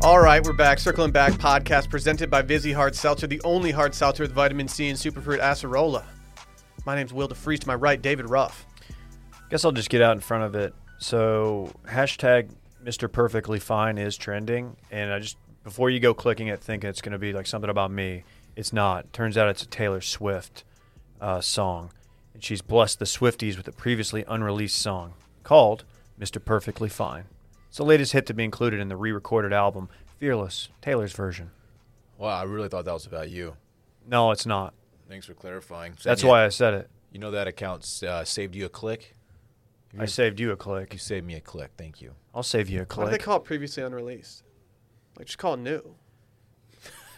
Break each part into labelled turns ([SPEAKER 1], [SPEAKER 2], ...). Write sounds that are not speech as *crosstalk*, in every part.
[SPEAKER 1] All right, we're back. Circling Back podcast presented by Vizzy Hard Seltzer, the only hard seltzer with vitamin C and superfruit acerola. My name's Will DeFreeze. To my right, David Ruff.
[SPEAKER 2] Guess I'll just get out in front of it. So hashtag Mr. Perfectly Fine is trending, and I just before you go clicking it, thinking it's going to be like something about me. It's not. Turns out it's a Taylor Swift uh, song, and she's blessed the Swifties with a previously unreleased song called "Mr. Perfectly Fine." It's the latest hit to be included in the re-recorded album "Fearless," Taylor's version.
[SPEAKER 3] Wow, I really thought that was about you.
[SPEAKER 2] No, it's not.
[SPEAKER 3] Thanks for clarifying. So
[SPEAKER 2] That's
[SPEAKER 3] yeah,
[SPEAKER 2] why I said it.
[SPEAKER 3] you know that account uh, saved you a click.
[SPEAKER 2] I saved you a
[SPEAKER 3] You
[SPEAKER 2] click.
[SPEAKER 3] saved me a click. Thank you. *laughs*
[SPEAKER 2] I'll save you a
[SPEAKER 1] Why do they
[SPEAKER 2] click.
[SPEAKER 1] call it previously unreleased? Like, just call it new.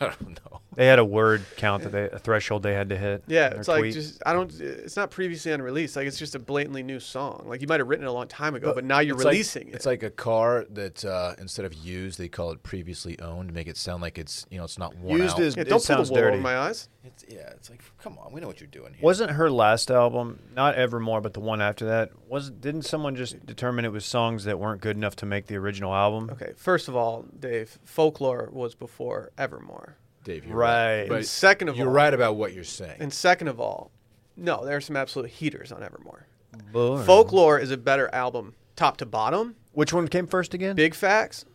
[SPEAKER 3] I don't know.
[SPEAKER 2] They had a word count that they a threshold they had to hit.
[SPEAKER 1] Yeah,
[SPEAKER 2] in
[SPEAKER 1] it's
[SPEAKER 2] their
[SPEAKER 1] like
[SPEAKER 2] tweet.
[SPEAKER 1] just I don't. It's not previously unreleased. Like it's just a blatantly new song. Like you might have written it a long time ago, but, now you're
[SPEAKER 3] It's like-
[SPEAKER 1] releasing it.
[SPEAKER 3] It's like a car that uh, instead of used, they call it previously owned, make it sound like it's you know it's not worn
[SPEAKER 2] Used
[SPEAKER 3] out.
[SPEAKER 2] is-
[SPEAKER 1] yeah,
[SPEAKER 2] it
[SPEAKER 1] don't pull
[SPEAKER 2] sounds
[SPEAKER 1] the wool over
[SPEAKER 2] dirty.
[SPEAKER 1] my eyes.
[SPEAKER 3] It's, yeah, it's like come on, we know what you're doing here.
[SPEAKER 2] wasn't her last album not Evermore, but the one after that was. Didn't someone just determine it was songs that weren't good enough to make the original album?
[SPEAKER 1] Okay, first of all, Dave, folklore was before Evermore,
[SPEAKER 3] Dave, you're
[SPEAKER 2] Right.
[SPEAKER 3] But
[SPEAKER 1] And second of
[SPEAKER 3] you're
[SPEAKER 1] all-
[SPEAKER 3] right about what you're saying.
[SPEAKER 1] and second of all, no, there are some absolute heaters on Evermore.
[SPEAKER 2] Boring.
[SPEAKER 1] Folklore is a better album, top to bottom.
[SPEAKER 2] Which one came first again?
[SPEAKER 1] Big facts.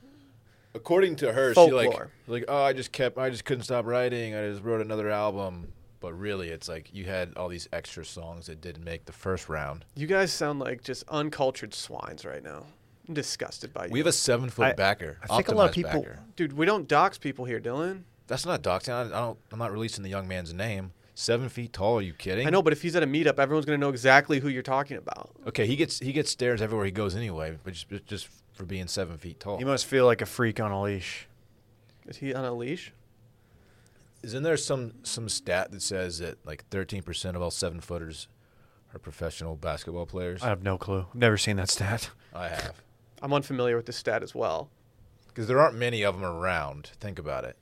[SPEAKER 3] According to her, she like
[SPEAKER 1] Folklore.
[SPEAKER 3] like oh, I just kept, I just couldn't stop writing. I just wrote another album. But really, it's like you had all these extra songs that didn't make the first round.
[SPEAKER 1] You guys sound like just uncultured swines right now. I'm disgusted by you.
[SPEAKER 3] We have a seven
[SPEAKER 2] I-
[SPEAKER 3] foot backer.
[SPEAKER 2] I think a lot of
[SPEAKER 3] optimized
[SPEAKER 2] people-
[SPEAKER 3] backer.
[SPEAKER 1] Dude, we don't dox people here, Dylan.
[SPEAKER 3] That's not Doctown. I don't. I'm not releasing the young man's name. Seven feet tall. Are you kidding?
[SPEAKER 1] I know, but if he's at a meetup, everyone's going to know exactly who you're talking about.
[SPEAKER 3] Okay, he gets he gets stares everywhere he goes anyway, but just, just for being seven feet tall.
[SPEAKER 2] You must feel like a freak on a leash.
[SPEAKER 1] Is he on a leash?
[SPEAKER 3] Isn't there some some stat that says that like 13% of all seven footers are professional basketball players?
[SPEAKER 2] I have no clue. I've never seen that stat.
[SPEAKER 3] I have,
[SPEAKER 1] I'm unfamiliar with this stat as well.
[SPEAKER 3] because there aren't many of them around. Think about it.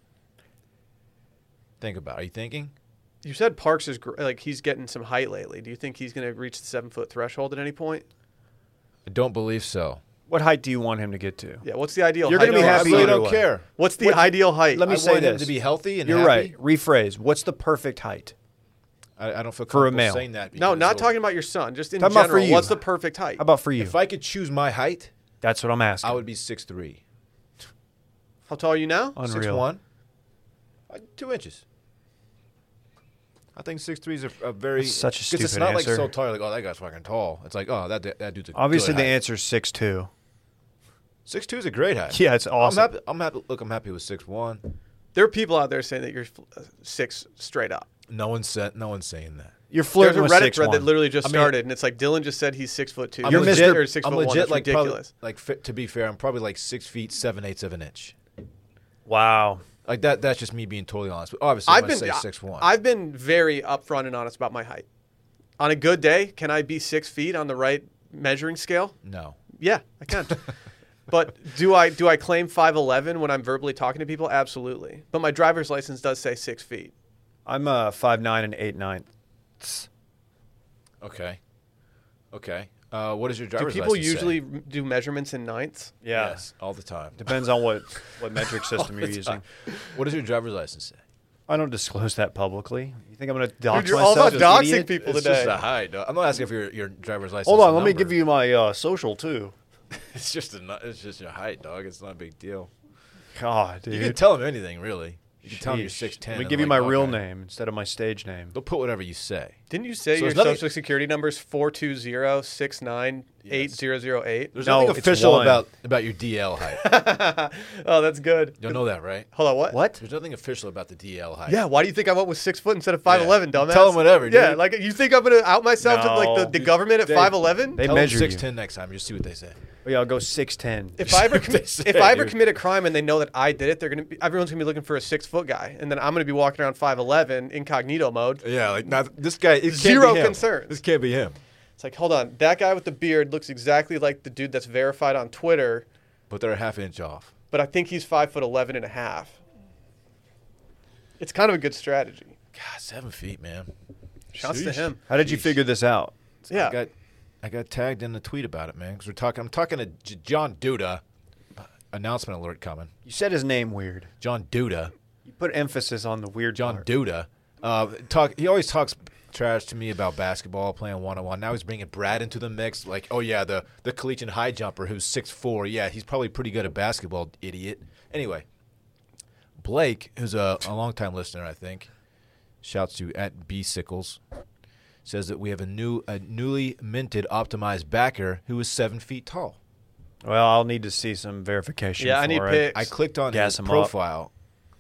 [SPEAKER 3] Think about. It. Are you thinking?
[SPEAKER 1] You said Parks is gr- like he's getting some height lately. Do you think he's going to reach the seven foot threshold at any point?
[SPEAKER 3] I don't believe so.
[SPEAKER 2] What height do you want him to get to?
[SPEAKER 1] Yeah. What's the ideal?
[SPEAKER 2] You're
[SPEAKER 1] height?
[SPEAKER 2] gonna be
[SPEAKER 1] No,
[SPEAKER 3] I
[SPEAKER 2] happy
[SPEAKER 3] really
[SPEAKER 2] either
[SPEAKER 3] don't
[SPEAKER 2] way.
[SPEAKER 3] care.
[SPEAKER 1] What's the ideal height?
[SPEAKER 2] Let me
[SPEAKER 3] I
[SPEAKER 2] say
[SPEAKER 3] want him
[SPEAKER 2] this.
[SPEAKER 3] to be healthy and
[SPEAKER 2] You're
[SPEAKER 3] happy.
[SPEAKER 2] right. Rephrase. What's the perfect height?
[SPEAKER 3] I, I don't feel comfortable
[SPEAKER 2] For a male.
[SPEAKER 3] saying that.
[SPEAKER 1] no,
[SPEAKER 3] because
[SPEAKER 1] not
[SPEAKER 3] it'll-
[SPEAKER 1] talking about your son. Just in
[SPEAKER 2] Talking about for
[SPEAKER 1] general,
[SPEAKER 2] you.
[SPEAKER 1] what's the perfect height?
[SPEAKER 2] How about for you?
[SPEAKER 3] If I could choose my height,
[SPEAKER 2] That's what I'm asking.
[SPEAKER 3] I would be six three.
[SPEAKER 1] How tall are you now?
[SPEAKER 2] Unreal.
[SPEAKER 3] Six one. Uh, two inches. I think six three is a, a very
[SPEAKER 2] That's such a
[SPEAKER 3] 'cause It's
[SPEAKER 2] stupid
[SPEAKER 3] not
[SPEAKER 2] answer.
[SPEAKER 3] like so tall. You're like oh that guy's fucking tall. It's like oh that that, that dude's a
[SPEAKER 2] Obviously,
[SPEAKER 3] good
[SPEAKER 2] the
[SPEAKER 3] height.
[SPEAKER 2] answer is six two.
[SPEAKER 3] six two is a great height.
[SPEAKER 2] Yeah, it's awesome.
[SPEAKER 3] I'm happy. I'm happy. Look, I'm happy with six one.
[SPEAKER 1] There are people out there saying that you're uh, six straight up.
[SPEAKER 3] No one said. No one's saying that.
[SPEAKER 2] You're
[SPEAKER 1] There's
[SPEAKER 2] flirting
[SPEAKER 1] a
[SPEAKER 2] with
[SPEAKER 1] Reddit
[SPEAKER 2] six
[SPEAKER 1] thread
[SPEAKER 2] one.
[SPEAKER 1] that literally just
[SPEAKER 3] I mean-
[SPEAKER 1] started, and it's like Dylan just said he's six foot 2
[SPEAKER 3] I'm
[SPEAKER 2] You're
[SPEAKER 3] legit,
[SPEAKER 2] Mr.
[SPEAKER 1] or six
[SPEAKER 3] I'm
[SPEAKER 1] foot one.
[SPEAKER 3] legit.
[SPEAKER 1] That's
[SPEAKER 3] Like probably-
[SPEAKER 1] ridiculous.
[SPEAKER 3] like fit, to be fair, I'm probably like six feet seven eighths of an inch.
[SPEAKER 2] wow.
[SPEAKER 3] Like that. That's just me being totally honest. But obviously,
[SPEAKER 1] I've
[SPEAKER 3] I'm
[SPEAKER 1] been
[SPEAKER 3] gonna
[SPEAKER 1] I-
[SPEAKER 3] say six one.
[SPEAKER 1] I've been very upfront and honest about my height. On a good day, can I be six feet on the right measuring scale?
[SPEAKER 3] no.
[SPEAKER 1] Yeah, I
[SPEAKER 3] *laughs*
[SPEAKER 1] can. but do I do I claim five eleven when I'm verbally talking to people? Absolutely. But my driver's license does say six feet.
[SPEAKER 2] I'm uh, five nine and eight nine.
[SPEAKER 3] Okay. Okay. Uh, what is your
[SPEAKER 1] Do
[SPEAKER 3] driver's
[SPEAKER 1] people
[SPEAKER 3] license say?
[SPEAKER 1] usually m- do measurements in ninths?
[SPEAKER 2] Yeah.
[SPEAKER 3] Yes, all the time.
[SPEAKER 2] Depends on what what metric system you're
[SPEAKER 3] All the
[SPEAKER 2] using.
[SPEAKER 3] time. What does your driver's license
[SPEAKER 2] *laughs*
[SPEAKER 3] say?
[SPEAKER 2] I don't disclose that publicly. You think I'm going to dox
[SPEAKER 1] Dude, you're all
[SPEAKER 2] myself?
[SPEAKER 1] about
[SPEAKER 2] as an
[SPEAKER 1] doxing
[SPEAKER 2] idiot?
[SPEAKER 1] people
[SPEAKER 3] It's
[SPEAKER 1] today.
[SPEAKER 3] just a hide. dog. I'm not asking for your, your driver's license.
[SPEAKER 2] Hold on, let me
[SPEAKER 3] number.
[SPEAKER 2] give you my uh, social too.
[SPEAKER 3] It's just a. nu- It's just your height, dog. It's not a big deal.
[SPEAKER 2] God, dude.
[SPEAKER 3] You can tell them anything, really. You can tell them you're
[SPEAKER 2] Sheesh.
[SPEAKER 3] six ten.
[SPEAKER 2] Let me give you my real name instead of my stage name.
[SPEAKER 3] They'll put whatever you say.
[SPEAKER 1] Didn't you say
[SPEAKER 3] So
[SPEAKER 1] your
[SPEAKER 3] there's nothing-
[SPEAKER 1] social security number is four two zero six nine eight zero zero eight?
[SPEAKER 3] There's
[SPEAKER 2] No,
[SPEAKER 3] nothing
[SPEAKER 2] it's
[SPEAKER 3] official
[SPEAKER 2] one.
[SPEAKER 3] about about your DL
[SPEAKER 2] *laughs*
[SPEAKER 3] height.
[SPEAKER 1] *laughs* Oh, that's good.
[SPEAKER 3] You'll know that, right?
[SPEAKER 1] Hold on, what?
[SPEAKER 2] What?
[SPEAKER 3] There's nothing official about the DL height.
[SPEAKER 1] Yeah, why do you think I went with six foot instead of five eleven,
[SPEAKER 3] Yeah.
[SPEAKER 1] dumbass?
[SPEAKER 3] Tell 'em whatever,
[SPEAKER 1] Yeah,
[SPEAKER 3] dude.
[SPEAKER 1] like you think I'm gonna out myself to like
[SPEAKER 2] No.
[SPEAKER 1] the, the government at
[SPEAKER 3] They-
[SPEAKER 1] five eleven?
[SPEAKER 2] They
[SPEAKER 3] Tell
[SPEAKER 2] measure
[SPEAKER 3] six
[SPEAKER 2] you.
[SPEAKER 3] ten next time. Just see what they say.
[SPEAKER 2] Oh, yeah, I'll go six ten.
[SPEAKER 1] If I ever
[SPEAKER 3] *laughs* They
[SPEAKER 1] commit,
[SPEAKER 3] say,
[SPEAKER 1] if I ever
[SPEAKER 3] dude.
[SPEAKER 1] commit a crime and they know that I did it, they're gonna be, everyone's gonna be looking for a six foot guy, and then I'm gonna be walking around five eleven incognito mode.
[SPEAKER 3] Yeah, like not this guy. It
[SPEAKER 1] Zero concern.
[SPEAKER 3] This can't be him.
[SPEAKER 1] It's like, hold on, that guy with the beard looks exactly like the dude that's verified on Twitter,
[SPEAKER 3] But they're a half inch off.
[SPEAKER 1] but I think he's five foot eleven and a half. It's kind of a good strategy.
[SPEAKER 3] God, seven feet, man.
[SPEAKER 1] Shouts to
[SPEAKER 3] Sheesh.
[SPEAKER 1] him.
[SPEAKER 2] How did you
[SPEAKER 3] Sheesh.
[SPEAKER 2] figure this out?
[SPEAKER 1] Yeah,
[SPEAKER 3] I got, I got tagged in a tweet about it, man. Because we're talking. I'm talking to J- John Duda. Uh, announcement alert coming.
[SPEAKER 2] You said his name weird.
[SPEAKER 3] John Duda.
[SPEAKER 2] You put emphasis on the weird
[SPEAKER 3] John
[SPEAKER 2] part.
[SPEAKER 3] Duda. Uh, talk. He always talks trash to me about basketball playing one on one. Now he's bringing Brad into the mix. Like, oh yeah, the the collegiate high jumper who's six four. Yeah, he's probably pretty good at basketball. Idiot. Anyway, Blake, who's a, a longtime listener, I think, shouts to at B Sickles, says that we have a new a newly minted optimized backer who is seven feet tall.
[SPEAKER 2] Well, I'll need to see some verification.
[SPEAKER 1] Yeah, I
[SPEAKER 2] for
[SPEAKER 1] need
[SPEAKER 2] it.
[SPEAKER 1] pics.
[SPEAKER 3] I clicked on
[SPEAKER 2] Gas
[SPEAKER 3] his
[SPEAKER 2] him up.
[SPEAKER 3] profile,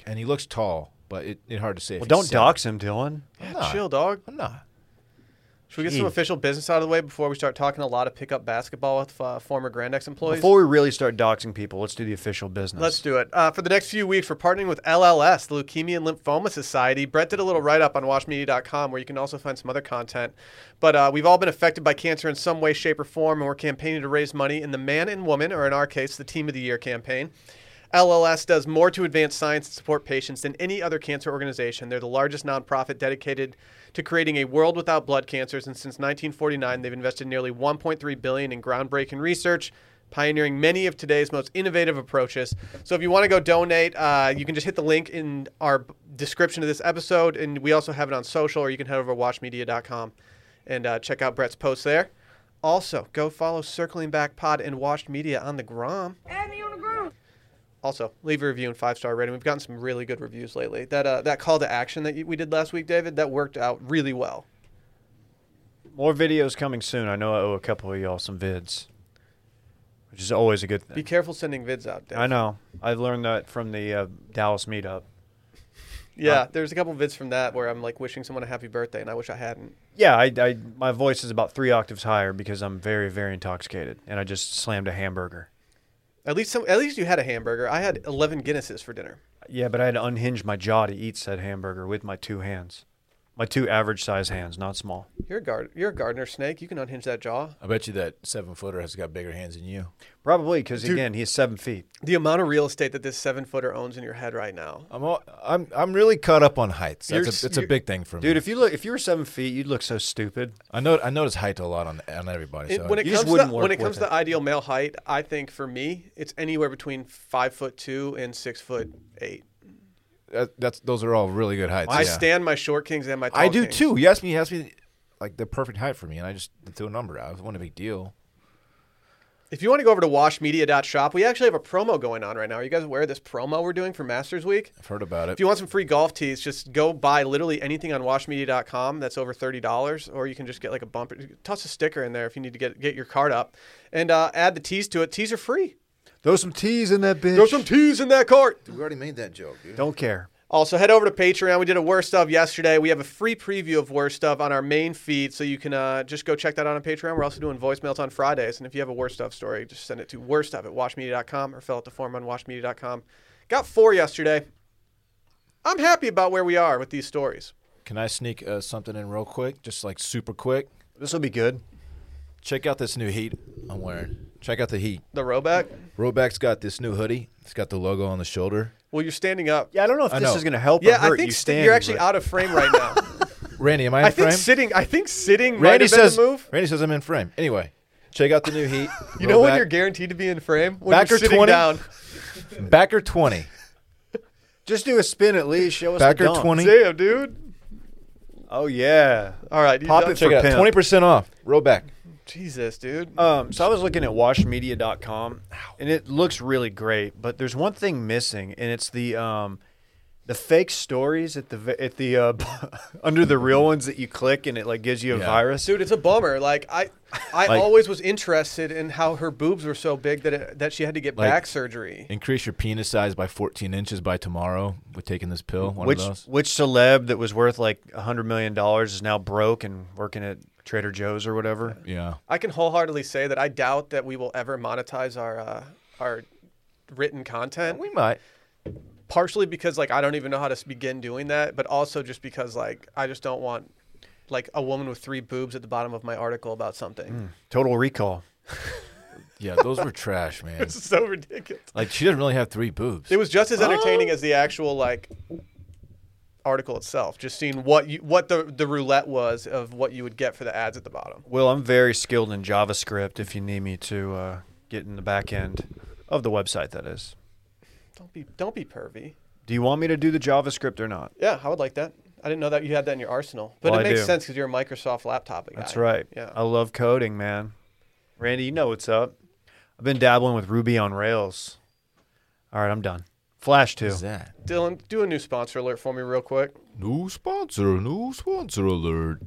[SPEAKER 3] and he looks tall, but it, it hard to say. if
[SPEAKER 2] Well,
[SPEAKER 3] he's
[SPEAKER 2] don't
[SPEAKER 3] seven.
[SPEAKER 2] dox him, Dylan.
[SPEAKER 1] Yeah,
[SPEAKER 3] not.
[SPEAKER 1] chill, dog.
[SPEAKER 3] I'm not.
[SPEAKER 1] Should we get some
[SPEAKER 2] Jeez.
[SPEAKER 1] official business out of the way before we start talking a lot of pickup basketball with uh, former Grand X employees?
[SPEAKER 2] Before we really start doxing people, let's do the official business.
[SPEAKER 1] Let's do it. Uh, for the next few weeks, we're partnering with LLS, the Leukemia and Lymphoma Society. Brett did a little write up on watchmedia.com where you can also find some other content. But uh, we've all been affected by cancer in some way, shape, or form, and we're campaigning to raise money in the Man and Woman, or in our case, the Team of the Year campaign. LLS does more to advance science and support patients than any other cancer organization. They're the largest nonprofit dedicated to creating a world without blood cancers, and since 1949, they've invested nearly 1.3 billion in groundbreaking research, pioneering many of today's most innovative approaches. So if you want to go donate, uh, you can just hit the link in our b- description of this episode, and we also have it on social, or you can head over to watchmedia.com and uh, check out Brett's post there. Also, go follow Circling Back Pod and Watched Media on the Grom.
[SPEAKER 4] Add me on the ground.
[SPEAKER 1] Also, leave a review and five star rating. We've gotten some really good reviews lately. That uh, that call to action that you- we did last week, David, that worked out really well.
[SPEAKER 2] More videos coming soon. I know I owe a couple of y'all some vids, which is always a good thing.
[SPEAKER 1] Be careful sending vids out, David.
[SPEAKER 2] I know. I learned that from the uh, Dallas meetup.
[SPEAKER 1] Yeah,
[SPEAKER 2] Uh,
[SPEAKER 1] there's a couple vids from that where I'm like wishing someone a happy birthday, and I wish I hadn't.
[SPEAKER 2] Yeah, I, I my voice is about three octaves higher because I'm very very intoxicated, and I just slammed a hamburger.
[SPEAKER 1] At least some, at least you had a hamburger. I had 11 Guinnesses for dinner.
[SPEAKER 2] Yeah, but I had to unhinge my jaw to eat said hamburger with my two hands, my two average size hands, not small.
[SPEAKER 1] You're a guard, you're a gardener snake. You can unhinge that jaw.
[SPEAKER 3] I bet you that seven footer has got bigger hands than you.
[SPEAKER 2] Probably because
[SPEAKER 1] Dude.
[SPEAKER 2] again, he's seven feet.
[SPEAKER 1] The amount of real estate that this seven footer owns in your head right now.
[SPEAKER 3] I'm all, I'm I'm really caught up on heights.
[SPEAKER 1] You're
[SPEAKER 3] That's
[SPEAKER 1] s-
[SPEAKER 3] a, it's a
[SPEAKER 1] you're-
[SPEAKER 3] big thing for me.
[SPEAKER 2] Dude, if you look, if you were seven feet, you'd look so stupid.
[SPEAKER 3] I know I notice height a lot on on everybody.
[SPEAKER 1] It-
[SPEAKER 3] So
[SPEAKER 1] when it
[SPEAKER 2] You just
[SPEAKER 1] comes to,
[SPEAKER 2] wouldn't work
[SPEAKER 1] when it
[SPEAKER 2] with
[SPEAKER 1] comes
[SPEAKER 2] it.
[SPEAKER 1] to ideal male height, I think for me it's anywhere between five foot two and six foot eight.
[SPEAKER 3] that, that's those are all really good heights.
[SPEAKER 1] I
[SPEAKER 3] yeah.
[SPEAKER 1] stand my short kings and my tall
[SPEAKER 3] I do
[SPEAKER 1] kings.
[SPEAKER 3] too. He asked me. He asked me like the perfect height for me, and I just threw a number out. It wasn't a big deal.
[SPEAKER 1] If you want to go over to washmedia.shop, we actually have a promo going on right now. Are you guys aware of this promo we're doing for Masters Week?
[SPEAKER 3] I've heard about it.
[SPEAKER 1] If you want some free golf tees, just go buy literally anything on washmedia.com that's over $30, or you can just get like a bumper. Toss a sticker in there if you need to get, get your card up and uh, add the tees to it. Tees are free.
[SPEAKER 2] Throw some teas in that bitch.
[SPEAKER 1] Throw some tees in that cart.
[SPEAKER 3] we already made that joke, dude.
[SPEAKER 2] Don't care.
[SPEAKER 1] Also, head over to Patreon. We did a worst of yesterday. We have a free preview of worst of on our main feed, so you can uh, just go check that out on Patreon. We're also doing voicemails on Fridays, and if you have a worst of story, just send it to worst of at watchmedia.com or fill out the form on watchmedia.com. Got four yesterday. I'm happy about where we are with these stories.
[SPEAKER 3] Can I sneak uh, something in real quick? Just like super quick.
[SPEAKER 2] This will be good.
[SPEAKER 3] Check out this new heat I'm wearing. Check out the heat.
[SPEAKER 1] The Roback.
[SPEAKER 3] Roback's got this new hoodie. It's got the logo on the shoulder.
[SPEAKER 1] Well, you're standing up.
[SPEAKER 2] Yeah, I don't know if
[SPEAKER 3] I
[SPEAKER 2] this
[SPEAKER 3] know.
[SPEAKER 2] is going to help.
[SPEAKER 1] Yeah,
[SPEAKER 2] or hurt
[SPEAKER 1] I think
[SPEAKER 2] you
[SPEAKER 1] st-
[SPEAKER 2] standing,
[SPEAKER 1] you're actually
[SPEAKER 2] but-
[SPEAKER 1] out of frame right now.
[SPEAKER 3] Randy, am I in
[SPEAKER 1] I think
[SPEAKER 3] frame?
[SPEAKER 1] sitting. I think sitting. might
[SPEAKER 3] Randy
[SPEAKER 1] have been
[SPEAKER 3] says.
[SPEAKER 1] the move.
[SPEAKER 3] Randy says I'm in frame. Anyway, check out the new heat.
[SPEAKER 1] *laughs* You know when
[SPEAKER 3] Roback-
[SPEAKER 1] you're guaranteed to be in frame when
[SPEAKER 3] Back
[SPEAKER 1] you're
[SPEAKER 3] or
[SPEAKER 1] sitting
[SPEAKER 3] 20?
[SPEAKER 1] down.
[SPEAKER 3] backer twenty.
[SPEAKER 2] Just do a spin at least. Show us the
[SPEAKER 3] Backer
[SPEAKER 2] dunk.
[SPEAKER 3] 20.
[SPEAKER 1] Damn, dude.
[SPEAKER 2] Oh yeah.
[SPEAKER 1] All right, you
[SPEAKER 2] Pop
[SPEAKER 1] done?
[SPEAKER 2] it
[SPEAKER 3] Check
[SPEAKER 2] For
[SPEAKER 3] it out.
[SPEAKER 2] pimp.
[SPEAKER 3] Twenty percent off. Roll back.
[SPEAKER 1] Jesus, dude.
[SPEAKER 2] Um, so I was looking at washmedia.com and it looks really great, but there's one thing missing and it's the um, the fake stories at the v- at the uh, *laughs* under the real ones that you click and it like gives you a
[SPEAKER 3] Yeah.
[SPEAKER 2] virus.
[SPEAKER 1] Dude, it's a bummer. Like I, I
[SPEAKER 2] Like-
[SPEAKER 1] always was interested in how her boobs were so big that it, that she had to get
[SPEAKER 3] Like-
[SPEAKER 1] back surgery.
[SPEAKER 3] Increase your penis size by 14 inches by tomorrow with taking this pill. One
[SPEAKER 2] Which
[SPEAKER 3] of those.
[SPEAKER 2] which celeb that was worth like a hundred million dollars is now broke and working at Trader Joe's or whatever.
[SPEAKER 3] Yeah.
[SPEAKER 1] I can wholeheartedly say that I doubt that we will ever monetize our uh, our written content.
[SPEAKER 3] We might.
[SPEAKER 1] Partially because like I don't even know how to s- begin doing that, but also just because like I just don't want like a woman with three boobs at the bottom of my article about *laughs* something.
[SPEAKER 2] Total Recall.
[SPEAKER 3] Yeah, those were trash,
[SPEAKER 1] *laughs*
[SPEAKER 3] man.
[SPEAKER 1] It's so ridiculous. Oh.
[SPEAKER 3] Like she doesn't really have three boobs.
[SPEAKER 1] It was just as entertaining as the actual like article itself. Just seeing what you what the the roulette was of what you would get for the ads at the bottom.
[SPEAKER 2] Well, I'm very skilled in JavaScript. If you need me to uh, get in the back end, of the website. That is.
[SPEAKER 1] Don't be don't be pervy.
[SPEAKER 2] Do you want me to do the JavaScript or not?
[SPEAKER 1] Yeah, I would like that. I didn't know that you had that in your arsenal, but
[SPEAKER 2] Well,
[SPEAKER 1] it
[SPEAKER 2] I
[SPEAKER 1] makes
[SPEAKER 2] do.
[SPEAKER 1] sense because you're a Microsoft laptop guy.
[SPEAKER 2] That's right.
[SPEAKER 1] Yeah.
[SPEAKER 2] I love coding, man. Randy, you know what's up. I've been dabbling with Ruby on Rails. All right, I'm done. Flash too.
[SPEAKER 3] Who's that?
[SPEAKER 1] Dylan, do a new sponsor alert for me real quick.
[SPEAKER 3] New sponsor, new sponsor alert.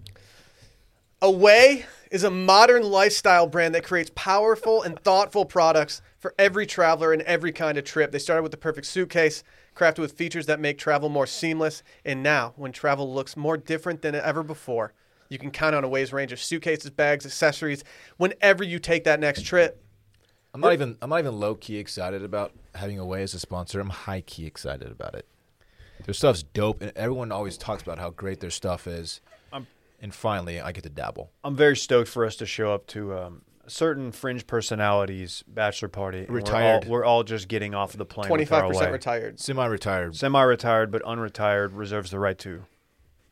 [SPEAKER 1] Away is a modern lifestyle brand that creates powerful and thoughtful products for every traveler and every kind of trip. They started with the perfect suitcase, crafted with features that make travel more seamless, and now when travel looks more different than ever before, you can count on Away's range of suitcases, bags, accessories whenever you take that next trip.
[SPEAKER 3] I'm not even I'm not even low key excited about having Away as a sponsor. I'm high key excited about it. Their stuff's dope, and everyone always talks about how great their stuff is. and finally, I get to dabble.
[SPEAKER 2] I'm very stoked for us to show up to um, a certain fringe personalities bachelor party. and we're all-
[SPEAKER 3] Retired.
[SPEAKER 2] We're all, just getting off of the plane. with our
[SPEAKER 1] 25%
[SPEAKER 2] way.
[SPEAKER 1] retired.
[SPEAKER 3] Semi-retired.
[SPEAKER 2] Semi-retired, but unretired reserves the right to.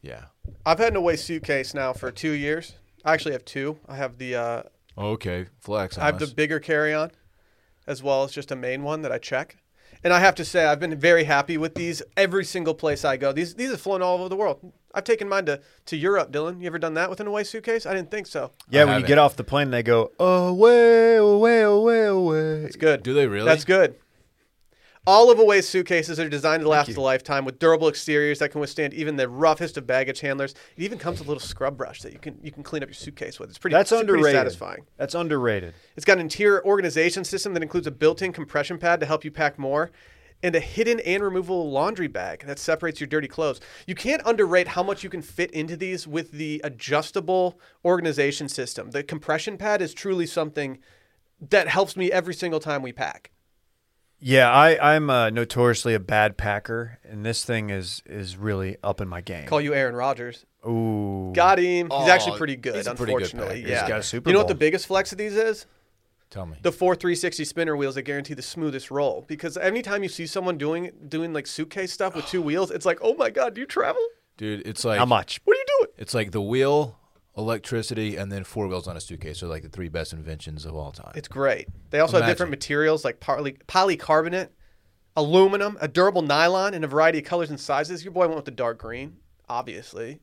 [SPEAKER 3] Yeah.
[SPEAKER 1] I've had an Away suitcase now for two years. I actually have two. I have the uh,
[SPEAKER 3] Okay, flex.
[SPEAKER 1] I have the bigger carry on, as well as just a main one that I check. And I have to say, I've been very happy with these every single place I go. These these have flown all over the world. I've taken mine to, to Europe, Dylan. You ever done that with an away suitcase? I didn't think so.
[SPEAKER 2] Yeah, when you
[SPEAKER 3] haven't.
[SPEAKER 2] get off the plane, they go away, away, away, away.
[SPEAKER 1] It's good.
[SPEAKER 3] Do they really?
[SPEAKER 1] That's good. All of Away's suitcases are designed to last a lifetime with durable exteriors that can withstand even the roughest of baggage handlers. It even comes with a little scrub brush that you can you can clean up your suitcase with. It's pretty
[SPEAKER 2] That's
[SPEAKER 1] it's
[SPEAKER 2] underrated.
[SPEAKER 1] pretty satisfying.
[SPEAKER 2] That's underrated.
[SPEAKER 1] It's got an interior organization system that includes a built-in compression pad to help you pack more and a hidden and removable laundry bag that separates your dirty clothes. You can't underrate how much you can fit into these with the adjustable organization system. The compression pad is truly something that helps me every single time we pack.
[SPEAKER 2] Yeah, I, I'm uh, notoriously a bad packer, and this thing is is really up in my game.
[SPEAKER 1] Call you Aaron Rodgers.
[SPEAKER 2] Ooh,
[SPEAKER 1] Got him. He's
[SPEAKER 3] Aw,
[SPEAKER 1] actually pretty good,
[SPEAKER 3] he's a pretty good
[SPEAKER 1] unfortunately.
[SPEAKER 3] packer. He's
[SPEAKER 1] yeah.
[SPEAKER 2] got a Super
[SPEAKER 1] you know what
[SPEAKER 2] Bowl.
[SPEAKER 1] the biggest flex of these is?
[SPEAKER 3] Tell me.
[SPEAKER 1] the four 360 spinner wheels that guarantee the smoothest roll because anytime you see someone doing doing like suitcase stuff with two wheels it's like oh my god do you travel
[SPEAKER 3] Dude, it's like
[SPEAKER 2] how much?
[SPEAKER 1] what are you doing
[SPEAKER 3] It's like the wheel, electricity, and then four wheels on a suitcase are like the three best inventions of all time.
[SPEAKER 1] it's great they also have different
[SPEAKER 3] Imagine.
[SPEAKER 1] materials like poly- polycarbonate aluminum a durable nylon and a variety of colors and sizes your boy went with the dark green obviously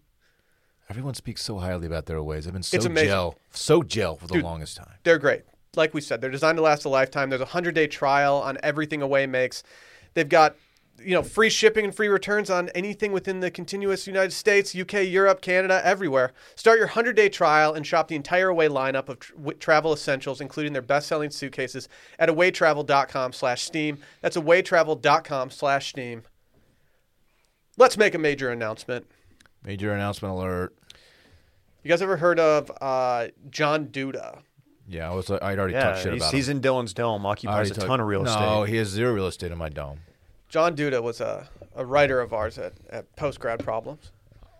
[SPEAKER 3] Everyone speaks so highly about their ways. I've been so
[SPEAKER 1] It's amazing.
[SPEAKER 3] gel, so gel for the longest time.
[SPEAKER 1] they're great. Like we said, they're designed to last a lifetime. There's a hundred day trial on everything Away makes. They've got you know free shipping and free returns on anything within the continuous United States, UK, Europe, Canada, everywhere. Start your hundred day trial and shop the entire Away lineup of tr- w- travel essentials, including their best selling suitcases, at awaytravel.com/steam. That's awaytravel.com/steam. Let's make a major announcement.
[SPEAKER 3] Major announcement alert.
[SPEAKER 1] You guys ever heard of uh, John Duda?
[SPEAKER 3] Yeah, I was like, I'd already
[SPEAKER 2] Yeah,
[SPEAKER 3] talked shit
[SPEAKER 2] he's,
[SPEAKER 3] about
[SPEAKER 2] he's
[SPEAKER 3] him.
[SPEAKER 2] in Dylan's dome,
[SPEAKER 3] I already
[SPEAKER 2] occupies a
[SPEAKER 3] talked-
[SPEAKER 2] ton of real
[SPEAKER 3] No,
[SPEAKER 2] estate.
[SPEAKER 3] he has zero real estate in my dome.
[SPEAKER 1] John Duda was a, a writer of ours at, at Post Grad Problems.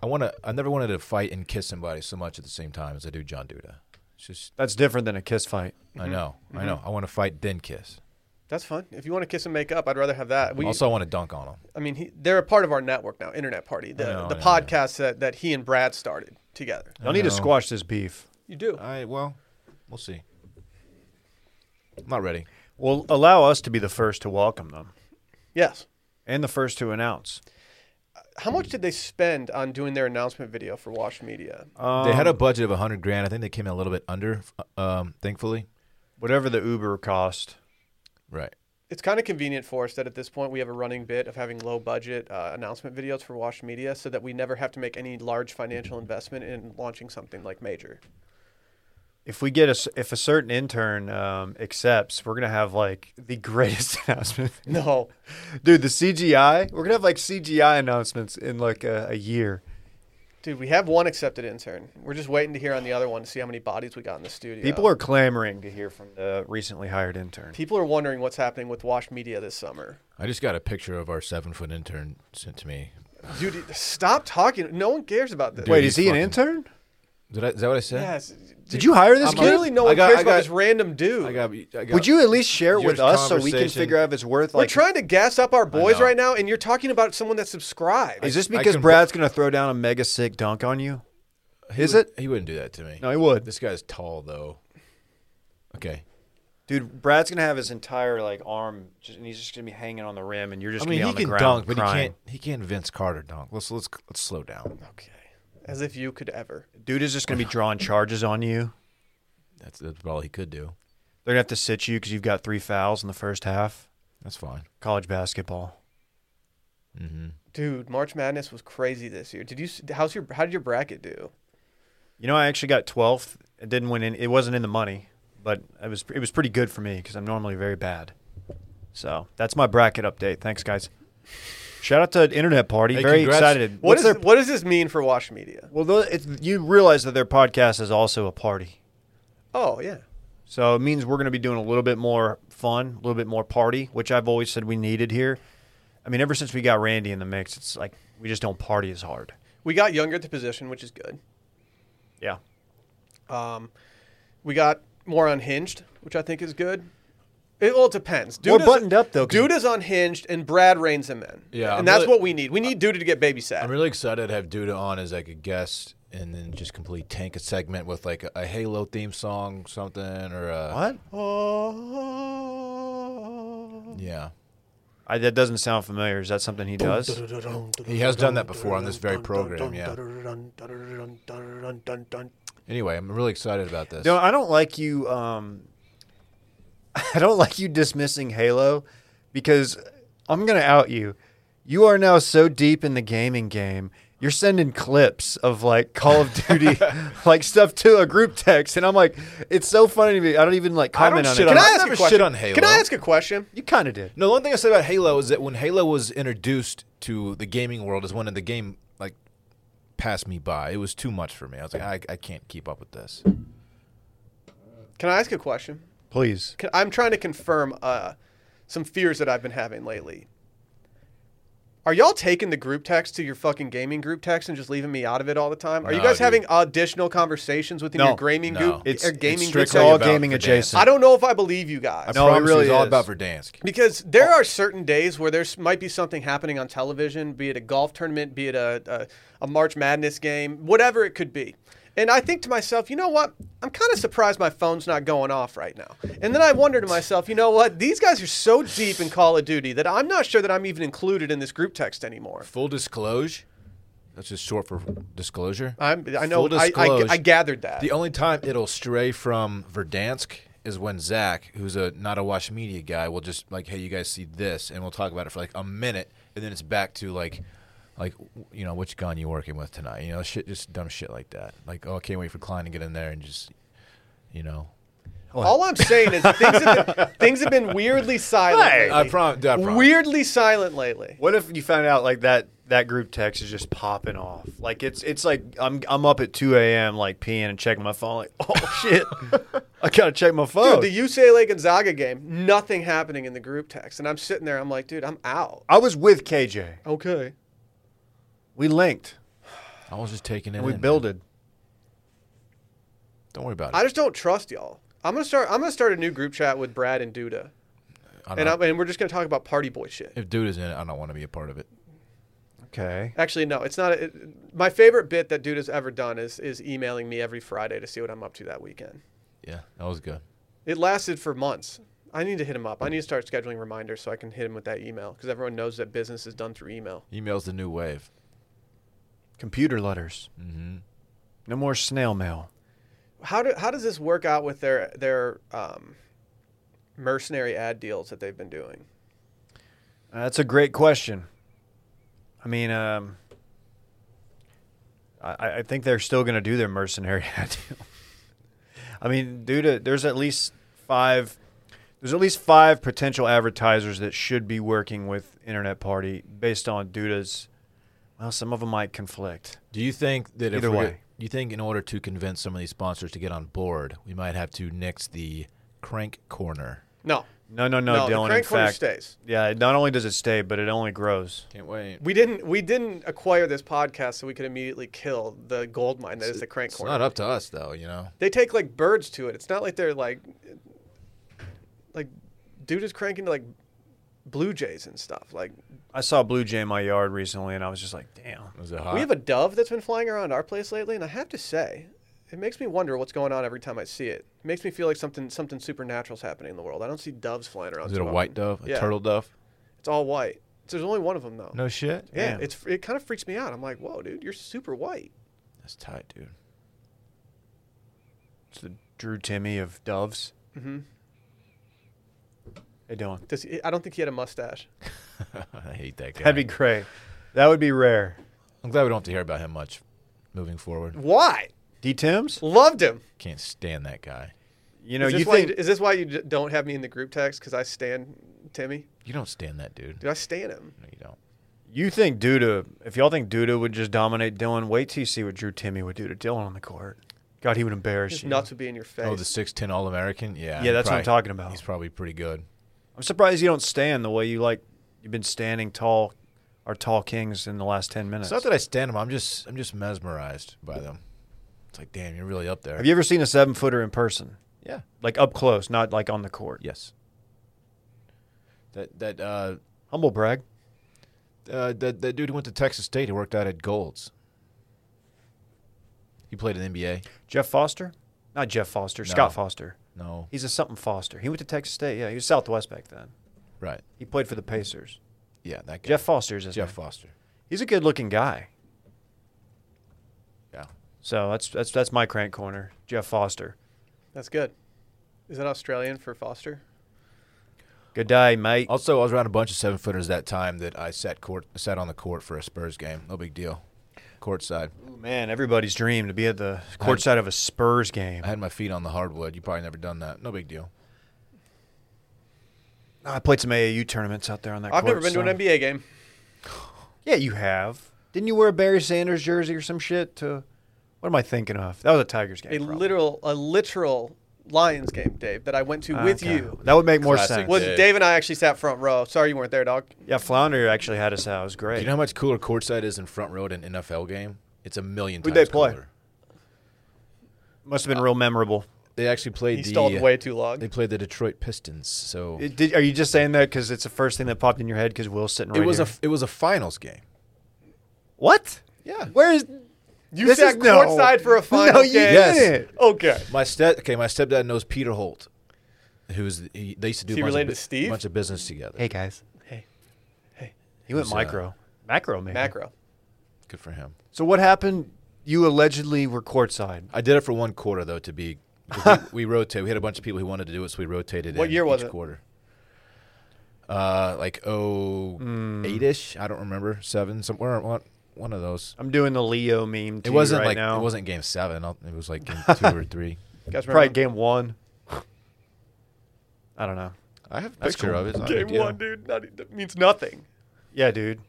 [SPEAKER 3] I want to. I never wanted to fight and kiss somebody so much at the same time as I do John Duda. It's just,
[SPEAKER 2] That's different than a kiss fight.
[SPEAKER 3] I know,
[SPEAKER 2] Mm-hmm.
[SPEAKER 3] I know. I want to fight then kiss.
[SPEAKER 1] That's fun. If you want to kiss and make up, I'd rather have that. We,
[SPEAKER 3] also, I want to dunk on him.
[SPEAKER 1] I mean, he, they're a part of our network now, Internet Party, the,
[SPEAKER 3] know,
[SPEAKER 1] the
[SPEAKER 3] I know, I know.
[SPEAKER 1] podcast that, that he and Brad started together.
[SPEAKER 2] Y'all need to squash this beef.
[SPEAKER 1] You do.
[SPEAKER 3] All right, well, we'll see. I'm not ready.
[SPEAKER 2] Well, allow us to be the first to welcome them
[SPEAKER 1] Yes.
[SPEAKER 2] and the first to announce.
[SPEAKER 1] How much did they spend on doing their announcement video for Wash Media?
[SPEAKER 3] they
[SPEAKER 2] Um,
[SPEAKER 3] had a budget of 100 grand. I think they came in a little bit under, um, thankfully.
[SPEAKER 2] Whatever the Uber cost.
[SPEAKER 3] Right.
[SPEAKER 1] it's kind of convenient for us that at this point we have a running bit of having low budget uh, announcement videos for Wash Media so that we never have to make any large financial investment in launching something like major.
[SPEAKER 2] If we get a, s- if a certain intern um, accepts, we're gonna have like the *laughs* greatest announcement,
[SPEAKER 1] No.
[SPEAKER 2] dude. The CGI, we're gonna have like CGI announcements in like a, a year.
[SPEAKER 1] Dude, we have one accepted intern. We're just waiting to hear on the other one to see how many bodies we got in the studio.
[SPEAKER 2] People are clamoring to hear from the recently hired intern.
[SPEAKER 1] people are wondering what's happening with Wash Media this summer.
[SPEAKER 3] I just got a picture of our seven foot intern sent to me.
[SPEAKER 1] Dude, stop talking. No one cares about this.
[SPEAKER 3] Dude,
[SPEAKER 2] Wait,
[SPEAKER 3] he's
[SPEAKER 2] is he an
[SPEAKER 3] fucking-
[SPEAKER 2] intern?
[SPEAKER 3] Did I, is that what I said?
[SPEAKER 1] yes.
[SPEAKER 2] Did you hire this
[SPEAKER 1] Dude,
[SPEAKER 2] kid?
[SPEAKER 1] Clearly, no
[SPEAKER 3] I
[SPEAKER 1] one
[SPEAKER 3] got-
[SPEAKER 1] cares
[SPEAKER 3] I
[SPEAKER 1] about
[SPEAKER 3] got-
[SPEAKER 1] this random dude.
[SPEAKER 3] I got, I got.
[SPEAKER 2] Would you at least share it
[SPEAKER 3] Your
[SPEAKER 2] with us so we can
[SPEAKER 3] conversation-
[SPEAKER 2] figure out if it's worth
[SPEAKER 1] We're
[SPEAKER 2] like?
[SPEAKER 1] trying to gas up our boys
[SPEAKER 3] know.
[SPEAKER 1] right now, and you're talking about someone that subscribes.
[SPEAKER 2] is this
[SPEAKER 3] I
[SPEAKER 2] because
[SPEAKER 3] can-
[SPEAKER 2] Brad's gonna throw down a mega sick dunk on you?
[SPEAKER 3] He
[SPEAKER 2] is
[SPEAKER 3] would-
[SPEAKER 2] it?
[SPEAKER 3] He wouldn't do that to me.
[SPEAKER 2] No, he would.
[SPEAKER 3] This guy's tall though. Okay.
[SPEAKER 2] Dude, Brad's gonna have his entire like arm, just, and he's just gonna be hanging on the rim, and you're just
[SPEAKER 3] I mean,
[SPEAKER 2] gonna be
[SPEAKER 3] he
[SPEAKER 2] on the
[SPEAKER 3] can
[SPEAKER 2] ground
[SPEAKER 3] dunk, but
[SPEAKER 2] crying.
[SPEAKER 3] he can't. He can't Vince Carter dunk. Let's let's let's slow down.
[SPEAKER 1] Okay. As if you could ever.
[SPEAKER 2] Dude is just gonna be drawing charges on you.
[SPEAKER 3] That's that's all he could do.
[SPEAKER 2] They're gonna have to sit you because you've got three fouls in the first half.
[SPEAKER 3] That's fine.
[SPEAKER 2] College basketball.
[SPEAKER 3] Mm-hmm.
[SPEAKER 1] Dude, March Madness was crazy this year. Did you? s- How's your? How did your bracket do?
[SPEAKER 2] You know, I actually got 12th. It didn't win. In, it wasn't in the money, but it was it was pretty good for me because I'm normally very bad. So that's my bracket update. Thanks, guys. Shout out to Internet Party.
[SPEAKER 3] Hey,
[SPEAKER 2] very
[SPEAKER 3] congrats.
[SPEAKER 2] excited.
[SPEAKER 1] What
[SPEAKER 2] What's
[SPEAKER 1] is?
[SPEAKER 2] their
[SPEAKER 1] What does this mean for Wash Media?
[SPEAKER 2] Well, tho- it's, you realize that their podcast is also a party.
[SPEAKER 1] Oh yeah.
[SPEAKER 2] So it means we're going to be doing a little bit more fun, a little bit more party, which I've always said we needed here. I mean, ever since we got Randy in the mix, it's like we just don't party as hard.
[SPEAKER 1] We got younger at the position, which is good.
[SPEAKER 2] Yeah.
[SPEAKER 1] Um, we got more unhinged, which I think is good. It all depends.
[SPEAKER 2] More
[SPEAKER 1] is-
[SPEAKER 2] buttoned up, though, 'cause-
[SPEAKER 1] Dude is unhinged, and Brad reigns him in.
[SPEAKER 3] Yeah,
[SPEAKER 1] and
[SPEAKER 3] I'm
[SPEAKER 1] that's
[SPEAKER 3] really-
[SPEAKER 1] what we need. We need Duda to get babysat.
[SPEAKER 3] I'm really excited to have Duda on as like a guest, and then just complete tank a segment with like a, a Halo theme song, something or uh, a,
[SPEAKER 2] What?
[SPEAKER 3] Yeah,
[SPEAKER 2] I, that doesn't sound familiar. Is that something he does?
[SPEAKER 3] he has done that before on this very program. Yeah. Anyway, I'm really excited about this.
[SPEAKER 2] No, I don't like you. Um, *laughs* I don't like you dismissing Halo because I'm going to out you. You are now so deep in the gaming game. You're sending clips of like Call of
[SPEAKER 3] *laughs*
[SPEAKER 2] Duty, like stuff to a group text, and I'm like, it's so funny to me. I don't even like
[SPEAKER 3] I don't
[SPEAKER 2] comment on
[SPEAKER 3] shit
[SPEAKER 2] it.
[SPEAKER 3] on
[SPEAKER 1] Can I
[SPEAKER 3] I've
[SPEAKER 1] ask
[SPEAKER 3] never
[SPEAKER 1] a
[SPEAKER 3] shit
[SPEAKER 1] question?
[SPEAKER 3] on Halo.
[SPEAKER 1] Can I ask a question?
[SPEAKER 2] you kind of did.
[SPEAKER 3] No, the one thing I say about Halo is that when Halo was introduced to the gaming world, is when the game like passed me by. It was too much for me. I was like, I, I can't keep up with this.
[SPEAKER 1] Can I ask a question?
[SPEAKER 2] Please.
[SPEAKER 1] Can, I'm trying to confirm uh, some fears that I've been having lately. Are y'all taking the group text to your fucking gaming group text and just leaving me out of it all the time? Are you
[SPEAKER 3] No,
[SPEAKER 1] guys
[SPEAKER 3] dude.
[SPEAKER 1] having additional conversations within
[SPEAKER 2] No,
[SPEAKER 1] your gaming
[SPEAKER 3] no.
[SPEAKER 1] group?
[SPEAKER 2] It's-
[SPEAKER 1] or
[SPEAKER 2] it's
[SPEAKER 1] gaming group
[SPEAKER 2] strictly
[SPEAKER 1] text?
[SPEAKER 2] all gaming adjacent.
[SPEAKER 1] I don't know if I believe you
[SPEAKER 3] I
[SPEAKER 1] guys.
[SPEAKER 2] No, it
[SPEAKER 3] promise
[SPEAKER 2] really
[SPEAKER 3] you, it was all
[SPEAKER 2] is.
[SPEAKER 3] about Verdansk.
[SPEAKER 1] Because there
[SPEAKER 3] Oh.
[SPEAKER 1] are certain days where there's might be something happening on television, be it a golf tournament, be it a, a, a March Madness game, whatever it could be. And I think to myself, you know what? I'm kind of surprised my phone's not going off right now. And then I wonder to myself, you know what? These guys are so deep in Call of Duty that I'm not sure that I'm even included in this group text anymore.
[SPEAKER 3] Full disclosure. That's just short for disclosure.
[SPEAKER 1] I'm, I know
[SPEAKER 3] Full
[SPEAKER 1] I, I,
[SPEAKER 3] disclosure.
[SPEAKER 1] I gathered that.
[SPEAKER 3] The only time it'll stray from Verdansk is when Zach, who's a not a Watch Media guy, will just like, hey, you guys see this, and we'll talk about it for like a minute, and then it's back to like, like w- you know, which gun you working with tonight? You know, shit, just dumb shit like that. Like, oh, I can't wait for Klein to get in there and just, you know,
[SPEAKER 1] All I'm saying is things have been, things have
[SPEAKER 3] *laughs*
[SPEAKER 1] been weirdly silent.
[SPEAKER 2] Hey,
[SPEAKER 1] lately.
[SPEAKER 3] I prom- dude, I promise.
[SPEAKER 1] Weirdly silent lately.
[SPEAKER 2] What if you found out like that that group text is just popping off? Like it's it's like I'm I'm up at 2 a.m. like peeing and checking my phone. Like oh *laughs* shit, I gotta check my phone.
[SPEAKER 1] Dude, the UCLA Gonzaga game, nothing happening in the group text. And I'm sitting there, I'm like, dude, I'm out.
[SPEAKER 2] I was with KJ.
[SPEAKER 1] Okay.
[SPEAKER 2] We linked
[SPEAKER 3] I was just taking it.
[SPEAKER 2] and uh, we
[SPEAKER 3] in, man.
[SPEAKER 2] builded.
[SPEAKER 3] Don't worry about
[SPEAKER 1] I
[SPEAKER 3] it.
[SPEAKER 1] just don't trust y'all. I'm gonna start I'm gonna start a new group chat with Brad and Duda.
[SPEAKER 3] I don't
[SPEAKER 1] And, I'm, and we're just gonna talk about party boy shit.
[SPEAKER 3] if dude is in it, I don't want to be a part of it.
[SPEAKER 2] Okay.
[SPEAKER 1] Actually, no, it's not. it, my favorite bit that Duda's ever done is is emailing me every Friday to see what I'm up to that weekend.
[SPEAKER 3] Yeah, that was good.
[SPEAKER 1] It lasted for months. I need to hit him up. I need to start scheduling reminders so I can hit him with that email because everyone knows that business is done through email.
[SPEAKER 3] Email's the new wave.
[SPEAKER 2] Computer letters.
[SPEAKER 3] Mm-hmm.
[SPEAKER 2] No more snail mail.
[SPEAKER 1] How do how does this work out with their their um, mercenary ad deals that they've been doing?
[SPEAKER 2] Uh, that's a great question. I mean, um, I- I, I think they're still going to do their mercenary *laughs* ad deal. I mean, due to there's at least five, there's at least five potential advertisers that should be working with Internet Party based on Duda's. Well, some of them might conflict.
[SPEAKER 3] Do you think that
[SPEAKER 2] Either
[SPEAKER 3] if we're-
[SPEAKER 2] way.
[SPEAKER 3] you think in order to convince some of these sponsors to get on board, we might have to nix the crank corner?
[SPEAKER 1] No,
[SPEAKER 2] No, no, no,
[SPEAKER 1] no,
[SPEAKER 2] Dylan.
[SPEAKER 1] the crank
[SPEAKER 2] in
[SPEAKER 1] corner
[SPEAKER 2] fact,
[SPEAKER 1] stays.
[SPEAKER 2] yeah, it- not only does it stay, but it only grows.
[SPEAKER 3] Can't wait.
[SPEAKER 1] We didn't we didn't acquire this podcast so we could immediately kill the gold mine that is the crank
[SPEAKER 3] It's
[SPEAKER 1] corner.
[SPEAKER 3] not up to us though, you know.
[SPEAKER 1] They take like birds to it. It's not like they're like like dude is cranking to like blue jays and stuff. Like
[SPEAKER 2] I saw a blue jay in my yard recently, and I was just like, damn.
[SPEAKER 3] Was it hot?
[SPEAKER 1] we have a dove that's been flying around our place lately, and I have to say, it makes me wonder what's going on every time I see it. It makes me feel like something something supernatural's happening in the world. I don't see doves flying around.
[SPEAKER 3] Is it
[SPEAKER 1] too
[SPEAKER 3] a
[SPEAKER 1] often.
[SPEAKER 3] white dove? A
[SPEAKER 1] Yeah.
[SPEAKER 3] turtle dove?
[SPEAKER 1] It's all white. So there's only one of them though.
[SPEAKER 3] No shit.
[SPEAKER 1] yeah,
[SPEAKER 2] damn.
[SPEAKER 1] it's it kind of freaks me out. I'm like, whoa, dude, you're super white.
[SPEAKER 3] That's tight, dude. *laughs*
[SPEAKER 2] It's the Drew Timmy of Doves.
[SPEAKER 1] Mm-hmm.
[SPEAKER 2] Hey, Dylan.
[SPEAKER 1] Does he, I don't think he had a mustache.
[SPEAKER 3] I hate that guy.
[SPEAKER 2] That'd be great. That would be rare.
[SPEAKER 3] I'm glad we don't have to hear about him much moving forward.
[SPEAKER 1] Why?
[SPEAKER 2] D Tim's?
[SPEAKER 1] Loved him.
[SPEAKER 3] Can't stand that guy.
[SPEAKER 2] You know,
[SPEAKER 1] is, this
[SPEAKER 2] you
[SPEAKER 1] why
[SPEAKER 2] think
[SPEAKER 1] is this why you d- don't have me in the group text? Because I stand Timmy.
[SPEAKER 3] You don't stand that dude.
[SPEAKER 1] Dude, I stand him.
[SPEAKER 3] No, you don't.
[SPEAKER 2] you think Duda? If y'all think Duda would just dominate Dylan, wait till you see what Drew Timmy would do to Dylan on the court. God, he would embarrass
[SPEAKER 1] His
[SPEAKER 2] you.
[SPEAKER 1] nuts would be in your face.
[SPEAKER 3] Oh, the six ten All American. Yeah.
[SPEAKER 2] Yeah,
[SPEAKER 3] he
[SPEAKER 2] that's what I'm
[SPEAKER 3] probably-
[SPEAKER 2] talking about.
[SPEAKER 3] He's probably pretty good.
[SPEAKER 2] I'm surprised you don't stand the way you like. You've been standing tall, our tall kings in the last ten minutes.
[SPEAKER 3] It's not that I stand him. I'm just I'm just mesmerized by them. It's like, damn, you're really up there.
[SPEAKER 2] Have you ever seen a seven footer in person,
[SPEAKER 3] Yeah.
[SPEAKER 2] like up close, not like on the court?
[SPEAKER 3] Yes. That that uh,
[SPEAKER 2] Humble brag.
[SPEAKER 3] uh that that dude who went to Texas State. He worked out at Gold's. He played in the NBA.
[SPEAKER 2] Jeff Foster, not Jeff Foster,
[SPEAKER 3] No.
[SPEAKER 2] Scott Foster.
[SPEAKER 3] No.
[SPEAKER 2] He's a something Foster. He went to Texas State. Yeah, he was Southwest back then.
[SPEAKER 3] Right.
[SPEAKER 2] He played for the Pacers.
[SPEAKER 3] Yeah. That guy.
[SPEAKER 2] Jeff Foster's his
[SPEAKER 3] Jeff
[SPEAKER 2] name.
[SPEAKER 3] Foster.
[SPEAKER 2] He's a good-looking guy.
[SPEAKER 3] Yeah.
[SPEAKER 2] So that's that's that's my crank corner. Jeff Foster.
[SPEAKER 1] That's good. Is that Australian for Foster?
[SPEAKER 2] Good day, mate.
[SPEAKER 3] Also, I was around a bunch of seven footers that time that I sat court sat on the court for a Spurs game. No big deal. Court side.
[SPEAKER 2] Ooh, man, everybody's dream to be at the
[SPEAKER 3] I-
[SPEAKER 2] court side of a Spurs game.
[SPEAKER 3] I had my feet on the hardwood. You probably never done that. No big deal.
[SPEAKER 2] I played some AAU tournaments out there on that.
[SPEAKER 1] I've never
[SPEAKER 2] court,
[SPEAKER 1] been to
[SPEAKER 2] so-
[SPEAKER 1] an NBA game.
[SPEAKER 2] Yeah, you have. Didn't you wear a Barry Sanders jersey or some shit to? What am I thinking of? That was a Tigers game.
[SPEAKER 1] A
[SPEAKER 2] probably.
[SPEAKER 1] literal, a literal Lions game, Dave, that I went to with
[SPEAKER 2] Okay.
[SPEAKER 1] you.
[SPEAKER 2] That would make more
[SPEAKER 3] Classic.
[SPEAKER 2] sense.
[SPEAKER 1] Was
[SPEAKER 3] Dave.
[SPEAKER 1] Dave and I actually sat front row. Sorry you weren't there, dog.
[SPEAKER 2] yeah, Flounder actually had us out. It was great.
[SPEAKER 3] Do you know how much cooler courtside is in front row at an NFL game? It's a million
[SPEAKER 2] Who'd
[SPEAKER 3] times
[SPEAKER 2] they play?
[SPEAKER 3] cooler.
[SPEAKER 2] Must have been real memorable.
[SPEAKER 3] They actually played
[SPEAKER 1] He
[SPEAKER 3] the
[SPEAKER 1] stalled way too long.
[SPEAKER 3] They played the Detroit Pistons. So
[SPEAKER 2] It- did- are you just saying that because it's the first thing that popped in your head? Because Will's sitting right
[SPEAKER 3] it was
[SPEAKER 2] here?
[SPEAKER 3] a it was a finals game.
[SPEAKER 2] what?
[SPEAKER 3] Yeah.
[SPEAKER 2] Where is?
[SPEAKER 1] You
[SPEAKER 2] This
[SPEAKER 1] sat
[SPEAKER 2] is- no.
[SPEAKER 1] courtside for a final
[SPEAKER 2] No, you
[SPEAKER 1] game.
[SPEAKER 3] Yes.
[SPEAKER 2] didn't.
[SPEAKER 1] Okay.
[SPEAKER 3] My step okay, my stepdad knows Peter Holt, who's he, they used to do
[SPEAKER 1] Is he
[SPEAKER 3] a bunch
[SPEAKER 1] related
[SPEAKER 3] of, bu-
[SPEAKER 1] to Steve?
[SPEAKER 3] bunch of business together.
[SPEAKER 2] Hey guys.
[SPEAKER 1] Hey. Hey.
[SPEAKER 2] He went
[SPEAKER 3] Who's, uh,
[SPEAKER 2] micro, macro maybe.
[SPEAKER 1] Macro.
[SPEAKER 3] Good for him.
[SPEAKER 2] So what happened? You allegedly were courtside.
[SPEAKER 3] I did it for one quarter though to be because we, we rotate. We had a bunch of people who wanted to do it, so we rotated.
[SPEAKER 1] What
[SPEAKER 3] in
[SPEAKER 1] year was
[SPEAKER 3] each
[SPEAKER 1] it?
[SPEAKER 3] Quarter. Uh, like oh eight ish. I don't remember seven somewhere one one of those.
[SPEAKER 2] I'm doing the Leo meme. To
[SPEAKER 3] It wasn't
[SPEAKER 2] you right
[SPEAKER 3] like
[SPEAKER 2] now.
[SPEAKER 3] it wasn't game seven. I'll- It was like game two or three.
[SPEAKER 1] Guys,
[SPEAKER 2] probably
[SPEAKER 1] remember?
[SPEAKER 2] game one. I don't know.
[SPEAKER 3] I have a
[SPEAKER 2] That's
[SPEAKER 3] picture
[SPEAKER 2] cool.
[SPEAKER 3] of it. It's not a
[SPEAKER 1] Game
[SPEAKER 3] big deal.
[SPEAKER 1] one, dude. Not, e, that means nothing.
[SPEAKER 2] Yeah, dude.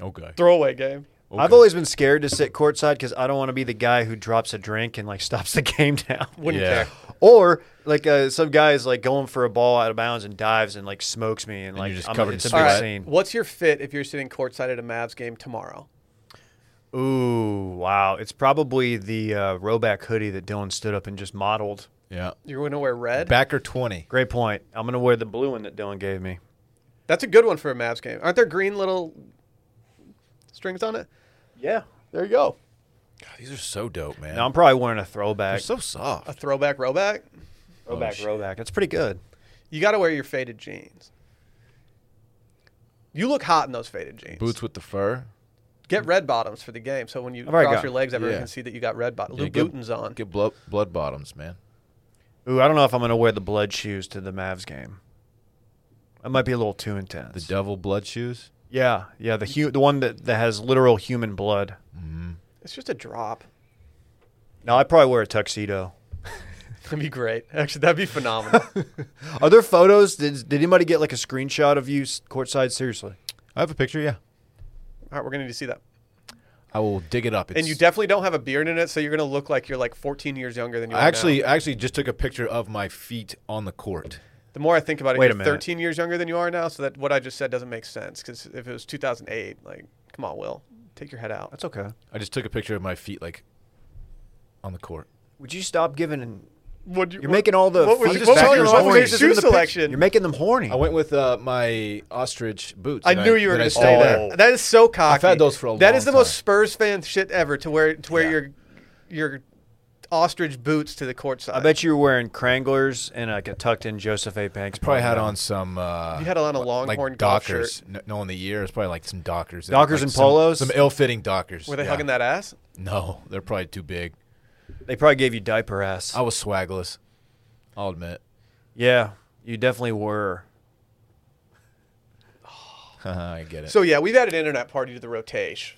[SPEAKER 3] Okay.
[SPEAKER 1] Throwaway game.
[SPEAKER 2] I've always been scared to sit courtside because I don't want to be the guy who drops a drink and like *laughs* stops the game down.
[SPEAKER 1] Wouldn't
[SPEAKER 3] Yeah.
[SPEAKER 1] care.
[SPEAKER 2] Or like uh, some guy is like going for a ball out of bounds and dives and like smokes me and, like
[SPEAKER 3] you're just
[SPEAKER 2] I'm,
[SPEAKER 3] covered in
[SPEAKER 2] it's a
[SPEAKER 1] All
[SPEAKER 2] big
[SPEAKER 1] right.
[SPEAKER 3] sweat.
[SPEAKER 2] scene.
[SPEAKER 1] What's your fit if you're sitting courtside at a Mavs game tomorrow?
[SPEAKER 2] Ooh, wow! It's probably the uh, Roback hoodie that Dylan stood up and just modeled.
[SPEAKER 3] Yeah.
[SPEAKER 1] You're going to wear red?
[SPEAKER 3] Backer twenty.
[SPEAKER 2] Great point. I'm gonna wear the blue one that Dylan gave me.
[SPEAKER 1] That's a good one for a Mavs game. Aren't there green little strings on it?
[SPEAKER 2] Yeah.
[SPEAKER 1] There you go.
[SPEAKER 3] God, these are so dope, man.
[SPEAKER 2] Now I'm probably wearing a
[SPEAKER 3] They're
[SPEAKER 2] throwback.
[SPEAKER 3] so
[SPEAKER 1] A
[SPEAKER 3] soft.
[SPEAKER 1] throwback rowback?
[SPEAKER 2] Roback,
[SPEAKER 3] shit.
[SPEAKER 2] Roback. That's pretty good.
[SPEAKER 1] You got to wear your faded jeans. You look hot in those faded jeans.
[SPEAKER 3] Boots with the fur.
[SPEAKER 1] Get red bottoms for the game, so when you
[SPEAKER 2] I've already
[SPEAKER 1] cross
[SPEAKER 2] got-
[SPEAKER 1] your legs, everyone
[SPEAKER 3] yeah.
[SPEAKER 1] can see that you got red bottoms.
[SPEAKER 3] Yeah, get-
[SPEAKER 1] Louboutins on.
[SPEAKER 3] Get blood blood bottoms, man.
[SPEAKER 2] Ooh, I don't know if I'm gonna wear the blood shoes to the Mavs game. That might be a little too intense.
[SPEAKER 3] The devil blood shoes.
[SPEAKER 2] yeah, yeah, the hu- the one that, that has literal human blood.
[SPEAKER 1] It's just a drop. *laughs*
[SPEAKER 2] No, I'd probably wear a tuxedo.
[SPEAKER 1] That'd be great. Actually, that'd be
[SPEAKER 3] *laughs*
[SPEAKER 1] phenomenal.
[SPEAKER 2] Are there photos? Did, did anybody get like a screenshot of you s- courtside? Seriously,
[SPEAKER 3] I have a picture. Yeah.
[SPEAKER 1] All right, we're gonna need to see that.
[SPEAKER 3] I will dig it up. It's,
[SPEAKER 1] and you definitely don't have a beard in it, so you're gonna look like you're like 14 years younger than you are.
[SPEAKER 3] I actually uh,
[SPEAKER 1] now.
[SPEAKER 3] I actually just took a picture of my feet on the court.
[SPEAKER 1] the more I think about it,
[SPEAKER 2] Wait a
[SPEAKER 1] you're
[SPEAKER 2] minute.
[SPEAKER 1] 13 years younger than you are now. So that what I just said doesn't make sense because if it was 2008, like, come on, Will, take your head out.
[SPEAKER 2] that's okay.
[SPEAKER 3] I just took a picture of my feet like on the court.
[SPEAKER 2] Would you stop giving? An,
[SPEAKER 1] What
[SPEAKER 2] you're making all the
[SPEAKER 1] what was,
[SPEAKER 2] feet
[SPEAKER 1] what was
[SPEAKER 3] factors
[SPEAKER 1] your-
[SPEAKER 3] orange.
[SPEAKER 1] what was your
[SPEAKER 3] It's in
[SPEAKER 1] shoe
[SPEAKER 3] the picture.
[SPEAKER 1] selection?
[SPEAKER 2] you're making them horny.
[SPEAKER 3] I went with uh, my ostrich boots.
[SPEAKER 1] I
[SPEAKER 3] that
[SPEAKER 1] knew you were
[SPEAKER 3] that
[SPEAKER 1] going
[SPEAKER 3] I
[SPEAKER 1] to say
[SPEAKER 3] stole.
[SPEAKER 1] that. That is so cocky.
[SPEAKER 3] had those for a
[SPEAKER 1] That
[SPEAKER 3] long
[SPEAKER 1] is the most
[SPEAKER 3] time.
[SPEAKER 1] Spurs fan shit ever. To where to where
[SPEAKER 3] Yeah.
[SPEAKER 1] your your ostrich boots to the court side.
[SPEAKER 2] I bet you were wearing Kranglers and like a tucked in Joseph A. Banks.
[SPEAKER 3] Probably had
[SPEAKER 2] program.
[SPEAKER 3] on some. Uh,
[SPEAKER 1] You had on a
[SPEAKER 3] li-
[SPEAKER 1] Longhorn
[SPEAKER 3] like
[SPEAKER 1] golf
[SPEAKER 3] Dockers. No, no, in the year it's probably like some Dockers. and,
[SPEAKER 2] Dockers
[SPEAKER 3] like,
[SPEAKER 2] and
[SPEAKER 3] some-
[SPEAKER 2] polos?
[SPEAKER 3] Some, ill-fitting Dockers.
[SPEAKER 1] Were they
[SPEAKER 3] yeah.
[SPEAKER 1] hugging that ass?
[SPEAKER 3] No, they're probably too big.
[SPEAKER 2] They probably gave you diaper ass.
[SPEAKER 3] I was swagless. I'll admit.
[SPEAKER 2] Yeah, you definitely were.
[SPEAKER 3] *laughs* I get it.
[SPEAKER 1] So yeah, we've added internet party to the rotation.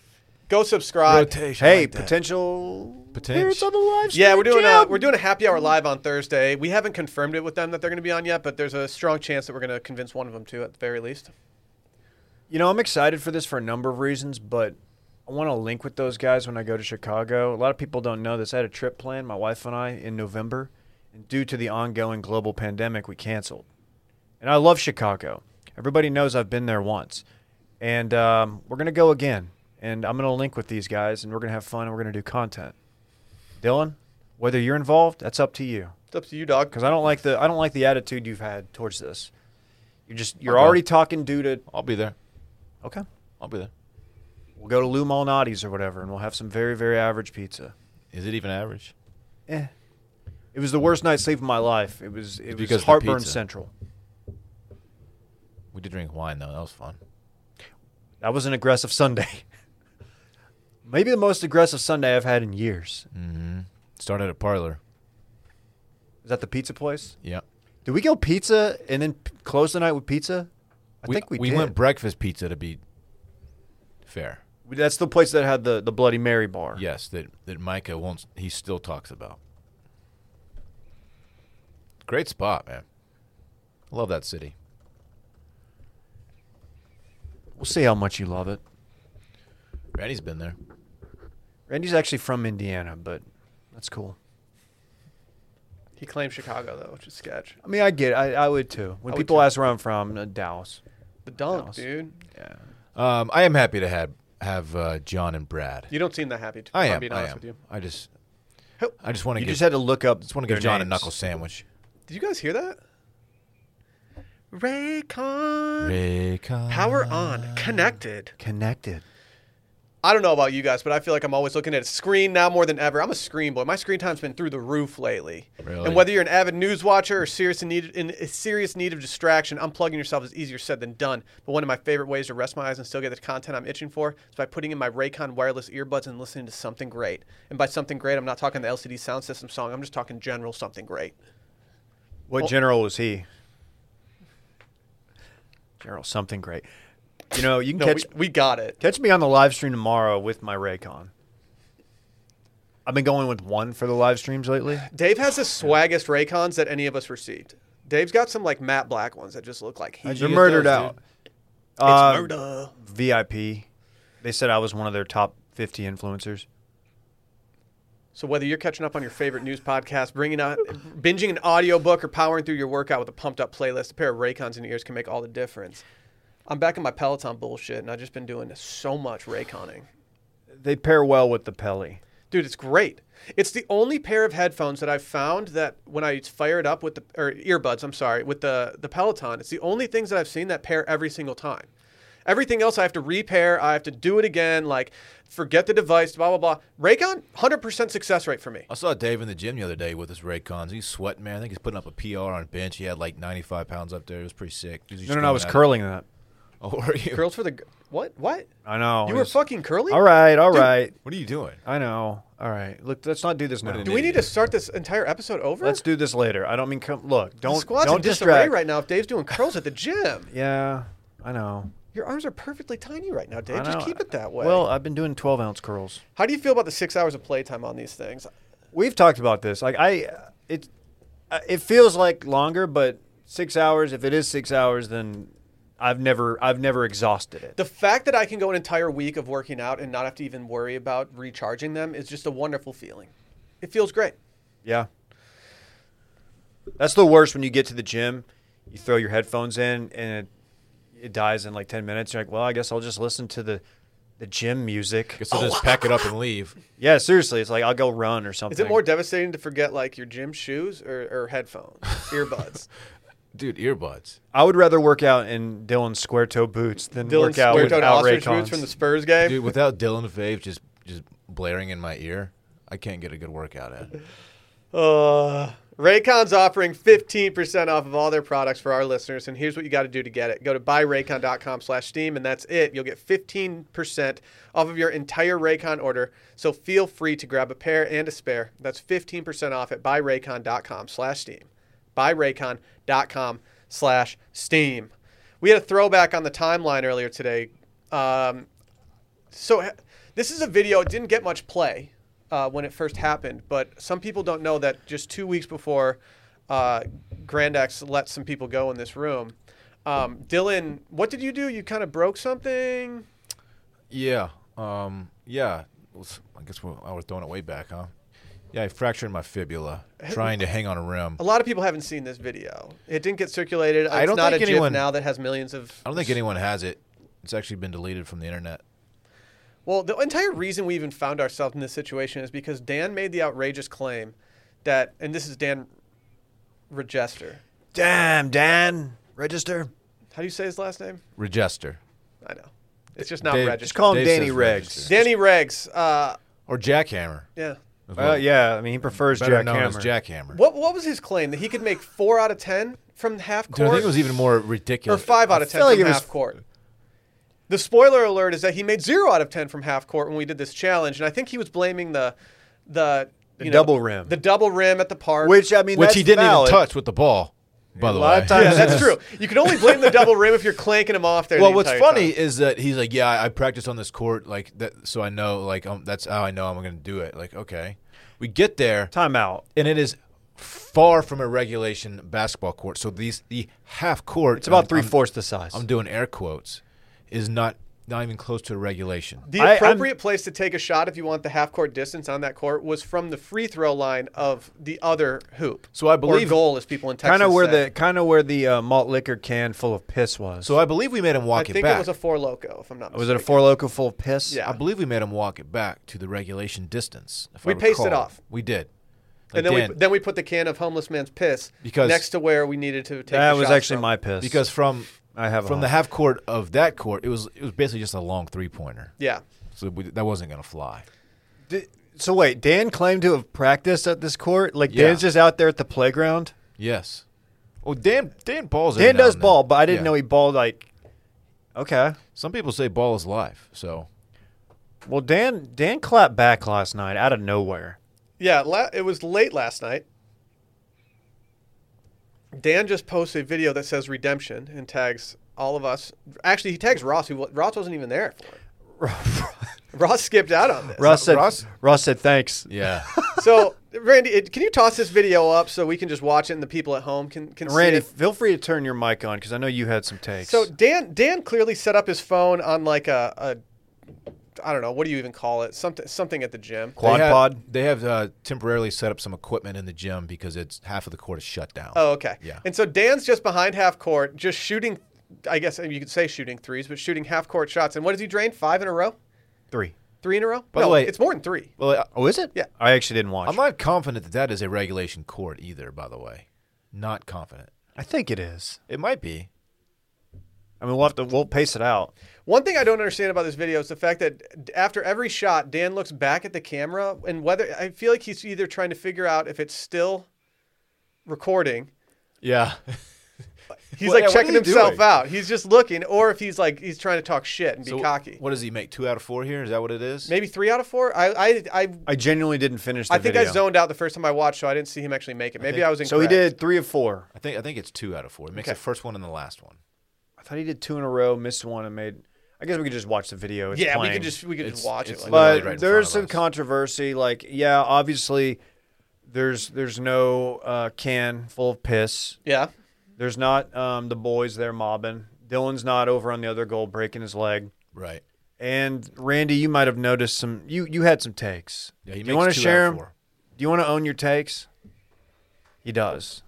[SPEAKER 1] Go subscribe.
[SPEAKER 2] Hey, potential.
[SPEAKER 3] Potential.
[SPEAKER 2] It's on the live
[SPEAKER 1] Yeah, we're doing a,
[SPEAKER 2] jam.
[SPEAKER 1] we're doing a happy hour live on Thursday. We haven't confirmed it with them that they're going to be on yet, but there's a strong chance that we're going to convince one of them to at the very least.
[SPEAKER 2] You know, I'm excited for this for a number of reasons, but I want to link with those guys when I go to Chicago. A lot of people don't know this. I had a trip planned, my wife and I, in November, and due to the ongoing global pandemic, we canceled. And I love Chicago. Everybody knows I've been there once, and um, we're gonna go again. And I'm gonna link with these guys, and we're gonna have fun, and we're gonna do content. Dylan, whether you're involved, that's up to you
[SPEAKER 1] It's up to you, dog.
[SPEAKER 2] because I don't like the I don't like the attitude you've had towards this. You're just you're
[SPEAKER 3] Okay.
[SPEAKER 2] already talking due to
[SPEAKER 3] I'll be there.
[SPEAKER 2] okay.
[SPEAKER 3] I'll be there.
[SPEAKER 2] We'll go to Lou Malnati's or whatever, and we'll have some very very average pizza.
[SPEAKER 3] Is it even average?
[SPEAKER 2] Eh. It was the worst night's sleep of my life. It was it
[SPEAKER 3] Because of
[SPEAKER 2] was
[SPEAKER 3] the
[SPEAKER 2] heartburn
[SPEAKER 3] pizza.
[SPEAKER 2] central.
[SPEAKER 3] We did drink wine though. That was fun.
[SPEAKER 2] That was an aggressive Sunday. *laughs* Maybe the most aggressive Sunday I've had in years.
[SPEAKER 3] Mm-hmm. Started at a parlor.
[SPEAKER 2] Is that the pizza place?
[SPEAKER 3] Yeah.
[SPEAKER 2] Did we go pizza and then p- close the night with pizza? I think we, did.
[SPEAKER 3] went breakfast pizza to be fair.
[SPEAKER 2] That's the place that had the, the Bloody Mary bar.
[SPEAKER 3] Yes, that that Micah won't. He still talks about. Great spot, man. I love that city.
[SPEAKER 2] We'll see how much you love it.
[SPEAKER 3] Randy's been there.
[SPEAKER 2] Randy's actually from Indiana, but that's cool.
[SPEAKER 1] He claimed Chicago though, which is sketch.
[SPEAKER 2] I mean, I get. It. I I would too. When
[SPEAKER 1] I would
[SPEAKER 2] people
[SPEAKER 1] too.
[SPEAKER 2] ask where I'm from, uh, Dallas.
[SPEAKER 1] The dunk,
[SPEAKER 2] Dallas.
[SPEAKER 1] dude.
[SPEAKER 2] Yeah.
[SPEAKER 3] Um, I am happy to have have uh, John and Brad.
[SPEAKER 1] You don't seem that happy. To,
[SPEAKER 3] I
[SPEAKER 1] if I'm
[SPEAKER 3] am.
[SPEAKER 1] Being
[SPEAKER 3] I
[SPEAKER 1] honest
[SPEAKER 3] am.
[SPEAKER 1] with you.
[SPEAKER 3] I just.
[SPEAKER 1] Who-
[SPEAKER 3] I just want to
[SPEAKER 2] You
[SPEAKER 3] give.
[SPEAKER 2] just had to look up.
[SPEAKER 3] just want to give
[SPEAKER 2] their
[SPEAKER 3] John a
[SPEAKER 2] names.
[SPEAKER 3] knuckle sandwich.
[SPEAKER 1] Did you guys hear that? Raycon.
[SPEAKER 3] Raycon.
[SPEAKER 1] Power on. Connected.
[SPEAKER 2] Connected.
[SPEAKER 1] I don't know about you guys, but I feel like I'm always looking at a screen now more than ever. I'm a screen boy. My screen time's been through the roof lately.
[SPEAKER 3] Really?
[SPEAKER 1] And whether you're an avid news watcher or serious in need in a serious need of distraction, unplugging yourself is easier said than done. But one of my favorite ways to rest my eyes and still get the content I'm itching for is by putting in my Raycon wireless earbuds and listening to something great. And by something great, I'm not talking the LCD sound system song. I'm just talking general something great.
[SPEAKER 2] What general was he? General something great. You know, you can
[SPEAKER 1] No,
[SPEAKER 2] catch
[SPEAKER 1] we, we got it.
[SPEAKER 2] catch me on the live stream tomorrow with my Raycon. I've been going with one for the live streams lately.
[SPEAKER 1] Dave has the swaggest Raycons that any of us received. Dave's got some like matte black ones that just look like he.
[SPEAKER 2] They're murdered out.
[SPEAKER 1] It's
[SPEAKER 2] Uh,
[SPEAKER 1] murder.
[SPEAKER 2] VIP. They said I was one of their top 50 influencers.
[SPEAKER 1] So whether you're catching up on your favorite news podcast, bringing out, binging an audiobook, or powering through your workout with a pumped-up playlist, a pair of Raycons in your ears can make all the difference. I'm back in my Peloton bullshit, and I've just been doing so much Rayconning.
[SPEAKER 2] They pair well with the Pelly.
[SPEAKER 1] Dude, it's great. It's the only pair of headphones that I've found that when I fire it up with the or earbuds, I'm sorry, with the the Peloton, it's the only things that I've seen that pair every single time. Everything else I have to repair, I have to do it again, like forget the device, blah blah blah. Raycon, 100% success rate for me.
[SPEAKER 3] I saw Dave in the gym the other day with his Raycons. He's sweating, man. I think he's putting up a PR on bench. He had like 95 pounds up there. It was pretty sick. He's just
[SPEAKER 2] No, no, no,
[SPEAKER 3] going
[SPEAKER 2] I was
[SPEAKER 3] at it.
[SPEAKER 2] curling that.
[SPEAKER 3] Oh, were you?
[SPEAKER 1] Curls for the g- what? What?
[SPEAKER 2] I know.
[SPEAKER 1] You
[SPEAKER 2] it
[SPEAKER 1] were
[SPEAKER 2] was-
[SPEAKER 1] fucking curly.
[SPEAKER 2] Oh, All right, all right.
[SPEAKER 1] Dude,
[SPEAKER 3] What are you doing?
[SPEAKER 2] I know. All right. Look, let's not do this now.
[SPEAKER 3] an
[SPEAKER 1] Do we need to start this entire episode over?
[SPEAKER 2] Let's do this later. I don't mean come. Look,
[SPEAKER 1] The
[SPEAKER 2] don't
[SPEAKER 1] squats in
[SPEAKER 2] don't
[SPEAKER 1] disarray
[SPEAKER 2] distract.
[SPEAKER 1] right now. If Dave's doing curls at the gym,
[SPEAKER 2] Yeah, I know.
[SPEAKER 1] your arms are perfectly tiny right now,
[SPEAKER 2] I
[SPEAKER 1] Dave. Just
[SPEAKER 2] know.
[SPEAKER 1] keep it that way.
[SPEAKER 2] Well, I've been doing twelve ounce curls.
[SPEAKER 1] how do you feel about the six hours of playtime on these things?
[SPEAKER 2] We've talked about this. Like I, it, uh, it feels like longer, but six hours. If it is six hours, then I've never I've never exhausted it.
[SPEAKER 1] The fact that I can go an entire week of working out and not have to even worry about recharging them is just a wonderful feeling. It feels great.
[SPEAKER 2] Yeah. That's the worst when you get to the gym, you throw your headphones in and it, it dies in like 10 minutes. You're like, well, I guess I'll just listen to the, the gym music.
[SPEAKER 3] Guess I'll just pack it up and leave.
[SPEAKER 2] Yeah, seriously. It's like I'll go run or something.
[SPEAKER 1] Is it more devastating to forget like your gym shoes or, or headphones, earbuds?
[SPEAKER 3] Dude, earbuds.
[SPEAKER 2] I would rather work out in Dylan's square toe boots than
[SPEAKER 1] Dylan
[SPEAKER 2] work out
[SPEAKER 1] square-toed
[SPEAKER 2] without
[SPEAKER 1] ostrich boots
[SPEAKER 2] Raycons.
[SPEAKER 1] from the Spurs game.
[SPEAKER 3] Dude, without Dylan Fave just just blaring in my ear, I can't get a good workout in.
[SPEAKER 1] Uh, Raycon's offering 15% off of all their products for our listeners, and here's what you got to do to get it. Go to buyraycon.com slash Steam, and that's it. You'll get 15% off of your entire Raycon order, so feel free to grab a pair and a spare. That's 15% off at buyraycon.com slash Steam. Buyraycon.com slash Steam. We had a throwback on the timeline earlier today. Um, so ha- this is a video. It didn't get much play uh, when it first happened, but some people don't know that just two weeks before uh, Grand X let some people go in this room. Um, Dylan, what did you do? You kind of broke something.
[SPEAKER 3] Yeah. Um, yeah. It was- I guess we're, I was throwing it way back, huh? Yeah, I fractured my fibula trying to hang on a rim.
[SPEAKER 1] A lot of people haven't seen this video. It didn't get circulated. It's
[SPEAKER 3] I don't
[SPEAKER 1] not
[SPEAKER 3] think
[SPEAKER 1] a GIF
[SPEAKER 3] anyone-
[SPEAKER 1] now that has millions of.
[SPEAKER 3] I don't think anyone has it. It's actually been deleted from the internet.
[SPEAKER 1] Well, the entire reason we even found ourselves in this situation is because Dan made the outrageous claim that, and this is Dan Regester.
[SPEAKER 2] Damn, Dan. Register.
[SPEAKER 1] How do you say his last name?
[SPEAKER 3] Register.
[SPEAKER 1] I know. It's just not
[SPEAKER 3] Dave-
[SPEAKER 2] Just
[SPEAKER 1] registered.
[SPEAKER 2] call him
[SPEAKER 3] Dave
[SPEAKER 2] Danny
[SPEAKER 3] says
[SPEAKER 2] Regs.
[SPEAKER 3] register.
[SPEAKER 1] Danny Regs. Uh,
[SPEAKER 3] Or jackhammer.
[SPEAKER 1] yeah.
[SPEAKER 3] as
[SPEAKER 2] Well, Uh, yeah, I mean, he prefers
[SPEAKER 3] Better
[SPEAKER 2] Jack
[SPEAKER 3] known
[SPEAKER 2] Hammer.
[SPEAKER 3] as jackhammer.
[SPEAKER 1] What what was his claim that he could make four out of ten from half
[SPEAKER 3] Dude,
[SPEAKER 1] court?
[SPEAKER 3] I think it was even more
[SPEAKER 1] or
[SPEAKER 3] ridiculous.
[SPEAKER 1] five out of ten
[SPEAKER 2] feel like
[SPEAKER 1] from
[SPEAKER 2] it was-
[SPEAKER 1] half court. The spoiler alert is that he made zero out of ten from half court when we did this challenge, and I think he was blaming the the,
[SPEAKER 2] The
[SPEAKER 1] you
[SPEAKER 2] double rim.
[SPEAKER 1] the double rim at the park.
[SPEAKER 2] Which, I mean,
[SPEAKER 3] which
[SPEAKER 2] that's
[SPEAKER 3] he didn't
[SPEAKER 2] valid.
[SPEAKER 3] even touch with the ball. By
[SPEAKER 2] A
[SPEAKER 3] the
[SPEAKER 2] lot of
[SPEAKER 3] way,
[SPEAKER 2] times-
[SPEAKER 1] yeah, that's true. You can only blame the double rim if you're clanking him off there.
[SPEAKER 3] Well,
[SPEAKER 1] the
[SPEAKER 3] what's
[SPEAKER 1] entire
[SPEAKER 3] funny
[SPEAKER 1] time.
[SPEAKER 3] is that he's like, yeah, I, I practice on this court, like that, so I know, like, um, that's how I know I'm going to do it. Like, okay, we get there,
[SPEAKER 2] Timeout.
[SPEAKER 3] and it is far from a regulation basketball court. So these the half court,
[SPEAKER 2] It's about
[SPEAKER 3] I'm-
[SPEAKER 2] three
[SPEAKER 3] I'm-
[SPEAKER 2] fourths the size.
[SPEAKER 3] I'm doing air quotes, is not not even close to a regulation.
[SPEAKER 1] the
[SPEAKER 2] I- I'm-
[SPEAKER 1] appropriate place to take a shot if you want the half court distance on that court was from the free throw line of the other hoop.
[SPEAKER 3] So I
[SPEAKER 1] or
[SPEAKER 3] believe-
[SPEAKER 1] goal, as people in Texas
[SPEAKER 2] kind of where
[SPEAKER 1] say.
[SPEAKER 2] the kind of where the uh, malt liquor can full of piss was.
[SPEAKER 3] So I believe we made him
[SPEAKER 1] I
[SPEAKER 3] walk it
[SPEAKER 1] think
[SPEAKER 3] back.
[SPEAKER 1] it was a four loco, if I'm not. Mistaken.
[SPEAKER 2] was it a four loco full of piss?
[SPEAKER 1] Yeah.
[SPEAKER 3] I believe we made him walk it back to the regulation distance. if I
[SPEAKER 1] We paced it
[SPEAKER 3] recall.
[SPEAKER 1] off.
[SPEAKER 3] We did.
[SPEAKER 1] and then
[SPEAKER 3] Again,
[SPEAKER 1] we then we put the can of homeless man's piss
[SPEAKER 3] Because-
[SPEAKER 1] next to where we needed to take.
[SPEAKER 2] that
[SPEAKER 1] the
[SPEAKER 2] was
[SPEAKER 1] shots
[SPEAKER 2] actually
[SPEAKER 1] from.
[SPEAKER 2] my piss
[SPEAKER 3] because from
[SPEAKER 2] I have a
[SPEAKER 3] from the half court of that court, it was it was basically just a long three pointer.
[SPEAKER 1] Yeah,
[SPEAKER 3] So we, that wasn't gonna fly.
[SPEAKER 2] D- so wait, Dan claimed to have practiced at this court. Like
[SPEAKER 3] Yeah.
[SPEAKER 2] Dan's just out there at the playground.
[SPEAKER 3] Yes. Well, Dan Dan balls. every
[SPEAKER 2] Dan
[SPEAKER 3] now
[SPEAKER 2] does
[SPEAKER 3] and then.
[SPEAKER 2] ball, but I didn't
[SPEAKER 3] Yeah.
[SPEAKER 2] know he balled like. Okay,
[SPEAKER 3] Some people say ball is life. So
[SPEAKER 2] well Dan Dan clapped back last night out of nowhere.
[SPEAKER 1] yeah. La- it was late last night. Dan just posted a video that says redemption and tags all of us. Actually, he tags Ross. Who wa- Ross wasn't even there for it. *laughs* Ross skipped out on this.
[SPEAKER 2] Ross said.
[SPEAKER 3] Ross?
[SPEAKER 2] Ross, said thanks.
[SPEAKER 1] *laughs*
[SPEAKER 3] yeah.
[SPEAKER 1] So, Randy, it, can you toss this video up so we can just watch it and the people at home can can
[SPEAKER 2] Randy,
[SPEAKER 1] see it?
[SPEAKER 2] feel free to turn your mic on because I know you had some takes.
[SPEAKER 1] So Dan Dan clearly set up his phone on like a. a I don't know. What do you even call it? Something something at the gym.
[SPEAKER 2] Quad
[SPEAKER 3] they have,
[SPEAKER 2] pod?
[SPEAKER 3] They have uh, temporarily set up some equipment in the gym because it's half of the court is shut down.
[SPEAKER 1] Oh, okay.
[SPEAKER 3] Yeah.
[SPEAKER 1] And so Dan's just behind half court, just shooting. I guess you could say shooting threes, but shooting half court shots. And what does he drain? Five in a row?
[SPEAKER 2] three.
[SPEAKER 1] Three in a row?
[SPEAKER 3] By
[SPEAKER 1] no,
[SPEAKER 3] the way-
[SPEAKER 1] it's more than three.
[SPEAKER 3] Well, I-
[SPEAKER 2] Oh, is it?
[SPEAKER 1] Yeah.
[SPEAKER 2] I actually didn't watch.
[SPEAKER 3] I'm not confident that that is a regulation court either. By the way, not confident.
[SPEAKER 2] I think it is.
[SPEAKER 3] It might be.
[SPEAKER 2] I mean, we'll have to we'll pace it out.
[SPEAKER 1] One thing I don't understand about this video is the fact that d- after every shot, Dan looks back at the camera and whether I feel like he's either trying to figure out if it's still recording.
[SPEAKER 3] Yeah.
[SPEAKER 1] He's
[SPEAKER 3] What-
[SPEAKER 1] like
[SPEAKER 3] yeah, what
[SPEAKER 1] checking
[SPEAKER 3] is he
[SPEAKER 1] himself
[SPEAKER 3] doing?
[SPEAKER 1] out. He's just looking, or if he's like he's trying to talk shit and be
[SPEAKER 3] So
[SPEAKER 1] cocky.
[SPEAKER 3] What does he make? Two out of four here? Is that what it is?
[SPEAKER 1] Maybe three out of four. I I I,
[SPEAKER 2] *laughs* I genuinely didn't finish. The
[SPEAKER 1] I think I
[SPEAKER 2] video.
[SPEAKER 1] zoned out the first time I watched, so I didn't see him actually make it. Maybe I,
[SPEAKER 3] think-
[SPEAKER 1] was incorrect.
[SPEAKER 2] So he did three of four.
[SPEAKER 3] I think I think it's two out of four. It makes
[SPEAKER 1] Okay.
[SPEAKER 3] the first one and the last one.
[SPEAKER 2] I thought he did two in a row, missed one, and made. I guess we could just watch the video. It's
[SPEAKER 1] Yeah, we
[SPEAKER 2] playing.
[SPEAKER 1] could just we could just
[SPEAKER 3] It's-
[SPEAKER 1] watch
[SPEAKER 3] it's
[SPEAKER 1] it. Like,
[SPEAKER 3] literally
[SPEAKER 2] But
[SPEAKER 3] right in front
[SPEAKER 2] there's
[SPEAKER 3] of
[SPEAKER 2] some
[SPEAKER 3] us.
[SPEAKER 2] controversy. Like, yeah, obviously, there's there's no uh, can full of piss.
[SPEAKER 1] yeah.
[SPEAKER 2] There's not um, the boys there mobbing. Dylan's not over on the other goal breaking his leg.
[SPEAKER 3] Right.
[SPEAKER 2] And Randy, you might have noticed some. You you had some takes.
[SPEAKER 3] Yeah, he
[SPEAKER 2] Do
[SPEAKER 3] makes
[SPEAKER 2] you want
[SPEAKER 3] two
[SPEAKER 2] to
[SPEAKER 3] out
[SPEAKER 2] share
[SPEAKER 3] of
[SPEAKER 2] them?
[SPEAKER 3] four.
[SPEAKER 2] Do you want to own your takes? He does.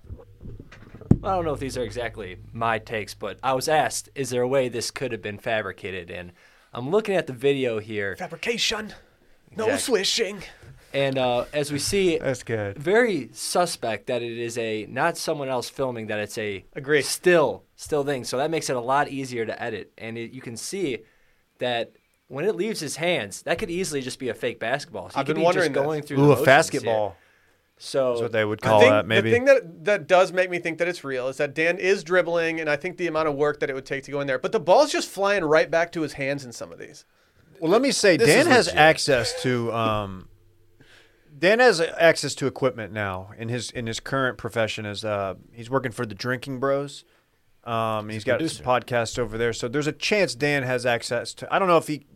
[SPEAKER 4] I don't know if these are exactly my takes, but I was asked, is there a way this could have been fabricated? And I'm looking at the video here,
[SPEAKER 1] Fabrication. No
[SPEAKER 4] Exactly.
[SPEAKER 1] swishing.
[SPEAKER 4] and uh, as
[SPEAKER 1] *laughs*
[SPEAKER 4] we see,
[SPEAKER 2] That's good.
[SPEAKER 4] very suspect that it is a not someone else filming, that it's a
[SPEAKER 1] Agree.
[SPEAKER 4] still still thing. So that makes it a lot easier to edit, and it, you can see that when it leaves his hands, that could easily just be a fake basketball. So he
[SPEAKER 1] I've
[SPEAKER 4] could
[SPEAKER 1] been
[SPEAKER 4] be just
[SPEAKER 1] wondering this.
[SPEAKER 4] going through the
[SPEAKER 2] Ooh, a
[SPEAKER 4] motions
[SPEAKER 2] basketball
[SPEAKER 4] here. So
[SPEAKER 2] is what they would
[SPEAKER 1] I
[SPEAKER 2] call
[SPEAKER 1] think
[SPEAKER 2] that. Maybe
[SPEAKER 1] the thing that that does make me think that it's real is that Dan is dribbling, and I think the amount of work that it would take to go in there. But the ball's just flying right back to his hands in some of these.
[SPEAKER 2] Well, let me say,
[SPEAKER 3] This
[SPEAKER 2] Dan
[SPEAKER 3] is
[SPEAKER 2] has
[SPEAKER 3] legit.
[SPEAKER 2] access to um, Dan has access to equipment now in his in his current profession as uh, he's working for the Drinking Bros. Um, he's got his
[SPEAKER 3] producer.
[SPEAKER 2] podcast over there, so there's a chance Dan has access to. I don't know if he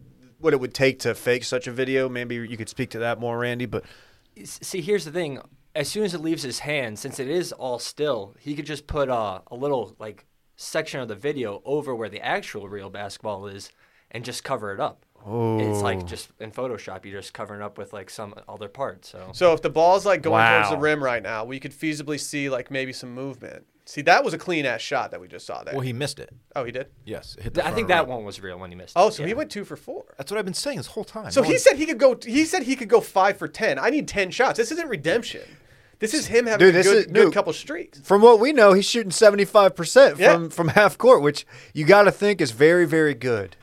[SPEAKER 2] what it would take to fake such a video. Maybe you could speak to that more, Randy. But
[SPEAKER 4] S- see here's the thing as soon as it leaves his hand since it is all still he could just put uh, a little like section of the video over where the actual real basketball is and just cover it up oh. it's like just in photoshop you're just covering up with like some other part so
[SPEAKER 1] So if the ball's like going towards the
[SPEAKER 2] Wow.
[SPEAKER 1] rim right now, we could feasibly see like maybe some movement. See, that was a clean ass shot that we just saw there.
[SPEAKER 3] Well, he missed it.
[SPEAKER 1] oh, he did.
[SPEAKER 3] Yes, it hit the
[SPEAKER 4] Th- i
[SPEAKER 3] front
[SPEAKER 4] think
[SPEAKER 3] of the
[SPEAKER 4] that
[SPEAKER 3] rim.
[SPEAKER 4] one was real when he missed it,
[SPEAKER 1] Oh, so
[SPEAKER 4] yeah.
[SPEAKER 1] he went two for four.
[SPEAKER 3] That's what I've been saying this whole time.
[SPEAKER 1] So
[SPEAKER 3] No
[SPEAKER 1] he
[SPEAKER 3] one-
[SPEAKER 1] said he could go. He said he could go five for ten. I need ten shots. This isn't redemption. This is him having
[SPEAKER 2] Dude,
[SPEAKER 1] a
[SPEAKER 2] this
[SPEAKER 1] good,
[SPEAKER 2] is-
[SPEAKER 1] good
[SPEAKER 2] dude.
[SPEAKER 1] couple streaks.
[SPEAKER 2] from what we know, he's shooting 75 percent
[SPEAKER 1] Yeah.
[SPEAKER 2] from from half court, which you got to think is very very good.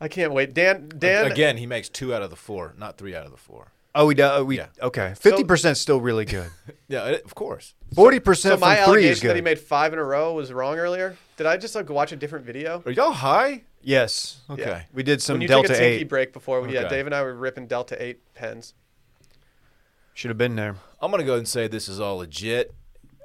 [SPEAKER 1] I can't wait. Dan, Dan,
[SPEAKER 3] again. He makes two out of the four, not three out of the four.
[SPEAKER 2] Oh, we do. oh, we
[SPEAKER 3] Yeah.
[SPEAKER 2] okay. 50 percent still really good.
[SPEAKER 3] Yeah, it- of course.
[SPEAKER 2] 40
[SPEAKER 1] So
[SPEAKER 2] percent
[SPEAKER 1] my
[SPEAKER 2] from three is
[SPEAKER 1] allegation
[SPEAKER 2] good.
[SPEAKER 1] that he made five in a row was wrong earlier. Did I just like watch a different video?
[SPEAKER 3] Are y'all high?
[SPEAKER 2] Yes.
[SPEAKER 3] Okay.
[SPEAKER 2] We did some
[SPEAKER 1] When you
[SPEAKER 2] Delta
[SPEAKER 1] take a tinky
[SPEAKER 2] Eight.
[SPEAKER 1] break before, yeah,
[SPEAKER 3] Okay.
[SPEAKER 1] Dave and I were ripping Delta Eight pens.
[SPEAKER 2] Should have been there.
[SPEAKER 3] I'm gonna go ahead and say this is all legit.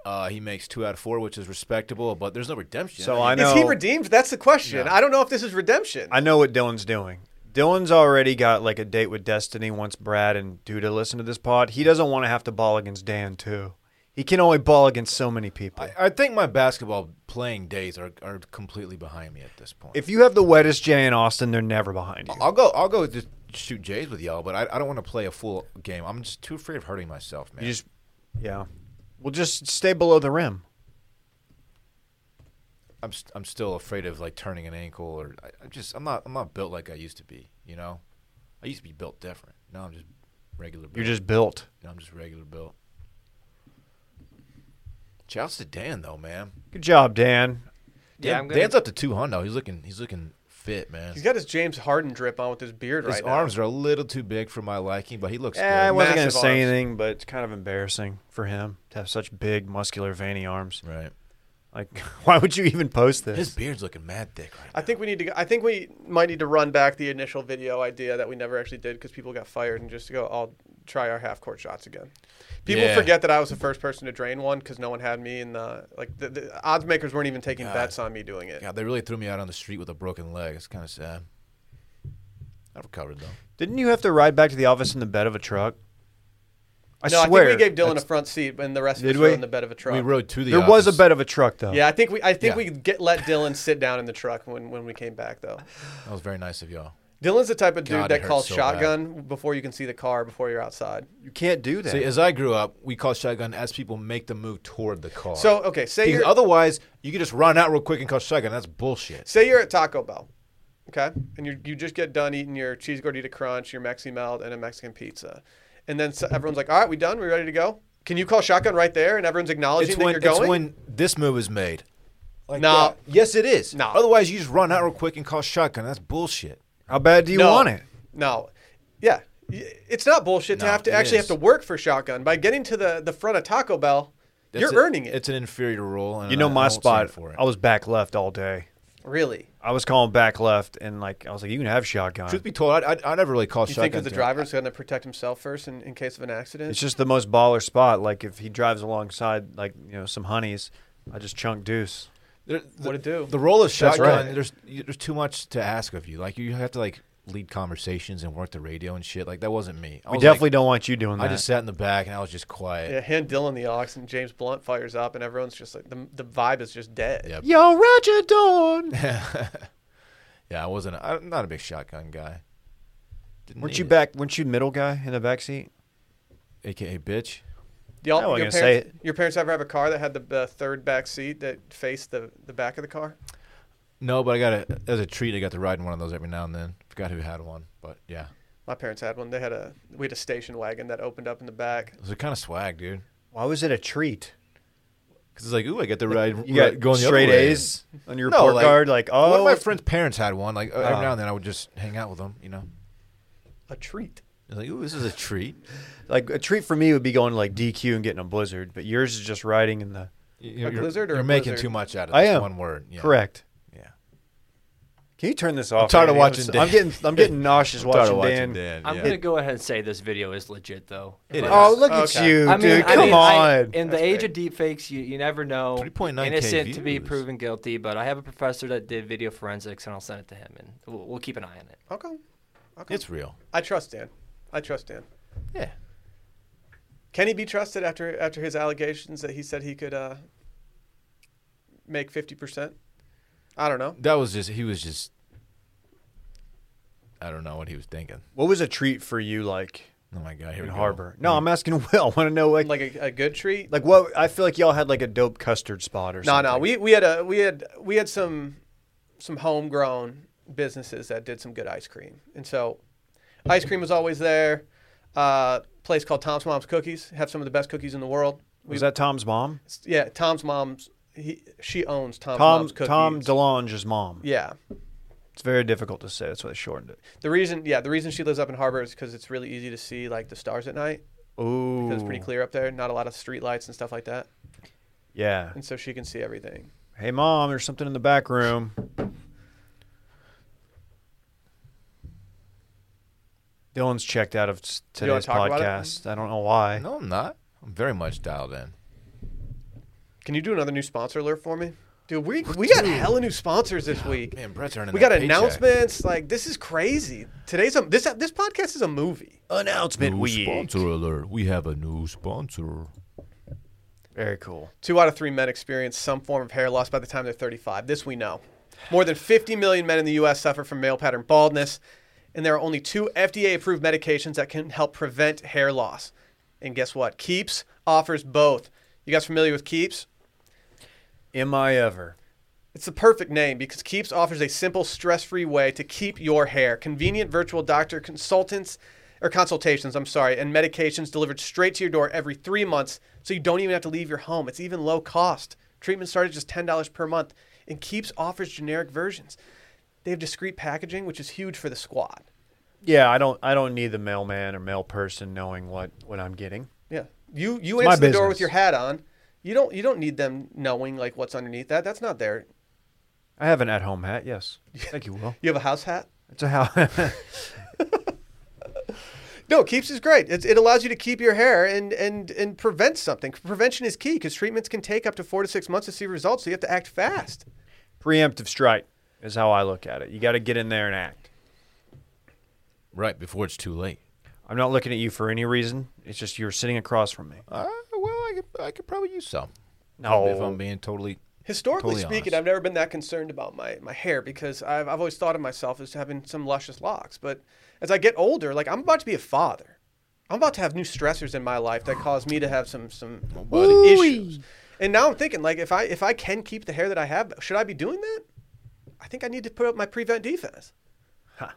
[SPEAKER 3] Uh, he makes two out of four, which is respectable, but there's no redemption.
[SPEAKER 2] So I
[SPEAKER 1] Is
[SPEAKER 2] know.
[SPEAKER 1] he redeemed? That's the question.
[SPEAKER 3] No.
[SPEAKER 1] I don't know if this is redemption.
[SPEAKER 2] I know what Dylan's doing. Dylan's already got like a date with Destiny once Brad and Duda listen to this pod. He doesn't want to have to ball against Dan too. He can only ball against so many people.
[SPEAKER 3] I, I think my basketball playing days are, are completely behind me at this point.
[SPEAKER 2] if you have the wettest Jay in Austin, they're never behind you.
[SPEAKER 3] I'll go, I'll go just shoot Jays with y'all, but I, I don't want to play a full game. I'm just too afraid of hurting myself, man.
[SPEAKER 2] You just, yeah. Well, just stay below the rim.
[SPEAKER 3] I'm, st- I'm still afraid of like turning an ankle or I, I'm just I'm not I'm not built like I used to be. You know, I used to be built different. Now I'm just regular.
[SPEAKER 2] You're
[SPEAKER 3] Built.
[SPEAKER 2] just built.
[SPEAKER 3] Now I'm just regular built. Shouts to Dan though, man.
[SPEAKER 2] Good job, Dan.
[SPEAKER 4] yeah
[SPEAKER 3] Dan,
[SPEAKER 4] i'm gonna
[SPEAKER 3] Dan's up to two hundred. He's looking he's looking fit, man.
[SPEAKER 1] He's got his James Harden drip on with his beard
[SPEAKER 3] His
[SPEAKER 1] right now.
[SPEAKER 3] arms are a little too big for my liking, but he looks
[SPEAKER 2] Eh, I
[SPEAKER 3] good.
[SPEAKER 2] wasn't going to
[SPEAKER 1] Massive
[SPEAKER 2] say
[SPEAKER 1] arms.
[SPEAKER 2] anything, but it's kind of embarrassing for him to have such big, muscular, veiny arms.
[SPEAKER 3] Right.
[SPEAKER 2] Like, *laughs* why would you even post this?
[SPEAKER 3] His beard's looking mad thick right
[SPEAKER 1] I
[SPEAKER 3] now.
[SPEAKER 1] think we need to. go- I think we might need to run back the initial video idea that we never actually did because people got fired and just go. I'll try our half court shots again. People
[SPEAKER 3] Yeah.
[SPEAKER 1] forget that I was the first person to drain one because no one had me in the like. The, the odds makers weren't even taking
[SPEAKER 3] God.
[SPEAKER 1] bets on me doing it.
[SPEAKER 3] Yeah, they really threw me out on the street with a broken leg. It's kind of sad. I recovered though.
[SPEAKER 2] Didn't you have to ride back to the office in the bed of a truck? I
[SPEAKER 1] no,
[SPEAKER 2] swear.
[SPEAKER 1] I think we gave Dylan
[SPEAKER 2] that's-
[SPEAKER 1] a front seat and the rest of
[SPEAKER 2] Did
[SPEAKER 1] us were
[SPEAKER 2] we?
[SPEAKER 1] in the bed of a truck.
[SPEAKER 3] We rode to the.
[SPEAKER 2] there was a
[SPEAKER 3] office.
[SPEAKER 2] bed of a truck though.
[SPEAKER 1] yeah, I think we. I think
[SPEAKER 3] Yeah.
[SPEAKER 1] we get let Dylan sit down in the truck when when we came back though.
[SPEAKER 3] That was very nice of y'all.
[SPEAKER 1] Dylan's the type of dude
[SPEAKER 3] God, it
[SPEAKER 1] that
[SPEAKER 3] hurts
[SPEAKER 1] calls
[SPEAKER 3] so bad.
[SPEAKER 1] shotgun before you can see the car before you're outside.
[SPEAKER 2] You can't do that.
[SPEAKER 3] See, as I grew up, we called shotgun as people make the move toward the car.
[SPEAKER 1] So okay, say
[SPEAKER 3] because
[SPEAKER 1] you're
[SPEAKER 3] otherwise, you could just run out real quick and call shotgun. That's bullshit.
[SPEAKER 1] Say you're at Taco Bell, okay, and you you just get done eating your cheese gordita crunch, your Mexi melt, and a Mexican pizza, and then so everyone's like, "All right, we done? We ready to go?" Can you call shotgun right there, and everyone's acknowledging
[SPEAKER 3] It's
[SPEAKER 1] that
[SPEAKER 3] when
[SPEAKER 1] you're
[SPEAKER 3] it's
[SPEAKER 1] going?
[SPEAKER 3] when this move is made. Like
[SPEAKER 1] Nah.
[SPEAKER 3] that. Yes, it is.
[SPEAKER 1] Nah.
[SPEAKER 3] Otherwise, you just run out real quick and call shotgun. That's bullshit.
[SPEAKER 2] How bad do you
[SPEAKER 1] no,
[SPEAKER 2] want it?
[SPEAKER 1] No, yeah, Y- it's not bullshit to
[SPEAKER 3] No,
[SPEAKER 1] have to
[SPEAKER 3] it
[SPEAKER 1] actually
[SPEAKER 3] is.
[SPEAKER 1] have to work for shotgun by getting to the the front of Taco Bell.
[SPEAKER 3] That's
[SPEAKER 1] you're
[SPEAKER 3] a-
[SPEAKER 1] earning it,
[SPEAKER 3] It's an inferior role. And
[SPEAKER 2] You know
[SPEAKER 3] I- I
[SPEAKER 2] my
[SPEAKER 3] won't stand
[SPEAKER 2] spot.
[SPEAKER 3] for it.
[SPEAKER 2] I was back left all day.
[SPEAKER 1] really.
[SPEAKER 2] I was calling back left, and like I was like, you can have shotgun.
[SPEAKER 3] Truth be told, I, I, I never really called
[SPEAKER 1] You think
[SPEAKER 3] shotgun.
[SPEAKER 1] that the
[SPEAKER 3] to-
[SPEAKER 1] driver's going to protect himself first in, in case of an accident?
[SPEAKER 2] It's just the most baller spot. Like if he drives alongside, like you know, some honeys, I just chunk deuce.
[SPEAKER 3] There- the,
[SPEAKER 1] it do?
[SPEAKER 3] The role of shotgun.
[SPEAKER 1] right.
[SPEAKER 3] There's you- there's too much to ask of you. Like you have to like lead conversations and work the radio and shit. Like that wasn't me. I
[SPEAKER 2] We
[SPEAKER 3] was, like-
[SPEAKER 2] definitely don't want you doing that.
[SPEAKER 3] I just sat in the back and I was just quiet.
[SPEAKER 1] yeah, hand Dylan the ox, and James Blunt fires up, and everyone's just like the, the vibe is just dead.
[SPEAKER 3] Yeah.
[SPEAKER 2] Yo, Roger Dawn.
[SPEAKER 3] *laughs* Yeah, I wasn't. I'm not a big shotgun guy. Didn't
[SPEAKER 2] weren't
[SPEAKER 3] need
[SPEAKER 2] you
[SPEAKER 3] it.
[SPEAKER 2] back? Weren't you middle guy in the back seat?
[SPEAKER 3] AKA bitch.
[SPEAKER 1] Y'all,
[SPEAKER 2] I wasn't
[SPEAKER 1] your,
[SPEAKER 2] gonna
[SPEAKER 1] parents,
[SPEAKER 2] say
[SPEAKER 1] your parents ever have a car that had the uh, third back seat that faced the, the back of the car?
[SPEAKER 3] No, but I got a as a treat. I got to ride in one of those every now and then. Forgot who had one, but yeah,
[SPEAKER 1] My parents had one. They had a we had a station wagon that opened up in the back.
[SPEAKER 3] it was kind of swag, dude.
[SPEAKER 2] Why was it a treat?
[SPEAKER 3] because it's like, ooh, I get the ride.
[SPEAKER 2] You got
[SPEAKER 3] right- going the other
[SPEAKER 2] straight
[SPEAKER 3] way.
[SPEAKER 2] A's on your
[SPEAKER 3] No,
[SPEAKER 2] report
[SPEAKER 3] like,
[SPEAKER 2] card. Like, oh,
[SPEAKER 3] One of my friend's parents had one. Like every
[SPEAKER 2] Ah.
[SPEAKER 3] now and then, I would just hang out with them. You know,
[SPEAKER 1] A treat.
[SPEAKER 3] It's like, ooh, this is a treat.
[SPEAKER 2] like a treat for me would be going to like DQ and getting a blizzard, but yours is just riding in the
[SPEAKER 3] You're,
[SPEAKER 1] blizzard or
[SPEAKER 3] you're
[SPEAKER 1] a
[SPEAKER 3] making
[SPEAKER 1] blizzard?
[SPEAKER 3] too much out of
[SPEAKER 2] I
[SPEAKER 3] this
[SPEAKER 2] am.
[SPEAKER 3] one word. Yeah.
[SPEAKER 2] correct.
[SPEAKER 3] Yeah.
[SPEAKER 2] Can you turn this off?
[SPEAKER 3] tired of
[SPEAKER 2] Andy?
[SPEAKER 3] watching
[SPEAKER 2] s-
[SPEAKER 3] Dan.
[SPEAKER 2] I'm getting I'm getting nauseous
[SPEAKER 3] Tired of
[SPEAKER 2] watching, Dan.
[SPEAKER 4] I'm
[SPEAKER 3] yeah.
[SPEAKER 4] gonna go ahead and say this video is legit though.
[SPEAKER 3] It
[SPEAKER 4] Like,
[SPEAKER 3] is.
[SPEAKER 2] Oh, look at
[SPEAKER 1] Okay.
[SPEAKER 2] you, dude!
[SPEAKER 4] I mean, I
[SPEAKER 2] Come
[SPEAKER 4] mean, I-
[SPEAKER 2] on.
[SPEAKER 4] in the
[SPEAKER 1] That's
[SPEAKER 4] age of deepfakes, you, you never know.
[SPEAKER 3] 3.9K
[SPEAKER 4] Innocent to be
[SPEAKER 3] views.
[SPEAKER 4] proven guilty, but I have a professor that did video forensics, and I'll send it to him, and we'll, we'll keep an eye on it.
[SPEAKER 1] Okay. Okay.
[SPEAKER 3] It's real.
[SPEAKER 1] I trust Dan. I trust Dan.
[SPEAKER 3] Yeah.
[SPEAKER 1] Can he be trusted after after his allegations that he said he could uh, make fifty percent? I don't know.
[SPEAKER 3] That was just he was just. I don't know what he was thinking.
[SPEAKER 2] what was a treat for you like
[SPEAKER 3] Oh my god, here
[SPEAKER 2] in
[SPEAKER 3] we go.
[SPEAKER 2] Harbor? No, I'm asking *laughs* Will. I want to know like, like
[SPEAKER 1] Like a, a good treat.
[SPEAKER 2] what I feel like y'all had like a dope custard spot or
[SPEAKER 1] No,
[SPEAKER 2] something.
[SPEAKER 1] no. We we had a we had we had some some homegrown businesses that did some good ice cream, and so ice cream was always there. Uh, place called Tom's Mom's Cookies have some of the best cookies in the world. We,
[SPEAKER 2] was that Tom's mom?
[SPEAKER 1] yeah, Tom's mom's he she owns Tom's
[SPEAKER 2] Tom
[SPEAKER 1] mom's cookies.
[SPEAKER 2] Tom DeLonge's mom.
[SPEAKER 1] yeah.
[SPEAKER 2] It's very difficult to say. That's why they shortened it.
[SPEAKER 1] The reason, yeah, the reason she lives up in Harbor is because it's really easy to see like the stars at night.
[SPEAKER 2] Ooh,
[SPEAKER 1] Because it's pretty clear up there, not a lot of street lights and stuff like that,
[SPEAKER 2] Yeah.
[SPEAKER 1] and so she can see everything.
[SPEAKER 2] Hey, mom, there's something in the back room. Dylan's checked out of s-
[SPEAKER 1] You wanna
[SPEAKER 2] today's
[SPEAKER 1] talk about it?
[SPEAKER 2] podcast. I don't know why.
[SPEAKER 3] No, I'm not. I'm very much dialed in.
[SPEAKER 1] Can you do another new sponsor alert for me, dude? We we got hella new sponsors this week.
[SPEAKER 3] Man, Brett's earning.
[SPEAKER 1] We
[SPEAKER 3] that
[SPEAKER 1] got
[SPEAKER 3] paycheck.
[SPEAKER 1] announcements. Like this is crazy. Today's a, this this podcast is a movie.
[SPEAKER 2] Announcement
[SPEAKER 3] New sponsor alert. We have a new sponsor.
[SPEAKER 2] Very cool.
[SPEAKER 1] Two out of three men experience some form of hair loss by the time they're 35. This we know. More than 50 million men in the U.S. suffer from male pattern baldness, and there are only two FDA-approved medications that can help prevent hair loss. And guess what? Keeps offers both. You guys familiar with Keeps?
[SPEAKER 2] Am I ever?
[SPEAKER 1] It's the perfect name because Keeps offers a simple, stress-free way to keep your hair. Convenient virtual doctor consultants or consultations, I'm sorry, and medications delivered straight to your door every 3 months so you don't even have to leave your home. It's even low cost. Treatments start at just $10 per month and Keeps offers generic versions. They have discreet packaging, which is huge for the squad.
[SPEAKER 2] Yeah, I don't. I don't need the mailman or mail person knowing what what I'm getting.
[SPEAKER 1] Yeah. You you
[SPEAKER 2] It's my
[SPEAKER 1] answer the door with
[SPEAKER 2] business.
[SPEAKER 1] your hat on. You don't you don't need them knowing like what's underneath that. That's not there.
[SPEAKER 2] I have an at-home
[SPEAKER 1] *laughs*
[SPEAKER 2] hat. Yes. Thank you, Will.
[SPEAKER 1] You have a house hat?
[SPEAKER 2] It's a how. *laughs*
[SPEAKER 1] No, Keeps is great. It, it allows you to keep your hair and and and prevent something. Prevention is key because treatments can take up to four to six months to see results. So you have to act fast.
[SPEAKER 2] Preemptive strike is how I look at it. You got to get in there and act.
[SPEAKER 3] Right before it's too late.
[SPEAKER 2] I'm not looking at you for any reason. It's just you're sitting across from me.
[SPEAKER 3] Uh, well, I could, I could probably use some.
[SPEAKER 2] No.
[SPEAKER 3] If I'm being totally.
[SPEAKER 1] Historically
[SPEAKER 3] Totally
[SPEAKER 1] speaking,
[SPEAKER 3] honest.
[SPEAKER 1] I've never been that concerned about my, my hair because I've, I've always thought of myself as having some luscious locks. But as I get older, like I'm about to be a father, I'm about to have new stressors in my life that cause me to have some some
[SPEAKER 3] buddy.
[SPEAKER 1] issues. And now I'm thinking, like, if I if I can keep the hair that I have, should I be doing that? I think I need to put up my prevent defense.
[SPEAKER 2] Ha.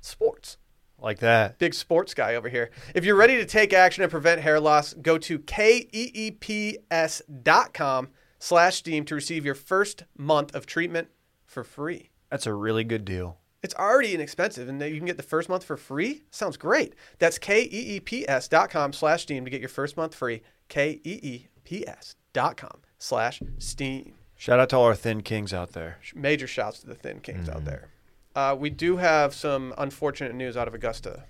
[SPEAKER 1] Sports.
[SPEAKER 2] like that.
[SPEAKER 1] big sports guy over here. If you're ready to take action and prevent hair loss, go to E keeps.com slash steam to receive your first month of treatment for free.
[SPEAKER 2] That's a really good deal.
[SPEAKER 1] It's already inexpensive, and you can get the first month for free. Sounds great. That's E keeps.com slash steam to get your first month free. E keeps.com slash steam.
[SPEAKER 2] Shout out to all our thin kings out there.
[SPEAKER 1] Major shouts to the Thin Kings out there. Uh, we do have some unfortunate news out of Augusta.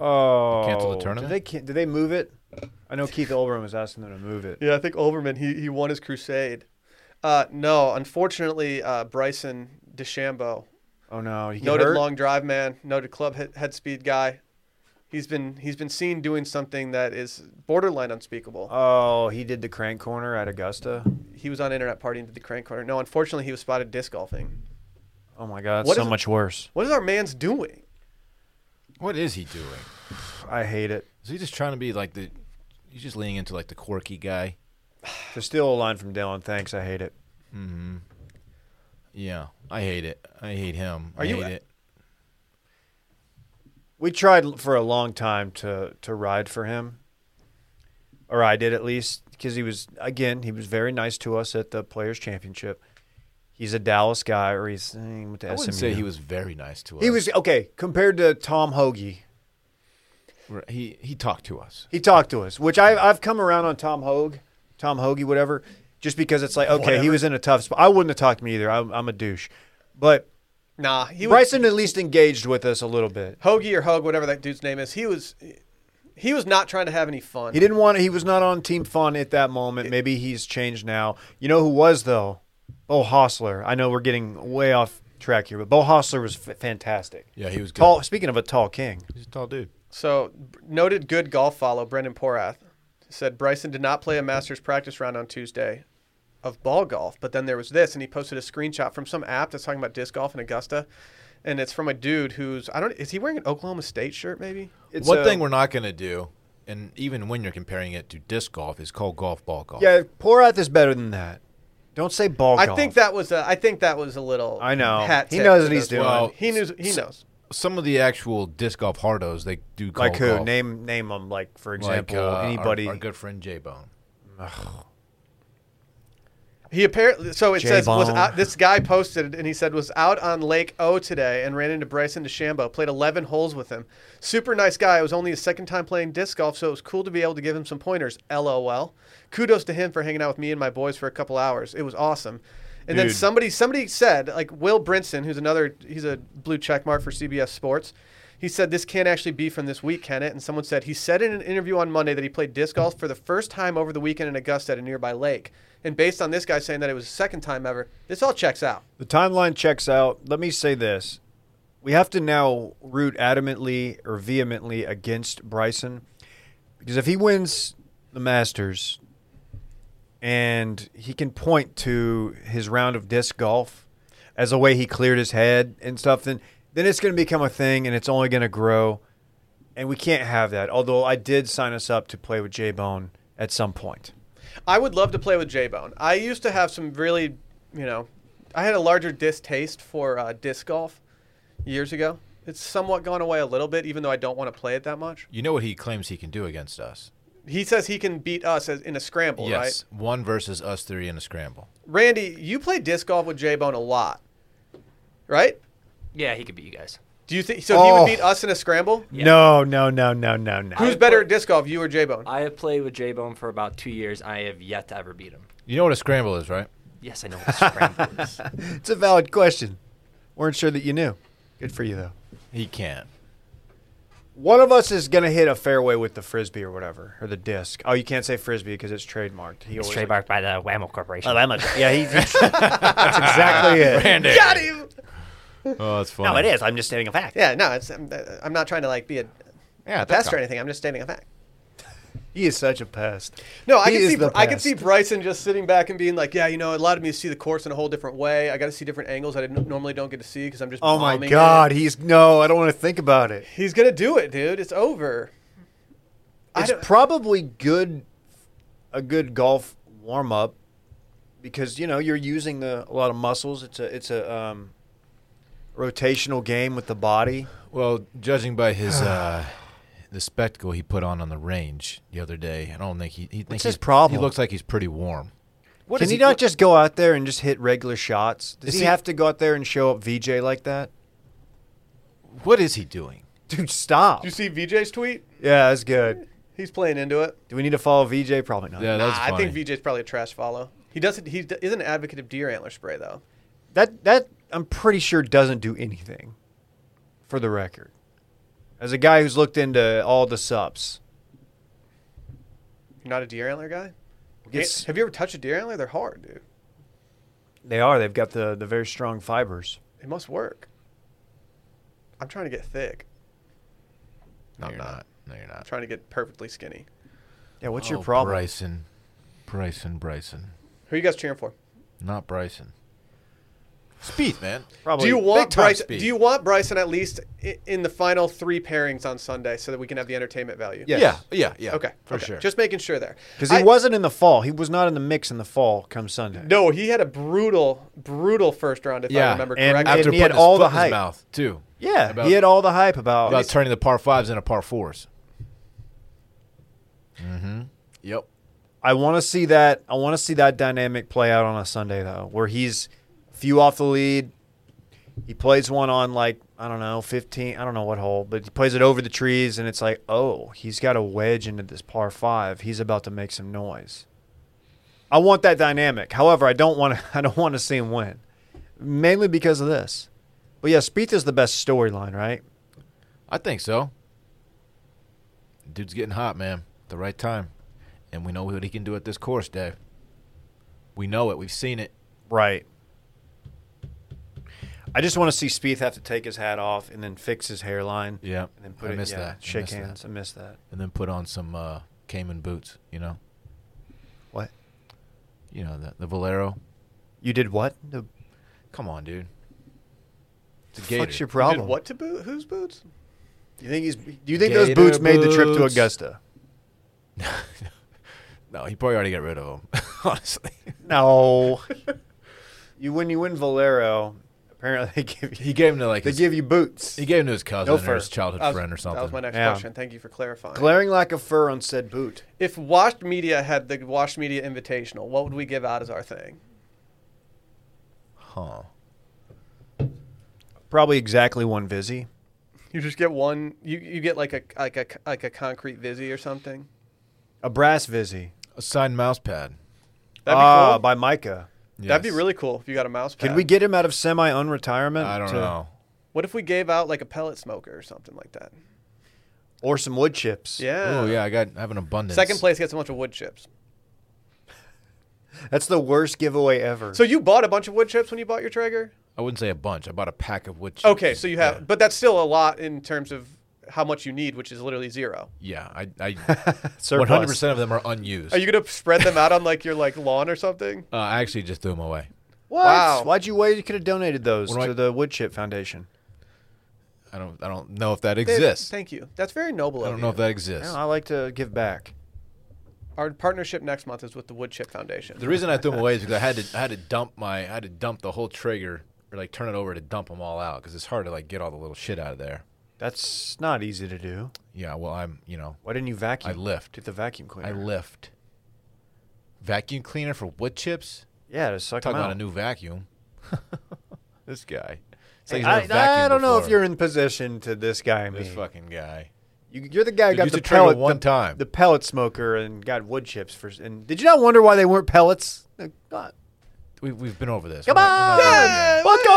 [SPEAKER 2] Oh,
[SPEAKER 3] Cancel the tournament?
[SPEAKER 2] Did they can, did they move it? I know Keith Olbermann was asking them to move it.
[SPEAKER 1] Yeah, I think Olbermann he he won his crusade. Uh, no, unfortunately, uh, Bryson DeChambeau,
[SPEAKER 2] Oh no, he got
[SPEAKER 1] noted
[SPEAKER 2] hurt?
[SPEAKER 1] long drive man, noted club head, head speed guy. He's been he's been seen doing something that is borderline unspeakable.
[SPEAKER 2] Oh, he did the crank corner at Augusta.
[SPEAKER 1] he was on internet partying to the crank corner. No, unfortunately, he was spotted disc golfing.
[SPEAKER 2] Oh my God, that's
[SPEAKER 1] What
[SPEAKER 2] so
[SPEAKER 1] is-
[SPEAKER 2] much worse.
[SPEAKER 1] What is our man's doing?
[SPEAKER 3] What is he doing?
[SPEAKER 2] I hate it.
[SPEAKER 3] Is he just trying to be like the? He's just leaning into like the quirky guy.
[SPEAKER 2] To steal a line from Dylan, thanks. I hate it.
[SPEAKER 3] Yeah, I hate it. I hate him.
[SPEAKER 1] Are
[SPEAKER 3] I
[SPEAKER 1] you-
[SPEAKER 3] hate it.
[SPEAKER 2] We tried l- for a long time to to ride for him. or I did at least, because he was again he was very nice to us at the Players Championship. He's a Dallas guy, or he's eh, with the
[SPEAKER 3] I wouldn't
[SPEAKER 2] SMU.
[SPEAKER 3] say he was very nice to us.
[SPEAKER 2] He was okay compared to Tom Hoagie.
[SPEAKER 3] We're- He he talked to us.
[SPEAKER 2] He talked to us, which I, I've come around on Tom Hogue, Tom Hoagie, whatever, just because it's like okay, he was in a tough spot. I wouldn't have talked to me either. I'm, I'm a douche, but
[SPEAKER 1] Nah, he was
[SPEAKER 2] Bryson at least engaged with us a little bit.
[SPEAKER 1] Hoagie or Hogue, whatever that dude's name is. He was he was not trying to have any fun.
[SPEAKER 2] He didn't want. He was not on Team Fun at that moment. Maybe he's changed now. You know who was though? Bo Hostler. I know we're getting way off track here, but Bo Hostler was f- fantastic.
[SPEAKER 3] Yeah, he was good.
[SPEAKER 2] Tall. Speaking of a tall king,
[SPEAKER 3] He's a tall dude.
[SPEAKER 1] So, b- noted good golf follow Brendan Porath said Bryson did not play a Masters practice round on Tuesday of ball golf, but then there was this, and he posted a screenshot from some app that's talking about disc golf in Augusta, and it's from a dude who's I don't is he wearing an Oklahoma State shirt maybe?
[SPEAKER 2] It's
[SPEAKER 3] One
[SPEAKER 2] a-
[SPEAKER 3] thing we're not going to do, and even when you're comparing it to disc golf, is called golf ball golf.
[SPEAKER 2] yeah, Porath is better than that. Don't say ball.
[SPEAKER 1] I
[SPEAKER 2] golf.
[SPEAKER 1] think that was a I think that was a little
[SPEAKER 2] I know.
[SPEAKER 1] hat
[SPEAKER 2] He
[SPEAKER 1] tip
[SPEAKER 2] knows
[SPEAKER 1] to
[SPEAKER 2] what he's
[SPEAKER 1] those
[SPEAKER 2] doing.
[SPEAKER 1] women.
[SPEAKER 3] Well,
[SPEAKER 1] he knows he
[SPEAKER 3] s-
[SPEAKER 1] knows.
[SPEAKER 3] Some of the actual disc golf hardos, they do call
[SPEAKER 2] Like who?
[SPEAKER 3] golf.
[SPEAKER 2] Name name them. Like for
[SPEAKER 3] Like,
[SPEAKER 2] example,
[SPEAKER 3] uh, our-
[SPEAKER 2] anybody.
[SPEAKER 3] Our, good friend J Bone.
[SPEAKER 1] He apparently so it says was
[SPEAKER 2] J-Bone.
[SPEAKER 1] out, this guy posted it, and he said was out on Lake O today and ran into Bryson DeChambeau. Played 11 holes with him. Super nice guy. It was only his second time playing disc golf, so it was cool to be able to give him some pointers. LOL. Kudos to him for hanging out with me and my boys for a couple hours. It was awesome. And then
[SPEAKER 3] Dude.
[SPEAKER 1] somebody somebody said like Will Brinson, who's another he's a blue check mark for CBS Sports. He said this can't actually be from this week, can it? And someone said he said in an interview on Monday that he played disc golf for the first time over the weekend in Augusta at a nearby lake. And based on this guy saying that it was the second time ever, this all checks out.
[SPEAKER 2] The timeline checks out. Let me say this. We have to now root adamantly or vehemently against Bryson because if he wins the Masters and he can point to his round of disc golf as a way he cleared his head and stuff, then, then it's going to become a thing and it's only going to grow. And we can't have that. Although I did sign us up to play with J Bone at some point.
[SPEAKER 1] I would love to play with J Bone. I used to have some really, you know, I had a larger distaste for uh, disc golf years ago. It's somewhat gone away a little bit, even though I don't want to play it that much.
[SPEAKER 3] You know what he claims he can do against us?
[SPEAKER 1] He says he can beat us as, in a scramble, right?
[SPEAKER 3] Yes, one versus us three in a scramble.
[SPEAKER 1] Randy, you play disc golf with J Bone a lot, right?
[SPEAKER 4] Yeah, he could beat you guys.
[SPEAKER 1] Do you think so? He
[SPEAKER 2] Oh.
[SPEAKER 1] would beat us in a scramble.
[SPEAKER 2] No, no, no, no, no, no.
[SPEAKER 1] Who's
[SPEAKER 4] I-
[SPEAKER 1] better at disc golf, you or J Bone?
[SPEAKER 4] I have played with J Bone for about two years. I have yet to ever beat him.
[SPEAKER 3] You know what a scramble is, right?
[SPEAKER 4] Yes, I know what
[SPEAKER 2] *laughs*
[SPEAKER 4] scramble is.
[SPEAKER 2] It's a valid question. Weren't sure that you knew. Good for you though.
[SPEAKER 3] He can't.
[SPEAKER 2] One of us is gonna hit a fairway with the frisbee or whatever, or the disc. Oh, you can't say frisbee because it's trademarked. He
[SPEAKER 4] It's
[SPEAKER 2] always-
[SPEAKER 4] trademarked by the Whammo Corporation.
[SPEAKER 2] Oh, that much. *laughs* Yeah, he, that's exactly *laughs* it.
[SPEAKER 3] *laughs* Randy.
[SPEAKER 1] Got him.
[SPEAKER 3] Oh, that's funny.
[SPEAKER 2] is. I'm just stating a fact.
[SPEAKER 1] Yeah, no, it's I'm, I'm not trying to like be a
[SPEAKER 3] Yeah, that's
[SPEAKER 1] pest or anything. I'm just stating a fact.
[SPEAKER 2] He is such a pest.
[SPEAKER 1] No, I
[SPEAKER 2] He
[SPEAKER 1] can
[SPEAKER 2] is
[SPEAKER 1] see
[SPEAKER 2] the
[SPEAKER 1] I can see
[SPEAKER 2] pest.
[SPEAKER 1] Bryson just sitting back and being like, yeah, you know, it allowed me to see the course in a whole different way. I got to see different angles I didn't, normally don't get to see because I'm just.
[SPEAKER 2] Oh my
[SPEAKER 1] bombing
[SPEAKER 2] God,
[SPEAKER 1] it."
[SPEAKER 2] he's no. I don't want to think about it.
[SPEAKER 1] He's gonna do it, dude. It's over. I
[SPEAKER 2] It's
[SPEAKER 1] don't-
[SPEAKER 2] probably good, a good golf warm up, because you know you're using the, a lot of muscles. It's a it's a um, rotational game with the body.
[SPEAKER 3] Well, judging by his uh, the spectacle he put on on the range the other day, I don't think he. he thinks
[SPEAKER 2] What's his
[SPEAKER 3] he's-
[SPEAKER 2] problem?
[SPEAKER 3] He looks like he's pretty warm.
[SPEAKER 4] What
[SPEAKER 2] Can
[SPEAKER 4] is
[SPEAKER 2] he,
[SPEAKER 4] he-
[SPEAKER 2] not
[SPEAKER 4] what-
[SPEAKER 2] just go out there and just hit regular shots? Does
[SPEAKER 3] Is
[SPEAKER 2] he,
[SPEAKER 3] he-
[SPEAKER 2] have to go out there and show up VJ like that? *laughs*
[SPEAKER 3] What is he doing?
[SPEAKER 2] Dude, stop.
[SPEAKER 1] Did you see VJ's tweet?
[SPEAKER 2] Yeah, that's good.
[SPEAKER 1] He's playing into it.
[SPEAKER 2] Do we need to follow VJ? Probably not.
[SPEAKER 3] Yeah, that's
[SPEAKER 1] Nah, I
[SPEAKER 3] funny.
[SPEAKER 1] think VJ's probably a trash follow. He doesn't. He d- isn't an advocate of deer antler spray though.
[SPEAKER 2] That that I'm pretty sure doesn't do anything. For the record, as a guy who's looked into all the subs,
[SPEAKER 1] You're not a deer antler guy.
[SPEAKER 2] Gets-
[SPEAKER 1] Hey, Have you ever touched a deer antler? They're hard, dude.
[SPEAKER 2] they are. They've got the the very strong fibers.
[SPEAKER 1] It must work. I'm trying to get thick.
[SPEAKER 3] No, you're
[SPEAKER 1] You're not.
[SPEAKER 3] not. No, you're
[SPEAKER 1] I'm
[SPEAKER 3] not.
[SPEAKER 1] trying to get perfectly skinny.
[SPEAKER 2] Yeah, what's
[SPEAKER 3] Oh,
[SPEAKER 2] your problem?
[SPEAKER 3] Bryson, Bryson, Bryson,
[SPEAKER 1] Who are you guys cheering for?
[SPEAKER 3] not Bryson. Speed, man.
[SPEAKER 2] Probably.
[SPEAKER 1] Do you want
[SPEAKER 3] time
[SPEAKER 1] Bryson?
[SPEAKER 3] speed.
[SPEAKER 1] Do you want Bryson at least i- in the final three pairings on Sunday so that we can have the entertainment value?
[SPEAKER 2] Yes.
[SPEAKER 3] Yeah, yeah, yeah.
[SPEAKER 1] Okay.
[SPEAKER 3] for
[SPEAKER 1] okay.
[SPEAKER 3] sure.
[SPEAKER 1] Just making sure there.
[SPEAKER 2] Because he
[SPEAKER 1] I-
[SPEAKER 2] wasn't in the fall. He was not in the mix in the fall. Come Sunday.
[SPEAKER 1] No, he had a brutal, brutal first round if I
[SPEAKER 3] Yeah,
[SPEAKER 1] remember
[SPEAKER 2] and
[SPEAKER 1] correctly.
[SPEAKER 2] after-
[SPEAKER 3] After
[SPEAKER 2] he had
[SPEAKER 3] putting his
[SPEAKER 2] all
[SPEAKER 3] foot
[SPEAKER 2] the
[SPEAKER 3] in his
[SPEAKER 2] hype.
[SPEAKER 3] mouth too.
[SPEAKER 2] Yeah,
[SPEAKER 3] About-
[SPEAKER 2] he had all the hype about.
[SPEAKER 3] About turning the par fives into par fours. Yep.
[SPEAKER 2] I want to see that. I want to see that dynamic play out on a Sunday though, where he's few off the lead. He plays one on like I don't know, fifteen. I don't know what hole, but he plays it over the trees, and it's like, oh, he's got a wedge into this par five. He's about to make some noise. I want that dynamic. However, I don't want to. *laughs* I don't want to see him win, mainly because of this. But yeah, Spieth is the best storyline, right?
[SPEAKER 3] I think so. Dude's getting hot, man. At the right time. And we know what he can do at this course, Dave. We know it. We've seen it.
[SPEAKER 2] Right. I just want to see Spieth have to take his hat off and then fix his hairline.
[SPEAKER 3] Yeah.
[SPEAKER 2] And then put
[SPEAKER 3] I
[SPEAKER 2] it,
[SPEAKER 3] miss
[SPEAKER 2] yeah,
[SPEAKER 3] that. I
[SPEAKER 2] Shake
[SPEAKER 3] miss that.
[SPEAKER 2] hands. I miss that.
[SPEAKER 3] And then put on some uh, Cayman boots, you know?
[SPEAKER 2] What?
[SPEAKER 3] You know, the, the Valero.
[SPEAKER 2] You did what? The
[SPEAKER 3] Come on, dude. It's a gator.
[SPEAKER 2] fuck's your
[SPEAKER 1] You
[SPEAKER 2] problem?
[SPEAKER 1] Did what to boot? Whose boots?
[SPEAKER 2] You think he's? Do you think those
[SPEAKER 3] Gator
[SPEAKER 2] boots made the trip to
[SPEAKER 3] boots.
[SPEAKER 2] Augusta?
[SPEAKER 3] *laughs* no, he probably already got rid of them, *laughs* honestly.
[SPEAKER 2] No. *laughs* you when you win Valero, apparently they give you
[SPEAKER 3] He gave him to like
[SPEAKER 2] they
[SPEAKER 3] his,
[SPEAKER 2] give you boots.
[SPEAKER 3] he gave him to his cousin
[SPEAKER 2] No
[SPEAKER 3] or his
[SPEAKER 2] fur.
[SPEAKER 3] childhood
[SPEAKER 1] That was-
[SPEAKER 3] friend or something.
[SPEAKER 1] That was my next
[SPEAKER 2] Yeah.
[SPEAKER 1] question. Thank you for clarifying.
[SPEAKER 2] Glaring lack of fur on said boot.
[SPEAKER 1] if Washed Media had the Washed Media Invitational, what would we give out as our thing?
[SPEAKER 3] huh.
[SPEAKER 2] Probably exactly one Vizzy.
[SPEAKER 1] You just get one. You, you get like a like a like a concrete Vizzy or something.
[SPEAKER 2] A brass Vizzy.
[SPEAKER 3] A signed mouse pad.
[SPEAKER 1] That'd be
[SPEAKER 2] ah,
[SPEAKER 1] cool.
[SPEAKER 2] by Micah.
[SPEAKER 1] That'd be
[SPEAKER 3] Yes.
[SPEAKER 1] really cool if you got a mouse pad.
[SPEAKER 2] Could we get him out of semi unretirement?
[SPEAKER 3] I don't know.
[SPEAKER 1] What if we gave out like a pellet smoker or something like that?
[SPEAKER 2] Or some wood chips.
[SPEAKER 1] Yeah.
[SPEAKER 3] Oh yeah, I got I have an abundance.
[SPEAKER 1] Uh, Second place gets a bunch of wood chips.
[SPEAKER 2] That's the worst giveaway ever.
[SPEAKER 1] So you bought a bunch of wood chips when you bought your Traeger?
[SPEAKER 3] I wouldn't say a bunch. I bought a pack of wood chips.
[SPEAKER 1] Okay, so you have, but that's still a lot in terms of how much you need, which is literally zero.
[SPEAKER 3] Yeah, I, I
[SPEAKER 2] *laughs*
[SPEAKER 1] *laughs*
[SPEAKER 2] Surplus.
[SPEAKER 3] 100 percent of them are unused.
[SPEAKER 1] Are you gonna spread them out on like your like lawn or something?
[SPEAKER 3] uh, I actually just threw them away.
[SPEAKER 2] What?
[SPEAKER 1] Wow.
[SPEAKER 2] Why'd you wait? You could have donated those
[SPEAKER 3] What do
[SPEAKER 2] to
[SPEAKER 3] I-
[SPEAKER 2] the Wood Chip Foundation.
[SPEAKER 3] I don't I don't know if that
[SPEAKER 1] Dave,
[SPEAKER 3] exists.
[SPEAKER 1] Thank you. That's very noble
[SPEAKER 3] I
[SPEAKER 1] of
[SPEAKER 3] don't
[SPEAKER 1] you.
[SPEAKER 3] know if that exists.
[SPEAKER 2] No, I like to give back.
[SPEAKER 1] Our partnership next month is with the Wood Chip Foundation.
[SPEAKER 3] The reason I threw them away is because I had to I had to dump my I had to dump the whole trigger or like turn it over to dump them all out because it's hard to like get all the little shit out of there.
[SPEAKER 2] That's not easy to do.
[SPEAKER 3] Yeah, well I'm you know
[SPEAKER 2] Why didn't you vacuum?
[SPEAKER 3] I lift.
[SPEAKER 2] Get the vacuum cleaner.
[SPEAKER 3] I lift. Vacuum cleaner for wood chips.
[SPEAKER 2] Yeah, to suck 'em
[SPEAKER 3] Talking
[SPEAKER 2] out.
[SPEAKER 3] about a new vacuum. this guy. It's like he's never
[SPEAKER 2] I, I
[SPEAKER 3] vacuumed
[SPEAKER 2] don't know if
[SPEAKER 3] before.
[SPEAKER 2] you're in position to this guy. I
[SPEAKER 3] this
[SPEAKER 2] mean.
[SPEAKER 3] fucking guy.
[SPEAKER 2] You, you're the guy who
[SPEAKER 3] Dude,
[SPEAKER 2] got
[SPEAKER 3] used
[SPEAKER 2] the
[SPEAKER 3] to trigger
[SPEAKER 2] pellet
[SPEAKER 3] one
[SPEAKER 2] the,
[SPEAKER 3] time.
[SPEAKER 2] the pellet smoker and got wood chips for. And did you not wonder why they weren't pellets? Like, God,
[SPEAKER 3] We, we've been over this.
[SPEAKER 2] come
[SPEAKER 3] We're
[SPEAKER 2] on!
[SPEAKER 3] not- we're not
[SPEAKER 2] What's going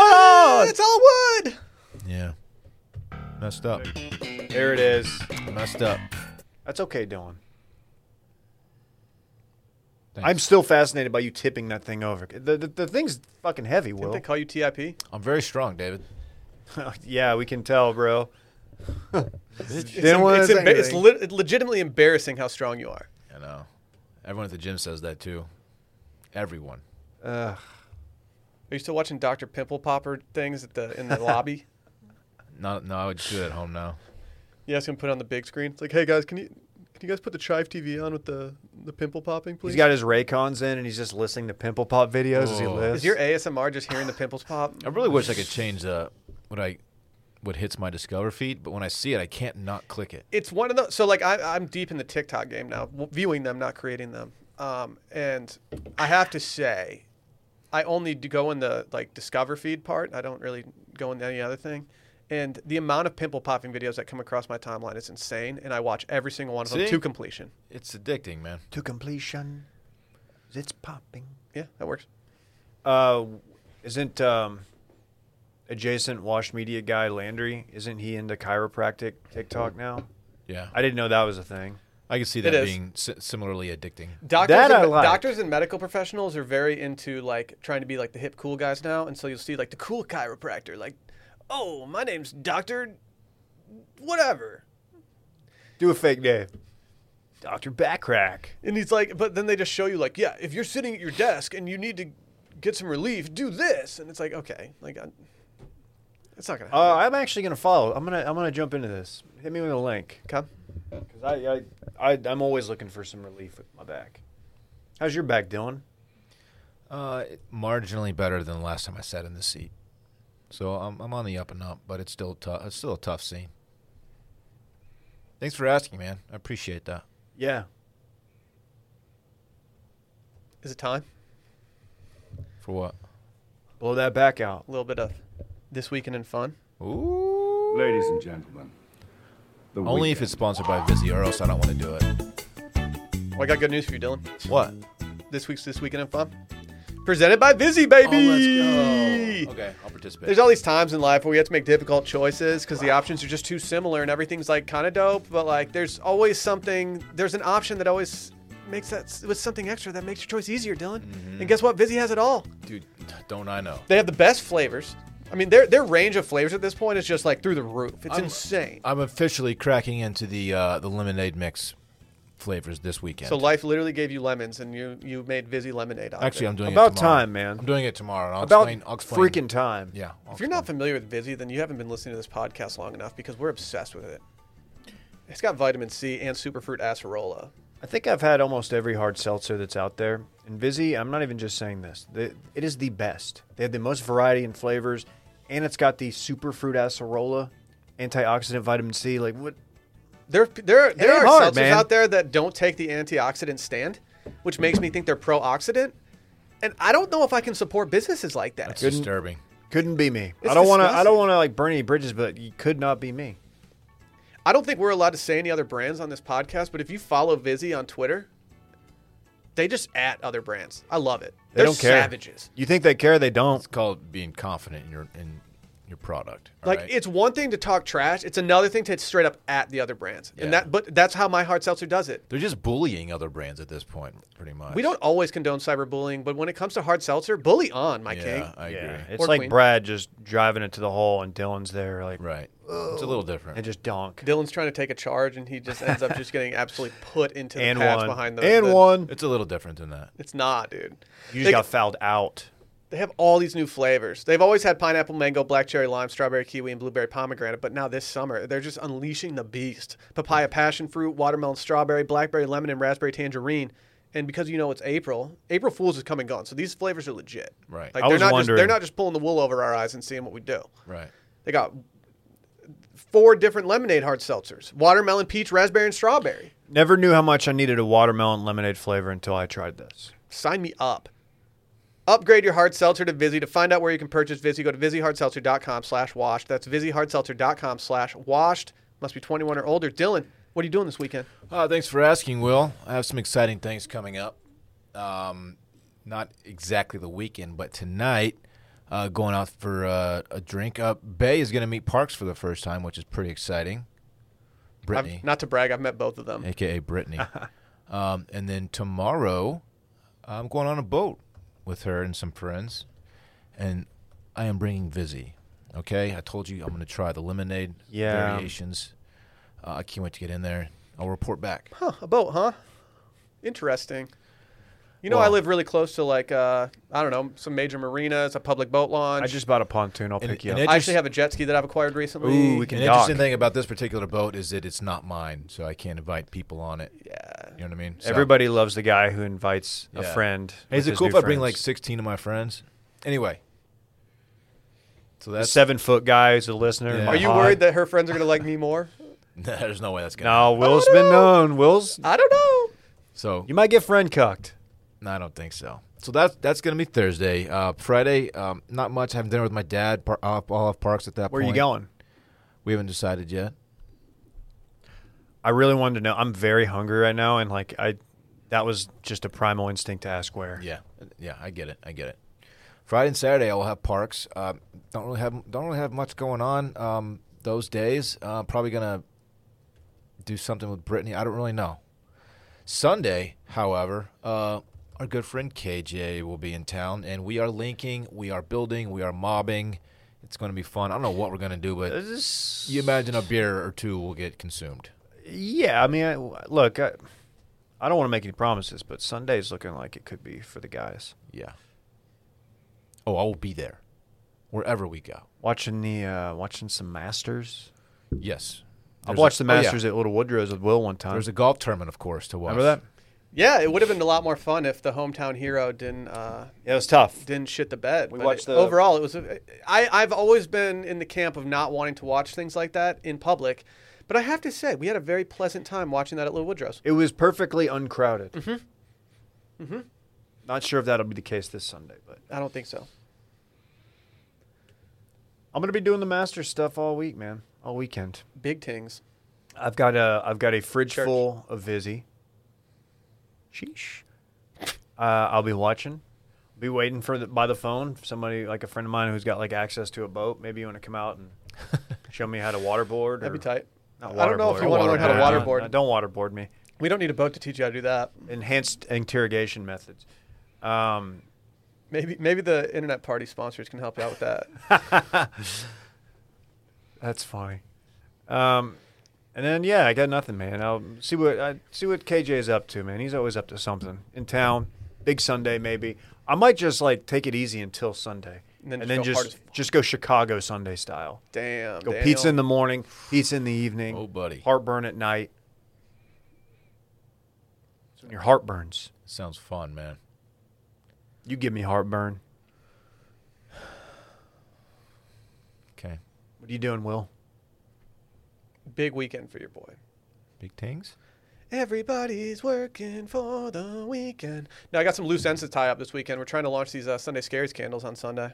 [SPEAKER 1] Oh,
[SPEAKER 2] on?
[SPEAKER 1] It's all wood.
[SPEAKER 3] doing that. Yeah. Messed up.
[SPEAKER 2] There it is.
[SPEAKER 3] Messed up.
[SPEAKER 2] That's okay, Dylan.
[SPEAKER 3] Thanks.
[SPEAKER 2] I'm still fascinated by you tipping that thing over. The the, the thing's fucking heavy,
[SPEAKER 1] Didn't they
[SPEAKER 2] Will.
[SPEAKER 1] call you TIP?
[SPEAKER 3] I'm very strong, David.
[SPEAKER 2] *laughs* yeah, we can tell, bro.
[SPEAKER 1] It's,
[SPEAKER 2] Didn't wanna
[SPEAKER 1] it's,
[SPEAKER 2] say
[SPEAKER 1] embar- it's
[SPEAKER 2] anything.
[SPEAKER 1] le- legitimately embarrassing how strong you are.
[SPEAKER 3] I know. Everyone at the gym says that too. Everyone.
[SPEAKER 2] Ugh.
[SPEAKER 1] Are you still watching Doctor Pimple Popper things at the in the lobby?
[SPEAKER 2] *laughs*
[SPEAKER 3] No, no, I would just do it at home now.
[SPEAKER 1] Yeah, it's gonna put it on the big screen. It's like, hey guys, can you can you guys put the Chive TV on with the the pimple popping, please?
[SPEAKER 2] he's got his Raycons in and he's just listening to Pimple Pop videos as he
[SPEAKER 3] Oh.
[SPEAKER 2] lives.
[SPEAKER 1] Is your ASMR just hearing the pimples pop?
[SPEAKER 3] I really wish I could change the what I what hits my Discover feed, but when I see it, I can't not click it.
[SPEAKER 1] It's one of those. So like, I, I'm deep in the TikTok game now, w- viewing them, not creating them. Um, and I have to say, I only do go in the like discover feed part. I don't really go in any other thing. And the amount of pimple popping videos that come across my timeline is insane, and I watch every single one of them
[SPEAKER 3] See?
[SPEAKER 1] to completion.
[SPEAKER 3] It's addicting, man.
[SPEAKER 2] to completion? It's popping.
[SPEAKER 1] Yeah, that works.
[SPEAKER 2] Uh, isn't um, adjacent Wash Media guy Landry? Isn't he into chiropractic TikTok now?
[SPEAKER 3] Yeah, I,
[SPEAKER 2] I didn't know that was a thing.
[SPEAKER 3] can see
[SPEAKER 1] It
[SPEAKER 3] that
[SPEAKER 1] is.
[SPEAKER 3] being si- similarly addicting.
[SPEAKER 1] Doctors,
[SPEAKER 2] That
[SPEAKER 1] and,
[SPEAKER 2] I
[SPEAKER 1] me-
[SPEAKER 2] like.
[SPEAKER 1] doctors and medical professionals are very into like trying to be like the hip cool guys now, and so you'll see like the cool chiropractor, like, oh, my name's Doctor, whatever,
[SPEAKER 2] Do a fake day. Doctor Backrack.
[SPEAKER 1] and he's like, but then they just show you like, yeah, if you're sitting at your desk and you need to get some relief, do this, and it's like, okay, like, I, it's not gonna
[SPEAKER 2] Uh,
[SPEAKER 1] happen.
[SPEAKER 2] I'm actually gonna follow. I'm gonna I'm gonna jump into this. Hit me with a link.
[SPEAKER 1] Come,
[SPEAKER 2] Cause I, I, I I'm always looking for some relief with my back. How's your back, Dylan?
[SPEAKER 3] Uh, marginally better than the last time I sat in the seat. So I'm, I'm on the up and up, but it's still tough. It's still a tough scene. Thanks for asking, man. I appreciate that.
[SPEAKER 2] Yeah.
[SPEAKER 1] Is it time?
[SPEAKER 3] For what?
[SPEAKER 2] Blow that back out.
[SPEAKER 1] A little bit of this weekend in fun.
[SPEAKER 3] Ooh.
[SPEAKER 5] Ladies and gentlemen, the
[SPEAKER 3] Only if
[SPEAKER 5] weekend.
[SPEAKER 3] it's sponsored by Vizzy, or else I don't want to do
[SPEAKER 5] *laughs*
[SPEAKER 3] it.
[SPEAKER 1] Well, I got good news for you, Dylan.
[SPEAKER 3] What?
[SPEAKER 1] This week's this weekend in fun, presented by Vizzy, baby.
[SPEAKER 3] Okay, I'll participate.
[SPEAKER 1] There's all these times in life where we have to make difficult choices because the options are just too similar and everything's like kind of dope, but like there's always something, there's an option that always makes that with something extra that makes your choice easier, Dylan.
[SPEAKER 3] Mm-hmm.
[SPEAKER 1] And guess what? Vizzy has it all.
[SPEAKER 3] Dude, don't I know?
[SPEAKER 1] They have the best flavors. I mean, their their range of flavors at this point is just like through the roof. It's
[SPEAKER 3] I'm-
[SPEAKER 1] insane.
[SPEAKER 3] I'm officially cracking into the uh, the lemonade mix flavors this weekend.
[SPEAKER 1] so life literally gave you lemons, and you you made Vizzy lemonade. Out of
[SPEAKER 3] Actually,
[SPEAKER 1] it.
[SPEAKER 3] I'm doing it
[SPEAKER 2] About
[SPEAKER 3] tomorrow.
[SPEAKER 2] time, man.
[SPEAKER 3] I'm doing it tomorrow. And I'll
[SPEAKER 2] About
[SPEAKER 3] explain. I'll explain.
[SPEAKER 2] freaking time.
[SPEAKER 3] Yeah. oh, I'll
[SPEAKER 1] if you're not familiar with Vizzy, then you haven't been listening to this podcast long enough because we're obsessed with it. It's got vitamin C and superfruit acerola.
[SPEAKER 2] I think I've had almost every hard seltzer that's out there. And Vizzy, I'm not even just saying this. They, it is the best. They have the most variety in flavors, and it's got the superfruit acerola, antioxidant vitamin C. Like what?
[SPEAKER 1] There, there, there
[SPEAKER 2] ain't
[SPEAKER 1] are
[SPEAKER 2] hard,
[SPEAKER 1] seltzers
[SPEAKER 2] man.
[SPEAKER 1] out there that don't take the antioxidant stand, which makes me think they're pro-oxidant. And I don't know if I can support businesses like that.
[SPEAKER 3] It's disturbing.
[SPEAKER 2] Couldn't be me.
[SPEAKER 1] It's
[SPEAKER 2] I don't want to. I
[SPEAKER 1] disgusting.
[SPEAKER 2] don't want to like burn any bridges, but you could not be me.
[SPEAKER 1] I don't think we're allowed to say any other brands on this podcast, but if you follow Vizzy on Twitter, they just at other brands. I love it.
[SPEAKER 2] They
[SPEAKER 1] are
[SPEAKER 2] don't care.
[SPEAKER 1] savages.
[SPEAKER 2] You think they care? They don't.
[SPEAKER 3] It's called being confident in your in your product. all
[SPEAKER 1] Like
[SPEAKER 3] right?
[SPEAKER 1] it's one thing to talk trash; it's another thing to straight up at the other brands. And
[SPEAKER 3] Yeah.
[SPEAKER 1] that, but that's how my hard seltzer does it.
[SPEAKER 3] they're just bullying other brands at this point, pretty much.
[SPEAKER 1] We don't always condone cyberbullying, but when it comes to hard seltzer, bully on, my
[SPEAKER 3] Yeah,
[SPEAKER 1] king.
[SPEAKER 3] I agree.
[SPEAKER 2] Yeah, it's
[SPEAKER 1] Or
[SPEAKER 2] like
[SPEAKER 1] queen.
[SPEAKER 2] Brad just driving it to the hole, and Dylan's there, like
[SPEAKER 3] right. It's a little different.
[SPEAKER 2] and just donk
[SPEAKER 1] Dylan's trying to take a charge, and he just ends up just getting absolutely put into the
[SPEAKER 2] and
[SPEAKER 1] pads
[SPEAKER 2] one
[SPEAKER 1] behind the
[SPEAKER 2] and
[SPEAKER 1] the-
[SPEAKER 2] one.
[SPEAKER 3] It's a little different than that.
[SPEAKER 1] It's not, dude.
[SPEAKER 2] You just
[SPEAKER 1] They-
[SPEAKER 2] got fouled out.
[SPEAKER 1] They have all these new flavors. They've always had pineapple, mango, black cherry, lime, strawberry, kiwi, and blueberry pomegranate, but now this summer, they're just unleashing the beast. Papaya, passion fruit, watermelon, strawberry, blackberry, lemon, and raspberry tangerine. And because you know it's April, April Fools is come and gone. So these flavors are legit.
[SPEAKER 3] Right.
[SPEAKER 1] Like
[SPEAKER 2] I
[SPEAKER 1] they're
[SPEAKER 2] was
[SPEAKER 1] not just
[SPEAKER 2] wondering-
[SPEAKER 1] they're not just pulling the wool over our eyes and seeing what we do.
[SPEAKER 3] Right.
[SPEAKER 1] They got four different lemonade hard seltzers. Watermelon, peach, raspberry, and strawberry.
[SPEAKER 2] Never knew how much I needed a watermelon lemonade flavor until I tried this.
[SPEAKER 1] Sign me up. Upgrade your hard seltzer to Vizzy. To find out where you can purchase Vizzy, go to VizzyHardSeltzer.com slash washed. That's VizzyHardSeltzer.com slash washed. Must be 21 or older. Dylan, what are you doing this weekend?
[SPEAKER 3] Uh, thanks for asking, Will. I have some exciting things coming up. Um, not exactly the weekend, but tonight, uh, going out for uh, a drink. Uh, Bay is going to meet Parks for the first time, which is pretty exciting.
[SPEAKER 1] I've-
[SPEAKER 3] Brittany,
[SPEAKER 1] not to brag, I've met both of them.
[SPEAKER 2] *laughs*
[SPEAKER 3] aka Brittany. um, and then tomorrow, I'm going on a boat with her and some friends, and I am bringing Vizzy. Okay, I told you I'm going to try the lemonade
[SPEAKER 2] Yeah.
[SPEAKER 3] variations. Uh, I can't wait to get in there. I'll report back.
[SPEAKER 1] Huh, a boat, huh? Interesting. You know, I
[SPEAKER 3] Well-
[SPEAKER 1] live really close to like, uh, I don't know, some major marinas, a public boat launch.
[SPEAKER 2] I just bought a pontoon. I'll
[SPEAKER 3] And-
[SPEAKER 2] pick you
[SPEAKER 3] and
[SPEAKER 2] up.
[SPEAKER 3] it-
[SPEAKER 1] I actually have a jet ski that I've acquired recently.
[SPEAKER 2] Ooh, we can
[SPEAKER 3] An
[SPEAKER 2] dock.
[SPEAKER 3] interesting thing about this particular boat is that it's not mine, so I can't invite people on it.
[SPEAKER 1] Yeah.
[SPEAKER 3] You know what I mean? So-
[SPEAKER 2] Everybody loves the guy who invites a
[SPEAKER 3] Yeah.
[SPEAKER 2] friend.
[SPEAKER 3] Hey, is
[SPEAKER 2] with
[SPEAKER 3] it
[SPEAKER 2] his
[SPEAKER 3] cool if
[SPEAKER 2] new
[SPEAKER 3] I bring like
[SPEAKER 2] friends.
[SPEAKER 3] 16 of my friends? Anyway. So
[SPEAKER 2] The
[SPEAKER 3] that's
[SPEAKER 2] seven foot guy who's a listener?
[SPEAKER 3] Yeah.
[SPEAKER 2] in my
[SPEAKER 1] Are you
[SPEAKER 2] pod?
[SPEAKER 1] worried that her friends are going to like me more?
[SPEAKER 3] *laughs* there's no way that's gonna.
[SPEAKER 2] No, Will's
[SPEAKER 1] I don't
[SPEAKER 2] been
[SPEAKER 1] know.
[SPEAKER 2] known. Will's.
[SPEAKER 1] I don't know.
[SPEAKER 3] So
[SPEAKER 2] You might get friend cucked.
[SPEAKER 3] No, I don't think so. So that's that's gonna be Thursday. Uh, Friday, um, not much. Having dinner with my dad. Par- I'll, I'll have parks at that
[SPEAKER 2] Where
[SPEAKER 3] point.
[SPEAKER 2] are you going?
[SPEAKER 3] We haven't decided yet.
[SPEAKER 2] I really wanted to know. I'm very hungry right now, and like I, that was just a primal instinct to ask where.
[SPEAKER 3] Yeah, yeah, I get it. I get it. Friday and Saturday, I will have parks. Uh, don't really have don't really have much going on um, those days. Uh, probably gonna do something with Brittany. I don't really know. Sunday, however, uh, our good friend KJ will be in town, and we are linking, we are building, we are mobbing. It's going to be fun. I don't know what we're going to do, but you imagine a beer or two will get consumed.
[SPEAKER 2] Yeah, I mean, I, look, I, I don't want to make any promises, but Sunday's looking like it could be for the guys.
[SPEAKER 3] Yeah. Oh, I will be there, wherever we go.
[SPEAKER 2] Watching the uh, watching some Masters.
[SPEAKER 3] Yes.
[SPEAKER 2] I
[SPEAKER 3] There's
[SPEAKER 2] watched
[SPEAKER 3] a-
[SPEAKER 2] the
[SPEAKER 3] oh, yeah.
[SPEAKER 2] Masters at Little Woodrow's with Will one time.
[SPEAKER 3] There's a golf tournament, of course, to watch.
[SPEAKER 2] Remember that?
[SPEAKER 1] Yeah, it would have been a lot more fun if the hometown hero didn't uh,
[SPEAKER 2] Yeah, it was tough.
[SPEAKER 1] didn't shit the bed.
[SPEAKER 2] We
[SPEAKER 1] But
[SPEAKER 2] watched
[SPEAKER 1] it-
[SPEAKER 2] the-
[SPEAKER 1] overall. It was a, I I've always been in the camp of not wanting to watch things like that in public, but I have to say we had a very pleasant time watching that at Little Woodrow's.
[SPEAKER 2] It was perfectly uncrowded. Mm-hmm. Mm-hmm. Not sure if that'll be the case this Sunday, but
[SPEAKER 1] I don't think so.
[SPEAKER 2] I'm gonna be doing the Masters stuff all week, man, all weekend.
[SPEAKER 1] Big things.
[SPEAKER 2] I've got a I've got a fridge
[SPEAKER 1] Church.
[SPEAKER 2] full of Vizzy. Sheesh. Uh, I'll be watching. Be waiting for the, by the phone. Somebody like a friend of mine who's got like access to a boat. Maybe you want to come
[SPEAKER 1] *laughs*
[SPEAKER 2] out and show me how to waterboard.
[SPEAKER 1] That'd
[SPEAKER 2] or-
[SPEAKER 1] be tight.
[SPEAKER 2] not
[SPEAKER 1] I don't know if
[SPEAKER 2] waterboard,
[SPEAKER 1] you want to learn how to
[SPEAKER 2] Don't-
[SPEAKER 1] waterboard.
[SPEAKER 2] Don't waterboard me.
[SPEAKER 1] We don't need a boat to teach you how to do that.
[SPEAKER 2] Enhanced interrogation methods. Um,
[SPEAKER 1] Maybe maybe the internet party sponsors can help you out with
[SPEAKER 2] *laughs*
[SPEAKER 1] that.
[SPEAKER 2] That's funny. Um, and then yeah, I got nothing, man. I'll see what I see what KJ is up to, man. He's always up to something in town. Big Sunday maybe. I might just like take it easy until Sunday,
[SPEAKER 1] And
[SPEAKER 2] and
[SPEAKER 1] then
[SPEAKER 2] then,
[SPEAKER 1] just go hard
[SPEAKER 2] just
[SPEAKER 1] as fuck.
[SPEAKER 2] just, go Chicago Sunday style.
[SPEAKER 1] Damn.
[SPEAKER 2] Go
[SPEAKER 1] Daniel.
[SPEAKER 2] pizza in the morning, pizza in the evening.
[SPEAKER 3] Oh, buddy.
[SPEAKER 2] heartburn at night. It's when your heart burns.
[SPEAKER 3] Sounds fun, man.
[SPEAKER 2] You give me heartburn.
[SPEAKER 3] Okay.
[SPEAKER 2] What are you doing, Will?
[SPEAKER 1] Big weekend for your boy.
[SPEAKER 3] Big things?
[SPEAKER 1] Everybody's working for the weekend. Now I got some loose ends to tie up this weekend. We're trying to launch these uh, Sunday Scaries candles on Sunday.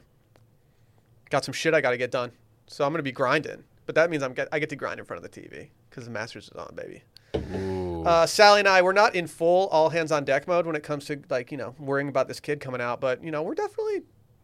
[SPEAKER 1] Got some shit I got to get done, so I'm gonna be grinding. But that means I'm get, I get to grind in front of the TV because the Masters is on, baby.
[SPEAKER 3] Ooh.
[SPEAKER 1] Uh, Sally and I, we're not in full all hands on deck mode when it comes to like you know worrying about this kid coming out, but you know we're definitely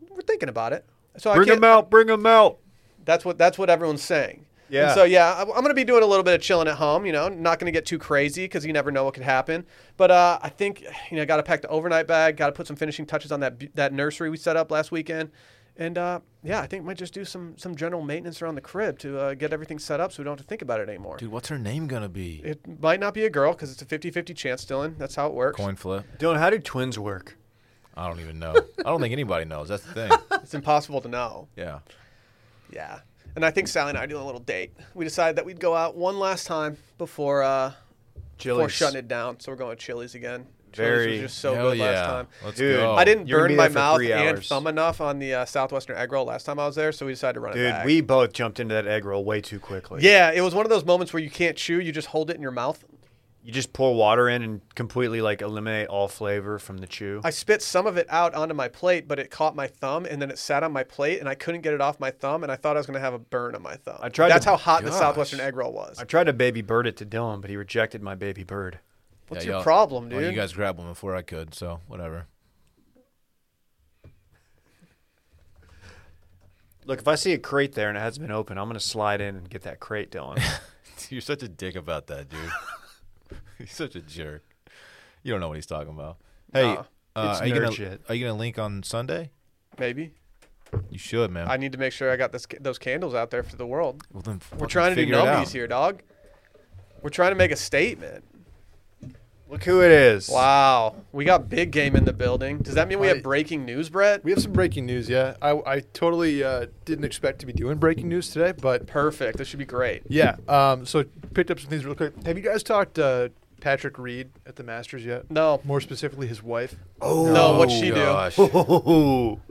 [SPEAKER 1] we're thinking about it. So I
[SPEAKER 2] Bring
[SPEAKER 1] can't,
[SPEAKER 2] him out. Bring him out.
[SPEAKER 1] That's what that's what everyone's saying.
[SPEAKER 2] Yeah.
[SPEAKER 1] And so yeah, I- I'm gonna be doing a little bit of chilling at home. You know, not gonna get too crazy because you never know what could happen. But uh, I think you know, got to pack the overnight bag. Got to put some finishing touches on that bu- that nursery we set up last weekend. And uh, yeah, I think might just do some some general maintenance around the crib to uh, get everything set up so we don't have to think about it anymore.
[SPEAKER 3] Dude, what's her name going to be?
[SPEAKER 1] It might not be a girl because it's a 50-50 chance, Dylan. That's how it works.
[SPEAKER 3] Coin flip?
[SPEAKER 2] Dylan, how do twins work?
[SPEAKER 3] I don't even know. I don't think anybody knows. That's the thing.
[SPEAKER 1] It's impossible to know.
[SPEAKER 3] *laughs* Yeah.
[SPEAKER 1] Yeah. And I think Sally and I are doing a little date. We decided that we'd go out one last time before uh, before
[SPEAKER 2] Chili's.
[SPEAKER 1] shutting it down. So we're going to Chili's again. Chili's
[SPEAKER 2] Very- Oh,
[SPEAKER 1] was just so
[SPEAKER 3] Hell
[SPEAKER 1] good
[SPEAKER 3] yeah.
[SPEAKER 1] last time.
[SPEAKER 3] Let's
[SPEAKER 2] Dude,
[SPEAKER 3] go.
[SPEAKER 1] I didn't
[SPEAKER 2] You're gonna
[SPEAKER 1] burn
[SPEAKER 2] be
[SPEAKER 1] my
[SPEAKER 2] there for
[SPEAKER 1] mouth
[SPEAKER 2] three
[SPEAKER 1] and
[SPEAKER 2] hours.
[SPEAKER 1] thumb enough on the uh, Southwestern egg roll last time I was there, so we decided to run it
[SPEAKER 2] Dude,
[SPEAKER 1] back.
[SPEAKER 2] we both jumped into that egg roll way too quickly.
[SPEAKER 1] yeah, it was one of those moments where you can't chew; you just hold it in your mouth.
[SPEAKER 2] You just pour water in and completely like eliminate all flavor from the chew.
[SPEAKER 1] I spit some of it out onto my plate, but it caught my thumb, and then it sat on my plate, and I couldn't get it off my thumb, and I thought I was going to have a burn on my thumb.
[SPEAKER 2] I tried
[SPEAKER 1] That's
[SPEAKER 2] to-
[SPEAKER 1] how hot the
[SPEAKER 3] Gosh.
[SPEAKER 1] Southwestern egg roll was.
[SPEAKER 2] I tried to baby bird it to Dylan, but he rejected my baby bird.
[SPEAKER 1] What's
[SPEAKER 3] Yeah,
[SPEAKER 1] your
[SPEAKER 3] y'all-
[SPEAKER 1] problem, dude?
[SPEAKER 3] well, Oh, you guys grabbed one before I could, so whatever.
[SPEAKER 2] Look, if I see a crate there and it hasn't been open, I'm gonna slide in and get that
[SPEAKER 1] *laughs*
[SPEAKER 2] crate, Dylan.
[SPEAKER 3] You're such a dick about that, dude. You're such a jerk. You don't know what he's talking about. Hey,
[SPEAKER 1] Nah,
[SPEAKER 3] uh,
[SPEAKER 2] it's
[SPEAKER 3] are, you
[SPEAKER 2] nerd
[SPEAKER 3] gonna,
[SPEAKER 2] shit.
[SPEAKER 3] are you gonna link on Sunday?
[SPEAKER 1] Maybe.
[SPEAKER 3] You should, man.
[SPEAKER 1] I need to make sure I got this, those candles out there for the world.
[SPEAKER 3] well, then
[SPEAKER 1] We're trying to do
[SPEAKER 3] numbers
[SPEAKER 1] numbies here, dog. We're trying to make a statement.
[SPEAKER 2] Look who it is.
[SPEAKER 1] Wow, we got big game in the building. Does that mean we have breaking news, Brett?
[SPEAKER 6] We have some breaking news, yeah. I, I totally uh, didn't expect to be doing breaking news today, but
[SPEAKER 1] Perfect. This should be great.
[SPEAKER 6] yeah. Um, so picked up some things real quick. Have you guys talked uh, Patrick Reed at the Masters yet?
[SPEAKER 1] No.
[SPEAKER 6] More specifically, his wife.
[SPEAKER 1] Oh, no, what'd she do? *laughs*
[SPEAKER 3] gosh.
[SPEAKER 2] Ooh.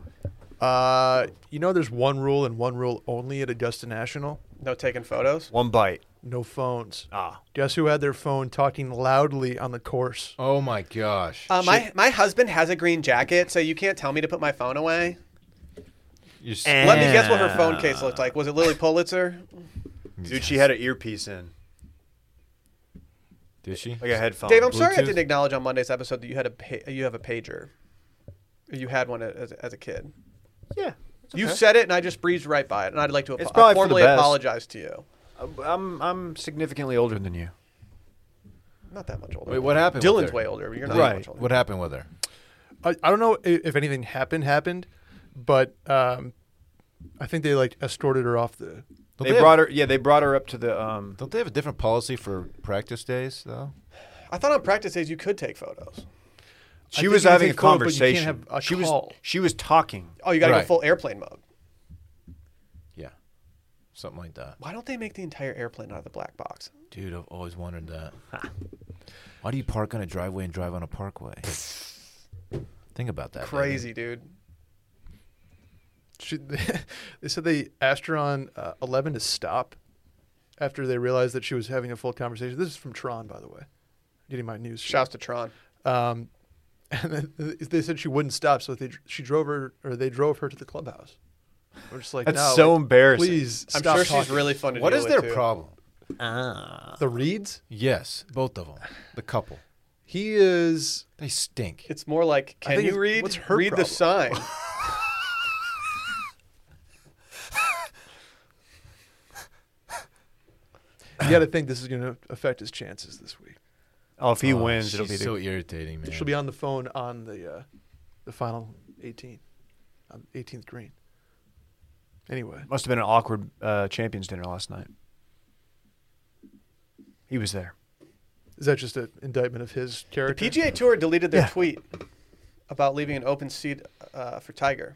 [SPEAKER 6] Uh, you know, there's one rule and one rule only at Augusta National:
[SPEAKER 1] No taking photos.
[SPEAKER 2] One bite.
[SPEAKER 6] no phones.
[SPEAKER 2] Ah.
[SPEAKER 6] Guess who had their phone talking loudly on the course?
[SPEAKER 3] Oh my gosh.
[SPEAKER 1] Uh, my my husband has a green jacket, so you can't tell me to put my phone away.
[SPEAKER 3] You're s-
[SPEAKER 2] Eh.
[SPEAKER 1] Let me guess what her phone case looked like. Was it Lily
[SPEAKER 2] *laughs*
[SPEAKER 1] Pulitzer?
[SPEAKER 2] Dude, she had an earpiece in.
[SPEAKER 3] Did she?
[SPEAKER 2] Like a headphone.
[SPEAKER 1] Dave, I'm sorry I
[SPEAKER 3] Bluetooth?
[SPEAKER 1] didn't acknowledge on Monday's episode that you had a pa- you have a pager. You had one as, as a kid.
[SPEAKER 2] yeah.
[SPEAKER 1] You said it, and I just breezed right by it, and I'd like to apo-
[SPEAKER 2] It's probably for the
[SPEAKER 1] formally
[SPEAKER 2] best.
[SPEAKER 1] apologize to you.
[SPEAKER 2] I'm I'm significantly older than you.
[SPEAKER 1] I'm not that much older.
[SPEAKER 3] Wait, what happened? with
[SPEAKER 1] Dylan's
[SPEAKER 3] her?
[SPEAKER 1] way older. but You're not that
[SPEAKER 2] Right.
[SPEAKER 1] much older.
[SPEAKER 3] What happened with her?
[SPEAKER 6] I, I don't know if, if anything happened happened, but um, I think they like escorted her off the.
[SPEAKER 3] Don't
[SPEAKER 2] they
[SPEAKER 3] have-
[SPEAKER 2] brought her. Yeah, they brought her up to the. Um,
[SPEAKER 3] Don't they have a different policy for practice days though?
[SPEAKER 1] I thought on practice days you could take photos.
[SPEAKER 6] I
[SPEAKER 2] she
[SPEAKER 6] think
[SPEAKER 2] was
[SPEAKER 6] you can
[SPEAKER 2] having a
[SPEAKER 6] take photos, but you can't
[SPEAKER 2] conversation.
[SPEAKER 6] have a
[SPEAKER 2] she
[SPEAKER 6] call.
[SPEAKER 2] was she was talking.
[SPEAKER 1] Oh, you got to go
[SPEAKER 3] Right.
[SPEAKER 1] full airplane mode.
[SPEAKER 3] Yeah, something like that.
[SPEAKER 1] Why don't they make the entire airplane out of the black box?
[SPEAKER 3] Dude, I've always wondered that. Why do you park on a driveway and drive on a parkway?
[SPEAKER 1] *laughs*
[SPEAKER 3] Think about that. David.
[SPEAKER 1] Crazy, dude.
[SPEAKER 6] She, *laughs* they said they asked her on uh, eleven to stop after they realized that she was having a full conversation. This is from Tron, by the way. Getting my news. straight.
[SPEAKER 1] Shouts to Tron.
[SPEAKER 6] Um, *laughs* and then they said she wouldn't stop, so they she drove her or they drove her to the clubhouse. We're just like,
[SPEAKER 2] That's
[SPEAKER 6] no,
[SPEAKER 2] so
[SPEAKER 6] like,
[SPEAKER 2] embarrassing.
[SPEAKER 6] Please,
[SPEAKER 1] I'm
[SPEAKER 6] stop
[SPEAKER 1] sure she's
[SPEAKER 6] talking.
[SPEAKER 1] really fun to
[SPEAKER 3] What
[SPEAKER 1] deal
[SPEAKER 3] is
[SPEAKER 1] with,
[SPEAKER 3] their
[SPEAKER 1] too.
[SPEAKER 3] problem?
[SPEAKER 6] the Reeds.
[SPEAKER 3] Yes, both of them. The couple.
[SPEAKER 6] He is.
[SPEAKER 3] They stink.
[SPEAKER 1] It's more like, can
[SPEAKER 6] think
[SPEAKER 1] you
[SPEAKER 6] it's-
[SPEAKER 1] read?
[SPEAKER 6] what's her
[SPEAKER 1] read the sign.
[SPEAKER 6] You got to think this is going to affect his chances this week.
[SPEAKER 2] Oh, if he
[SPEAKER 3] Oh,
[SPEAKER 2] wins, it'll be
[SPEAKER 3] she's
[SPEAKER 2] the,
[SPEAKER 3] so irritating, man.
[SPEAKER 6] She'll be on the phone on the uh, the final 18, on 18th green. Anyway,
[SPEAKER 2] must have been an awkward uh, Champions dinner last night. He was there.
[SPEAKER 6] is that just an indictment of his
[SPEAKER 1] The
[SPEAKER 6] character?
[SPEAKER 1] PGA Tour deleted their
[SPEAKER 2] Yeah.
[SPEAKER 1] tweet about leaving an open seat uh, for Tiger.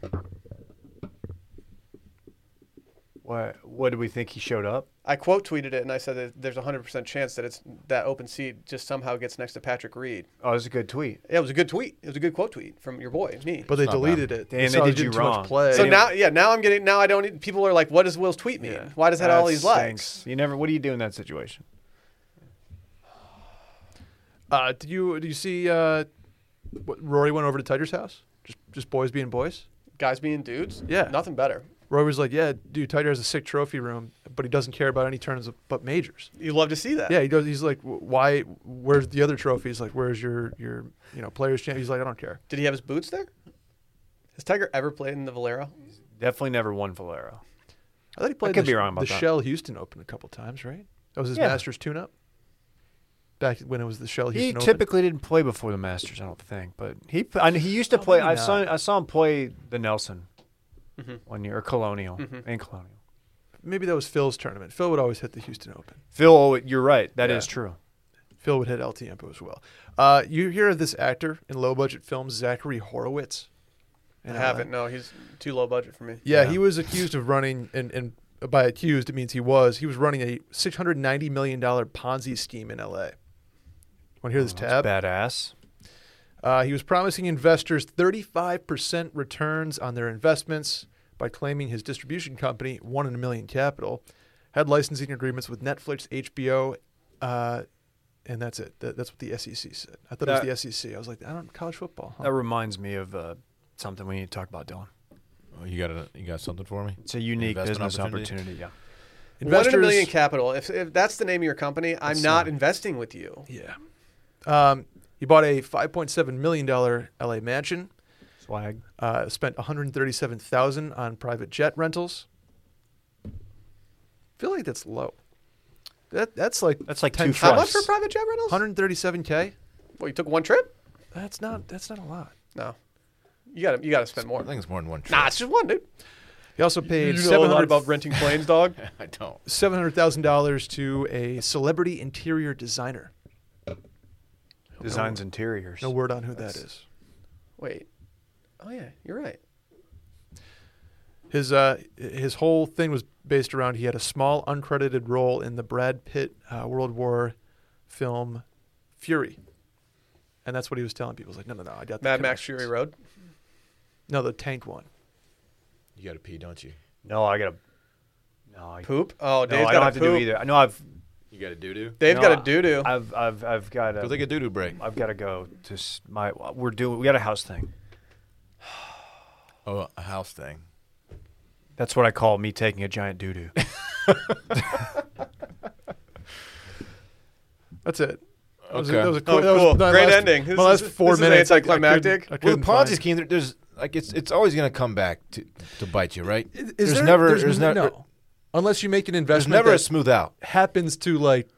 [SPEAKER 2] What? What did we think he showed up?
[SPEAKER 1] I quote tweeted it and I said that there's a hundred percent chance that it's that open seat just somehow gets next to Patrick Reed.
[SPEAKER 2] Oh, it was a good tweet.
[SPEAKER 1] Yeah, it was a good tweet. It was a good quote tweet from your boy me.
[SPEAKER 6] But they
[SPEAKER 3] It's not
[SPEAKER 6] deleted it.
[SPEAKER 2] Damn,
[SPEAKER 6] saw
[SPEAKER 2] they
[SPEAKER 6] he
[SPEAKER 2] did you
[SPEAKER 6] didn't too much
[SPEAKER 2] wrong.
[SPEAKER 6] Play.
[SPEAKER 1] so now, yeah, now I'm getting now I don't. Need, people are like, what does Will's tweet mean? Why does that have all these likes?
[SPEAKER 2] You never. What do you do in that situation?
[SPEAKER 6] Uh, did you did you see uh, what, Rory went over to Tiger's house? Just just boys being boys.
[SPEAKER 1] Guys being dudes.
[SPEAKER 6] Yeah.
[SPEAKER 1] nothing better.
[SPEAKER 6] Rory was like, "Yeah, dude, Tiger has a sick trophy room, but he doesn't care about any turns but majors."
[SPEAKER 1] You love to see that.
[SPEAKER 6] Yeah, he does. He's like, "Wh- "Why? Where's the other trophies? Like, where's your your you know players' champ?" He's like, "I don't care."
[SPEAKER 1] Did he have his boots there? Has Tiger ever played in the Valero?
[SPEAKER 2] Definitely never won Valero.
[SPEAKER 6] I thought he played
[SPEAKER 2] could
[SPEAKER 6] the,
[SPEAKER 2] be wrong about
[SPEAKER 6] the
[SPEAKER 2] that.
[SPEAKER 6] Shell Houston Open a couple times, right? That was his
[SPEAKER 2] Yeah.
[SPEAKER 6] Masters tune-up back when it was the Shell
[SPEAKER 2] He
[SPEAKER 6] Houston Open.
[SPEAKER 2] typically didn't play before the Masters, I don't think. But he I, he used to play.
[SPEAKER 6] maybe
[SPEAKER 2] I saw
[SPEAKER 6] not.
[SPEAKER 2] I saw him play the Nelson
[SPEAKER 1] Mm-hmm.
[SPEAKER 2] one year or Colonial and Colonial.
[SPEAKER 6] Maybe that was Phil's tournament. Phil would always hit the Houston Open.
[SPEAKER 2] Phil, oh, you're right. That is
[SPEAKER 6] Yeah.
[SPEAKER 2] true.
[SPEAKER 6] Phil would hit El Tiempo as well. Uh, you hear of this actor in low-budget films, Zachary Horowitz?
[SPEAKER 1] I
[SPEAKER 6] Uh,
[SPEAKER 1] haven't. No, he's too low budget for me.
[SPEAKER 6] Yeah,
[SPEAKER 2] Yeah.
[SPEAKER 6] he was accused of running, and, and by accused it means he was. He was running a six hundred ninety million dollar Ponzi scheme in L.A. Want to hear
[SPEAKER 1] Oh,
[SPEAKER 6] this tab?
[SPEAKER 2] Oh, Badass.
[SPEAKER 6] Uh, he was promising investors thirty five percent returns on their investments by claiming his distribution company One in a Million Capital had licensing agreements with Netflix, HBO. Uh, and that's it. That, that's what the SEC said. I thought it
[SPEAKER 2] That-
[SPEAKER 6] was the SEC. I was like, I don't college football. Huh?
[SPEAKER 2] That reminds me of uh, something we need to talk about, Dylan.
[SPEAKER 3] Oh, you got a, you got something for me?
[SPEAKER 2] It's a unique
[SPEAKER 3] Investment
[SPEAKER 2] business
[SPEAKER 3] opportunity.
[SPEAKER 2] opportunity. Yeah.
[SPEAKER 1] One in a million capital. If, if that's the name of your company, I'm not investing with you.
[SPEAKER 6] Yeah. Um, he bought a $5.7 million LA mansion,
[SPEAKER 2] Swag.
[SPEAKER 6] uh, spent 137000 on private jet rentals. feel like that's low. That That's like
[SPEAKER 2] That's like
[SPEAKER 6] 10
[SPEAKER 2] two
[SPEAKER 1] How much
[SPEAKER 2] fronts.
[SPEAKER 1] for private jet rentals?
[SPEAKER 6] 137K.
[SPEAKER 1] Well, you took one trip?
[SPEAKER 6] That's not that's not a lot.
[SPEAKER 1] No, you got to you got to spend more.
[SPEAKER 3] I think it's more than one trip.
[SPEAKER 1] Nah, it's just one, dude.
[SPEAKER 6] He also paid
[SPEAKER 1] you know a lot
[SPEAKER 6] 700
[SPEAKER 1] about renting planes, *laughs* dog.
[SPEAKER 3] I don't.
[SPEAKER 6] $700,000 to a celebrity interior designer.
[SPEAKER 2] Designs interiors.
[SPEAKER 6] No word on who that is.
[SPEAKER 1] Wait. Oh yeah, you're right.
[SPEAKER 6] His uh, his whole thing was based around he had a small uncredited role in the Brad Pitt uh, World War film Fury, and that's what he was telling people. He was like, no, no, no, I got the
[SPEAKER 1] Mad Max
[SPEAKER 6] connections."
[SPEAKER 1] Fury Road.
[SPEAKER 6] No, the tank one.
[SPEAKER 3] You got to pee, don't you?
[SPEAKER 2] No, I gotta. No, I,
[SPEAKER 1] Poop. Oh,
[SPEAKER 2] no,
[SPEAKER 1] Dave's got
[SPEAKER 2] I don't have
[SPEAKER 1] poop.
[SPEAKER 2] to do either. I know I've.
[SPEAKER 3] You got to doo doo.
[SPEAKER 1] Dave's
[SPEAKER 2] no,
[SPEAKER 1] got a doo doo.
[SPEAKER 2] I've I've I've got
[SPEAKER 3] Go take
[SPEAKER 2] a.
[SPEAKER 3] a doo doo break.
[SPEAKER 2] I've got to go to s- my. We're doing. We got a house thing.
[SPEAKER 3] Oh, a house thing.
[SPEAKER 2] That's what I call me taking a giant doo doo.
[SPEAKER 6] That's it. That was
[SPEAKER 3] Okay.
[SPEAKER 6] a- that was a
[SPEAKER 1] Oh,
[SPEAKER 6] that was
[SPEAKER 1] cool.
[SPEAKER 6] my
[SPEAKER 1] Great
[SPEAKER 6] last-
[SPEAKER 1] ending. This
[SPEAKER 6] my last
[SPEAKER 1] is-
[SPEAKER 6] four
[SPEAKER 1] this is
[SPEAKER 6] minutes. I- I couldn't-
[SPEAKER 1] anticlimactic.
[SPEAKER 6] I
[SPEAKER 3] Well, the
[SPEAKER 6] couldn't
[SPEAKER 3] Ponzi
[SPEAKER 6] find-
[SPEAKER 3] scheme, there- there's like it's it's always gonna come back to to bite you, right?
[SPEAKER 6] Is
[SPEAKER 3] there's
[SPEAKER 6] there-
[SPEAKER 3] never there's,
[SPEAKER 6] n-
[SPEAKER 3] never
[SPEAKER 6] no. Unless you make an
[SPEAKER 3] there's
[SPEAKER 6] investment.
[SPEAKER 3] never
[SPEAKER 6] that-
[SPEAKER 3] a smooth out.
[SPEAKER 6] happens to like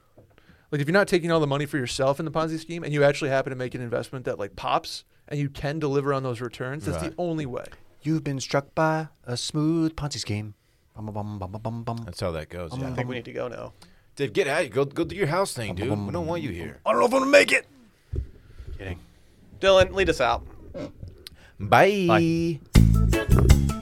[SPEAKER 6] like if you're not taking all the money for yourself in the Ponzi scheme and you actually happen to make an investment that like pops and you can deliver on those returns, that's
[SPEAKER 3] Right.
[SPEAKER 6] the only way.
[SPEAKER 2] You've been struck by a smooth Ponzi scheme. Bum, bum, bum, bum, bum, bum.
[SPEAKER 3] That's how that goes. Yeah.
[SPEAKER 1] I think we need to go now.
[SPEAKER 3] Dave, get out. Go go do your house thing, dude. We don't want you here.
[SPEAKER 2] I don't know if I'm gonna make it. Kidding.
[SPEAKER 1] Dylan, lead us out.
[SPEAKER 3] Bye.
[SPEAKER 2] Bye.